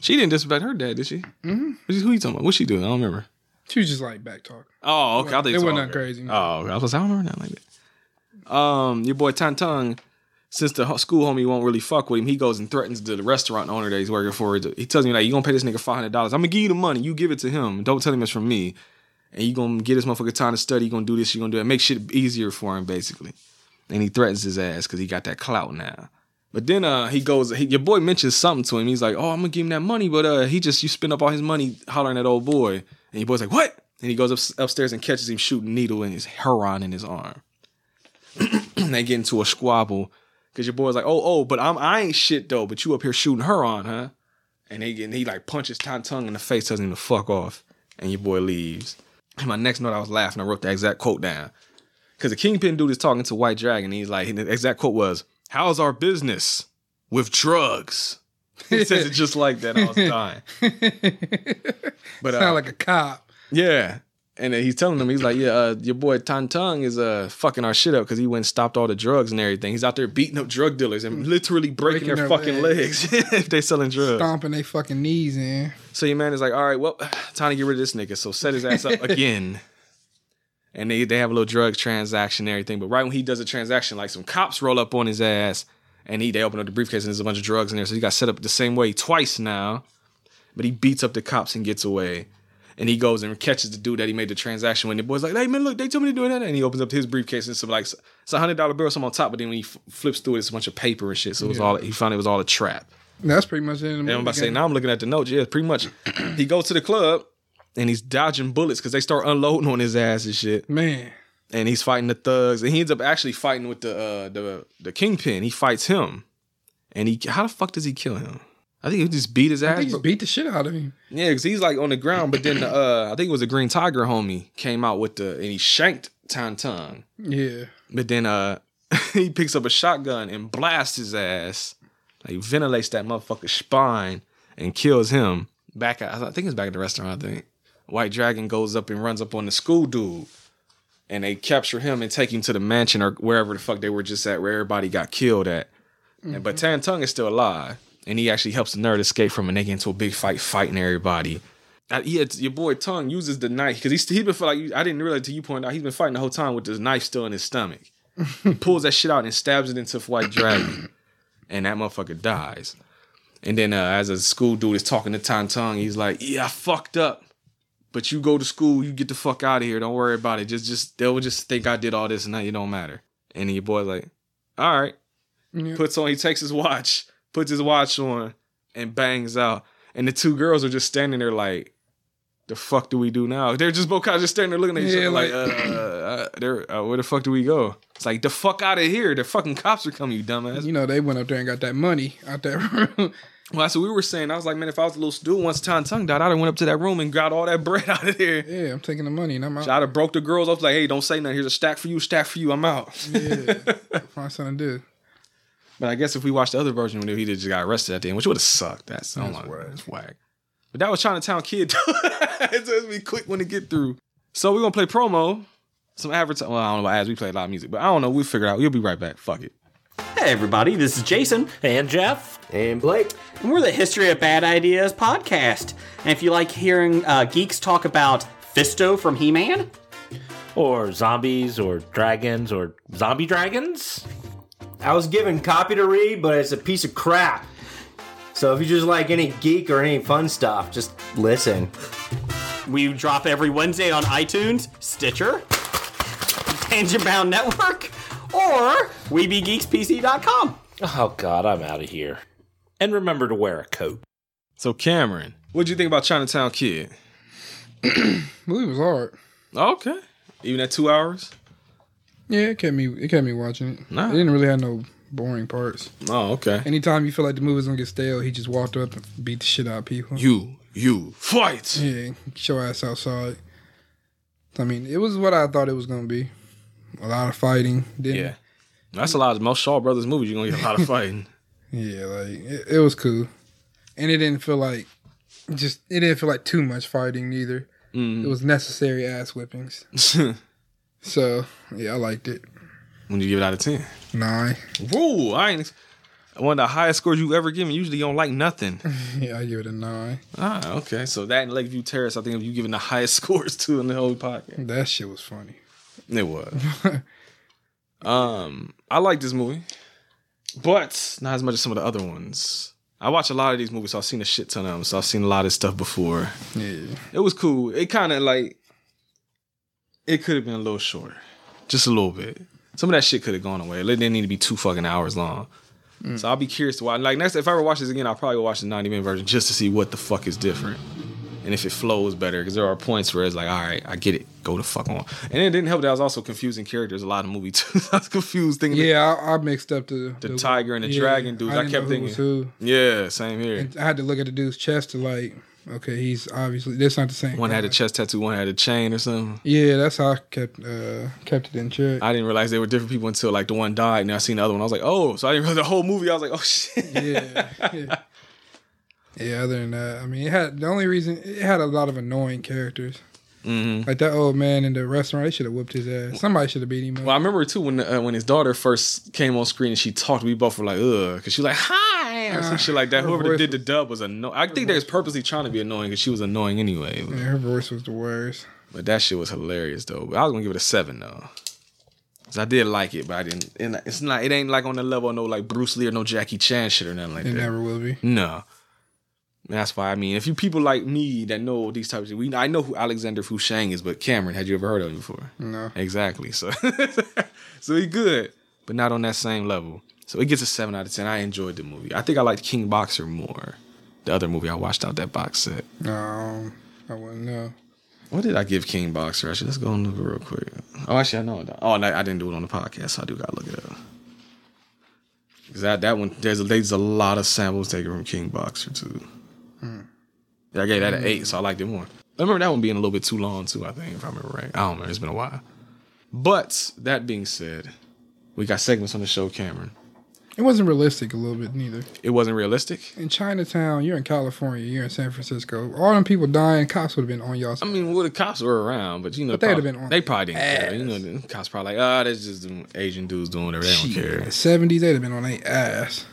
B: she didn't disrespect her dad, did she?
C: Mhm.
B: What you- Who you talking about? What she doing? I don't remember.
C: She was just like back talk.
B: Oh, okay. I think
C: It
B: it's
C: wasn't
B: all
C: that
B: good.
C: crazy.
B: Oh, okay. I was like, I don't remember that like that. Um, your boy Tan Tong, since the ho- school homie won't really fuck with him, he goes and threatens the restaurant owner that he's working for. He tells me like, you gonna pay this nigga five hundred dollars. I'm gonna give you the money. You give it to him. Don't tell him it's from me. And you gonna get this motherfucker time to study. You gonna do this. You gonna do that. Make shit easier for him, basically. And he threatens his ass because he got that clout now. But then uh, he goes. He, your boy mentions something to him. He's like, "Oh, I'm gonna give him that money, but uh, he just you spend up all his money hollering at old boy." And your boy's like, "What?" And he goes up, upstairs and catches him shooting needle in his heron in his arm. and they get into a squabble because your boy's like, "Oh, oh, but I'm I ain't shit though, but you up here shooting her on, huh?" And he and he like punches Tan Tongue in the face, tells him to fuck off, and your boy leaves. And my next note, I was laughing. I wrote the exact quote down. Because the Kingpin dude is talking to White Dragon. And he's like, and the exact quote was, How's our business with drugs? He says it just like that. I was dying. But uh,
C: Sound like a cop.
B: yeah. And then he's telling him, he's like, Yeah, uh, your boy Tan Tong is uh, fucking our shit up because he went and stopped all the drugs and everything. He's out there beating up drug dealers and literally breaking,
C: Breaking
B: their,
C: their
B: fucking
C: legs.
B: legs, if they selling drugs.
C: Stomping they fucking knees in.
B: So your man is like, All right, well, time to get rid of this nigga. So set his ass up again. and they, they have a little drug transaction and everything. But right when he does a transaction, like some cops roll up on his ass and he they open up the briefcase and there's a bunch of drugs in there. So he got set up the same way twice now. But he beats up the cops and gets away. And he goes and catches the dude that he made the transaction with. And the boy's like, hey man, look, they told me to do that. And he opens up his briefcase and it's some like it's a hundred dollar bill, something on top. But then when he f- flips through it, it's a bunch of paper and shit. So it was
C: Yeah.
B: all he found it was all a trap.
C: That's pretty much it. in the
B: And I'm
C: movie,
B: about to say,
C: gang.
B: now I'm looking at the notes. Yeah, pretty much. he goes to the club and he's dodging bullets because they start unloading on his ass and shit.
C: Man.
B: And he's fighting the thugs, and he ends up actually fighting with the uh, the the kingpin. He fights him, and he how the fuck does he kill him? I think he just beat his ass.
C: I think he's
B: bro.
C: beat the shit out of him.
B: Yeah, because he's like on the ground, but then the, uh, I think it was a Green Tiger homie came out with the and he shanked Tantan.
C: Yeah.
B: But then uh he picks up a shotgun and blasts his ass. Like ventilates that motherfucker's spine and kills him. Back at I think it's back at the restaurant, I think. White Dragon goes up and runs up on the school dude. And they capture him and take him to the mansion or wherever the fuck they were just at where everybody got killed at. And but Tan Tung is still alive. And he actually helps the nerd escape from it. and they get into a big fight fighting everybody. Uh, yeah, it's- your boy Tung uses the knife because he's he been feel like I didn't realize till you pointed out he's been fighting the whole time with this knife still in his stomach. He pulls that shit out and stabs it into White Dragon, and that motherfucker dies. And then uh, as a school dude is talking to Tan Tung, he's like, "Yeah, I fucked up, but you go to school, you get the fuck out of here. Don't worry about it. Just just they'll just think I did all this and that. It don't matter." And your boy's like, "All right." Puts on. He takes his watch, puts his watch on, and bangs out. And the two girls are just standing there like, the fuck do we do now? They're just both kind of just standing there looking at each
C: Yeah,
B: other like,
C: like-
B: uh, uh, they're, uh, where the fuck do we go? It's like, the fuck out of here. The fucking cops are coming, you dumbass.
C: You know, they went up there and got that money out that room.
B: Well, that's what we were saying. I was like, man, if I was a little dude once Tan Tung died, I'd have went up to that room and got all that bread out of there.
C: Yeah, I'm taking the money and I'm out.
B: I'd have broke the girls up like, hey, don't say nothing. Here's a stack for you, stack for you. I'm out.
C: Find something to do.
B: But I guess if we watched the other version, we knew he just got arrested at the end, which would have sucked. That's, I don't like- that's whack. But that was Chinatown Kid. so it's gonna be a quick one to get through. So we're gonna play promo, some advertising. Well, I don't know about ads. We play a lot of music, but I don't know. We'll figure it out. We'll be right back. Fuck it.
T: Hey, everybody, this is Jason. And Jeff. And Blake. And we're the History of Bad Ideas podcast. And if you like hearing uh, geeks talk about Fisto from He Man,
U: Or zombies, or dragons, or zombie dragons?
V: I was given copy to read, but it's a piece of crap. So if you just like any geek or any fun stuff, just listen.
T: we drop every Wednesday on iTunes, Stitcher, Tangent Bound Network, or WeBeGeeksPC.com.
U: Oh, God, I'm out of here. And remember to wear a coat.
B: So Cameron, what'd you think about Chinatown Kid?
C: Movie was hard.
B: Okay, even at two hours.
C: Yeah, it kept me. It kept me watching it.
B: Nah.
C: It didn't really have no boring parts.
B: Oh, okay.
C: Anytime you feel like the movie's gonna get stale, he just walked up and beat the shit out of people.
B: You, you fight.
C: Yeah, get your ass outside. I mean, it was what I thought it was gonna be. A lot of fighting. Didn't
B: Yeah, that's a lot of most Shaw Brothers movies. You're gonna get a lot of fighting.
C: Yeah, like it, it was cool, and it didn't feel like just it didn't feel like too much fighting neither.
B: Mm.
C: It was necessary ass whippings. so yeah, I liked it.
B: when you give it out of ten.
C: Nine.
B: Whoa, I ain't one of the highest scores you ever given. Usually you don't like nothing.
C: yeah, I give it a nine.
B: Ah, okay. So that and Lakeview Terrace, I think of you giving the highest scores to in the whole podcast.
C: That shit was funny.
B: It was. um, I like this movie, but not as much as some of the other ones. I watch a lot of these movies, so I've seen a shit ton of them. So I've seen a lot of stuff before.
C: Yeah.
B: It was cool. It kind of like it could have been a little shorter, just a little bit. Some of that shit could have gone away. It didn't need to be two fucking hours long. So I'll be curious to watch. Like next, if I ever watch this again, I'll probably watch the ninety minute version just to see what the fuck is different and if it flows better. Because there are points where it's like, all right, I get it, go the fuck on. And it didn't help that I was also confusing characters a lot in the movie too. I was confused thinking
C: Yeah, I, I mixed up the
B: the, tiger and the
C: yeah,
B: dragon dudes. I,
C: didn't
B: kept
C: know who was
B: thinking,
C: who.
B: yeah, same here.
C: And I had to look at the dude's chest to like, okay, he's obviously that's not the same.
B: one
C: guy.
B: had a chest tattoo, one had a chain or something.
C: Yeah, that's how I kept uh kept it in check.
B: I didn't realize they were different people until like the one died, and I seen the other one. I was like, oh, so I didn't realize the whole movie. I was like, oh shit.
C: Yeah. Yeah, other than that, I mean, it had the only reason it had a lot of annoying characters.
B: hmm
C: Like that old man in the restaurant, they should have whooped his ass. Somebody should have beat him up.
B: Well, I remember too when uh, when his daughter first came on screen and she talked. We both were like, ugh, because she like hi or some shit like that.
C: Her
B: Whoever
C: voice
B: did the dub was annoying. I think they was purposely trying to be annoying because she was annoying anyway.
C: Man, her voice was the worst.
B: But that shit was hilarious though. But I was gonna give it a seven though. 'Cause I did like it, but I didn't. And it's not. It ain't like on the level of no like Bruce Lee or no Jackie Chan shit or nothing like
C: It
B: that.
C: never will be.
B: No. And that's why I mean, if you people like me that know these types of, we I know who Alexander Fushang is, but Cameron, had you ever heard of him before?
C: No.
B: Exactly. So, so he good, but not on that same level. So it gets a seven out of ten. I enjoyed the movie. I think I liked King Boxer more. The other movie I watched out that box set.
C: No, Um, I wouldn't know.
B: What did I give King Boxer? Actually, let's go and look real quick. Oh, actually, I know. Oh, no, I didn't do it on the podcast, so I do gotta look it up. Cause that that one there's a, there's a lot of samples taken from King Boxer too.
C: Hmm.
B: I gave that an eight, so I liked it more. I remember that one being a little bit too long too. I think if I remember right. I don't remember. It's been a while. But that being said, we got segments on the show, Cameron.
C: It wasn't realistic a little bit neither.
B: It wasn't realistic.
C: In Chinatown, you're in California, you're in San Francisco. All them people dying, cops would have been on y'all.
B: I mean, well, the cops were around, but you know,
C: But they'd have
B: probably-
C: been on
B: They probably didn't care. You know, the cops probably like, ah, that's just them Asian dudes doing whatever. They don't care.
C: Seventies, they'd have been on their ass.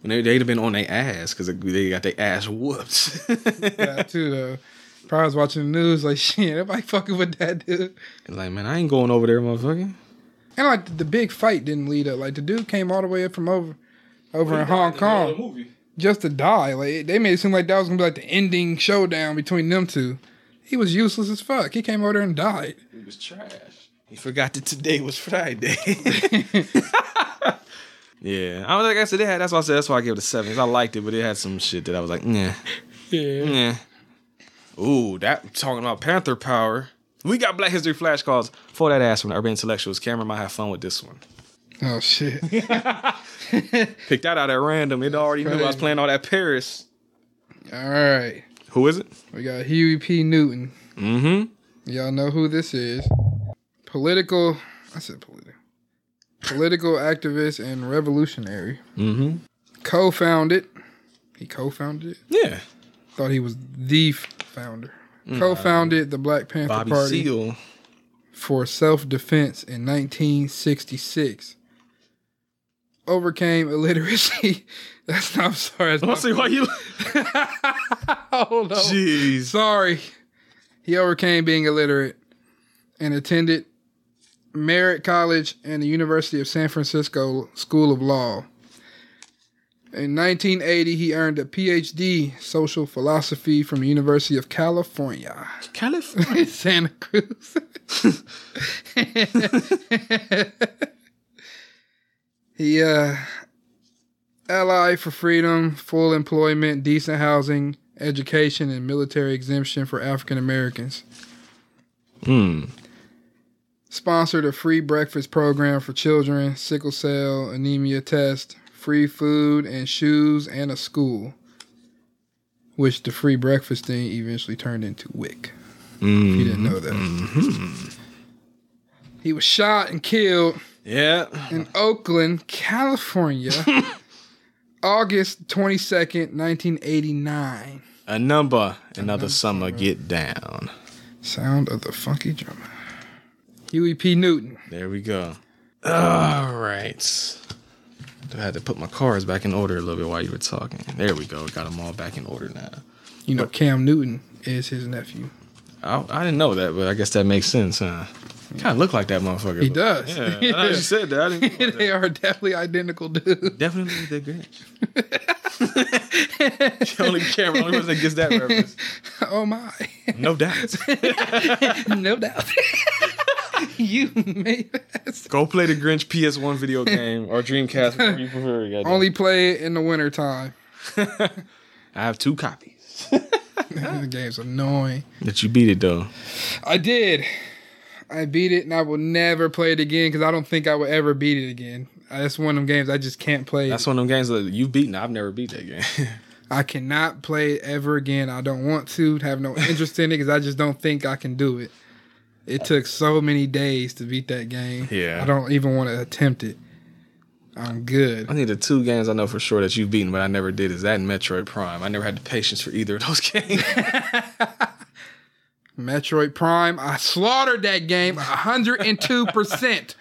B: When they, they'd have been on their ass because they got their ass whooped.
C: that too though. Probably was watching the news like shit. Everybody fucking with that dude.
B: like, man, I ain't going over there, motherfucker.
C: And like the, the big fight didn't lead up. Like the dude came all the way up from over, over in Hong Kong, just to die. Like they made it seem like that was gonna be like the ending showdown between them two. He was useless as fuck. He came over there and died.
B: It was trash. He forgot that today was Friday. yeah, I was like I said, they had, that's why I said that's why I gave it a seven. 'cause I liked it, but it had some shit that I was like, yeah, yeah. Ooh, that talking about Panther power. We got Black History flashcards for that ass from the Urban Intellectuals. Cameron might have fun with this one.
C: Oh shit.
B: Picked that out at random. It already knew I was
C: crazy.
B: playing all that Paris.
C: All right.
B: Who is it?
C: We got Huey P. Newton.
B: Mm-hmm.
C: Y'all know who this is. Political. I said political. Political activist and revolutionary.
B: Mm-hmm.
C: co-founded. He co-founded it.
B: Yeah.
C: Thought he was the f- founder.
B: Mm.
C: Co-founded the Black Panther
B: Bobby
C: Party
B: Seale.
C: for self-defense in 1966. Overcame illiteracy. That's not. I'm sorry. That's
B: I
C: not-
B: see why you.
C: Hold on.
B: Jeez.
C: Sorry. He overcame being illiterate and attended Merritt College and the University of San Francisco School of Law. In 1980, he earned a PhD social philosophy from the University of California.
B: California?
C: Santa Cruz. he uh ally for freedom, full employment, decent housing, education, and military exemption for African Americans.
B: Hmm.
C: Sponsored a free breakfast program for children, sickle cell anemia test, free food and shoes, and a school. Which the free breakfast thing eventually turned into WIC.
B: You
C: didn't know that. Mm-hmm. He was shot and killed
B: Yeah.
C: in Oakland, California, August 22nd, 1989.
B: A number, another summer, get down.
C: Sound of the funky drummer. Huey P. Newton.
B: There we go. All right. I had to put my cards back in order a little bit while you were talking. There we go. Got them all back in order now.
C: You know, Cam Newton is his nephew.
B: I, I didn't know that, but I guess that makes sense, huh? Kind of look like that motherfucker.
C: He
B: but-
C: does.
B: Yeah. now that you said that. I didn't think about
C: they are definitely identical dudes.
B: Definitely the Grinch. that. only Cameron, only person that gets that reference.
C: Oh my.
B: No doubt.
C: no doubt. you made that.
B: Go play the Grinch PS1 video game or Dreamcast, whatever you prefer. goddamn.
C: Only play it in the wintertime.
B: I have two copies. Ah.
C: the game's annoying.
B: That you beat it though.
C: I did. I beat it and I will never play it again because I don't think I will ever beat it again. I- That's one of them games I just can't play.
B: That's one of them games that you've beaten. I've never beat that game.
C: I cannot play it ever again. I don't want to have no interest in it because I just don't think I can do it. It took so many days to beat that game.
B: Yeah.
C: I don't even want to attempt it. I'm good.
B: I think the two games I know for sure that you've beaten, but I never did, is that and Metroid Prime. I never had the patience for either of those games.
C: Metroid Prime, I slaughtered that game 102%.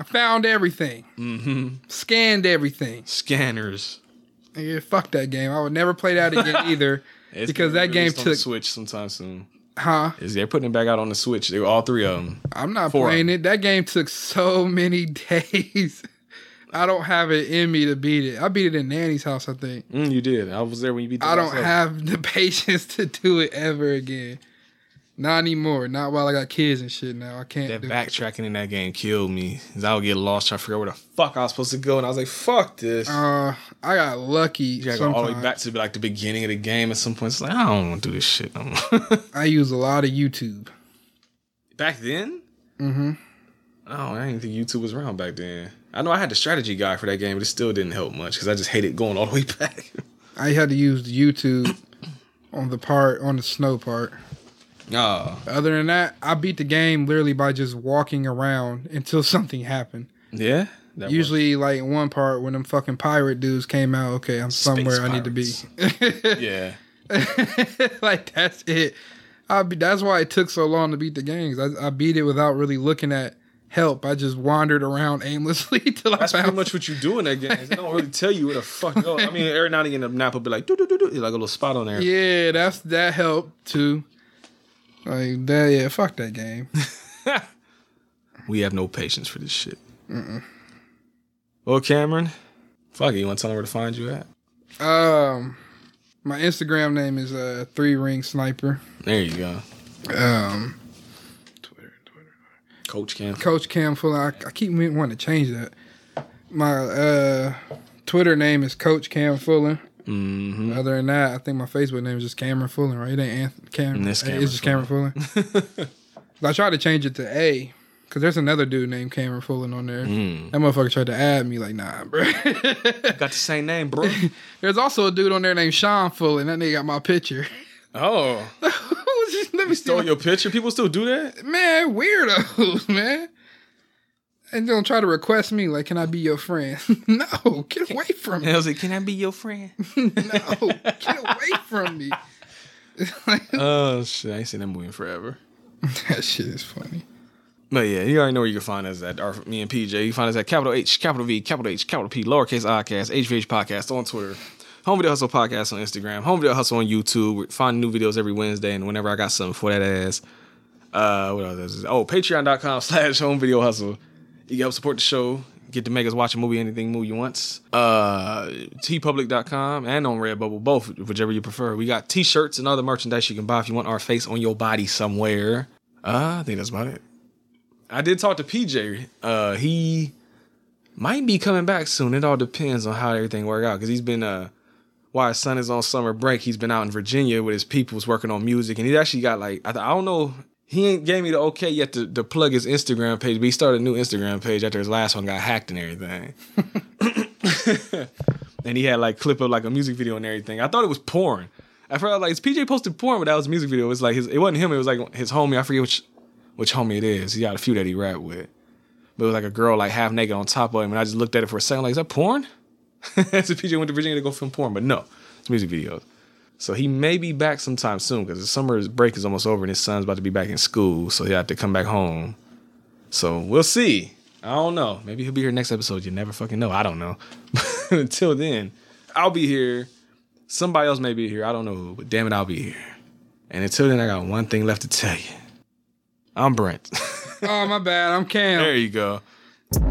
C: I found everything,
B: mm-hmm.
C: scanned everything.
B: Scanners.
C: Yeah, fuck that game. I would never play that again either.
B: It's
C: Because
B: gonna
C: that
B: be
C: game
B: released on the
C: took-
B: Switch sometime soon.
C: Huh?
B: Is they're putting it back out on the Switch. They were all three of them.
C: I'm not
B: Four of
C: playing it. That game took so many days. I don't have it in me to beat it. I beat it in Nanny's house, I think.
B: Mm, you did. I was there when you beat. The
C: I don't
B: last level.
C: have the patience to do it ever again. Not anymore. Not while I got kids and shit now. I can't
B: that
C: do
B: backtracking in that game killed me. 'Cause I would get lost trying to figure out where the fuck I was supposed to go, and I was like, "Fuck this."
C: Uh, I got lucky.
B: You gotta go all the way
C: sometimes.
B: back to like the beginning of the game at some point. It's like I don't want to do this shit. No more.
C: I use a lot of YouTube.
B: back then,
C: Mm-hmm.
B: oh, I didn't think YouTube was around back then. I know I had the strategy guide for that game, but it still didn't help much because I just hated going all the way back.
C: I had to use the YouTube on the part on the snow part.
B: Oh,
C: Other than that, I beat the game literally by just walking around until something happened.
B: yeah. That
C: Usually, like in one part when them fucking pirate dudes came out. Okay, I'm somewhere I need to be.
B: worked. yeah.
C: like that's it. I be, that's why it took so long to beat the games. I, I beat it without really looking at help. I just wandered around aimlessly till I
B: That's
C: found
B: pretty much what you do in that game. They don't really tell you where the fuck to go. I mean, every now and again, the map will be like, do do do do, like a little spot on there.
C: Yeah, that's that helped too. Like that, yeah. Fuck that game.
B: We have no patience for this shit.
C: Mm-mm.
B: Well, Cameron, fuck it. You want to tell them where to find you at?
C: Um, my Instagram name is uh Three Ring Sniper.
B: There you go.
C: Um,
B: Coach Cam.
C: Coach Cam Fuller. I, I keep wanting to change that. My uh Twitter name is Coach Cam Fuller.
B: Mm-hmm.
C: Other than that, I think my Facebook name is just Cameron Fuller, right? It ain't Anthony Cameron.
B: And it's Cameron
C: it's just Cameron Fuller. I tried to change it to A because there's another dude named Cameron Fuller on there.
B: Mm.
C: That motherfucker tried to add me, like, nah, bro.
B: Got the same name, bro.
C: There's also a dude on there named Sean Fuller, and that nigga got my picture.
B: Oh,
C: Let me see.
B: stole your picture. People still do that.
C: Man, weirdos, man. And don't try to request me, like, can I be your friend? no, get away from
B: And
C: me.
B: I was like, can I be your friend?
C: Get away from me.
B: oh shit, I ain't seen that movie in forever.
C: that shit is funny.
B: But yeah, you already know where you can find us at. Or me and PJ, you can find us at capital H, capital V, capital H, capital P, lowercase iCast, HVH podcast on Twitter, Home Video Hustle podcast on Instagram, Home Video Hustle on YouTube. We're finding new videos every Wednesday, and whenever I got something for that ass, uh, what else is Oh, Patreon.com slash Home Video Hustle. You can help support the show. Get to make us watch a movie, anything movie you want. Uh, tpublic.com and on Redbubble, both, whichever you prefer. We got t shirts and other merchandise you can buy if you want our face on your body somewhere. Uh, I think that's about it. I did talk to PJ. Uh, he might be coming back soon. It all depends on how everything work out because he's been uh, while his son is on summer break, he's been out in Virginia with his peoples working on music, and he's actually got like I, th- I don't know. He ain't gave me the okay yet to, to plug his Instagram page, but he started a new Instagram page after his last one got hacked and everything. and he had like clip of like a music video and everything. I thought it was porn. I felt like it's PJ posted porn, but that was a music video. It was like his, it wasn't him. It was like his homie. I forget which which homie it is. He got a few that he rap with. But it was like a girl like half naked on top of him, and I just looked at it for a second, like, is that porn? so PJ went to Virginia to go film porn, but no, it's music videos. So he may be back sometime soon because the summer break is almost over and his son's about to be back in school, so he'll have to come back home. So we'll see. I don't know. Maybe he'll be here next episode. You never fucking know. I don't know. Until then, I'll be here. Somebody else may be here. I don't know who, but damn it, I'll be here. And until then, I got one thing left to tell you. I'm Brent.
C: oh, my bad. I'm Cam.
B: There you go. For-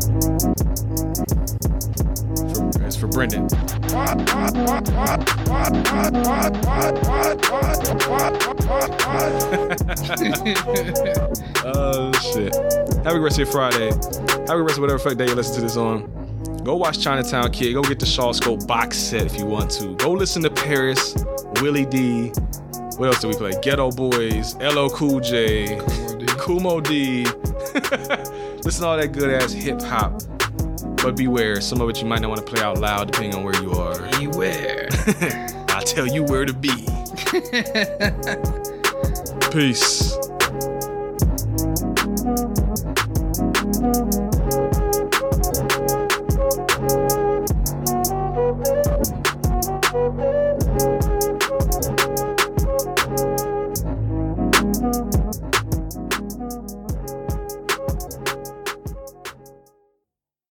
B: It's for Brendan. Oh shit. Have a good rest of your Friday. Have a good rest of whatever fuck day you listen to this on. Go watch Chinatown Kid. Go get the Shaw Scope box set if you want to. Go listen to Paris, Willie D. What else do we play? Ghetto Boys, LO Cool J, Kumo D. listen to all that good ass hip hop. But beware, some of it you might not want to play out loud depending on where you are. Beware. I'll tell you where to be. Peace.
E: Thank you.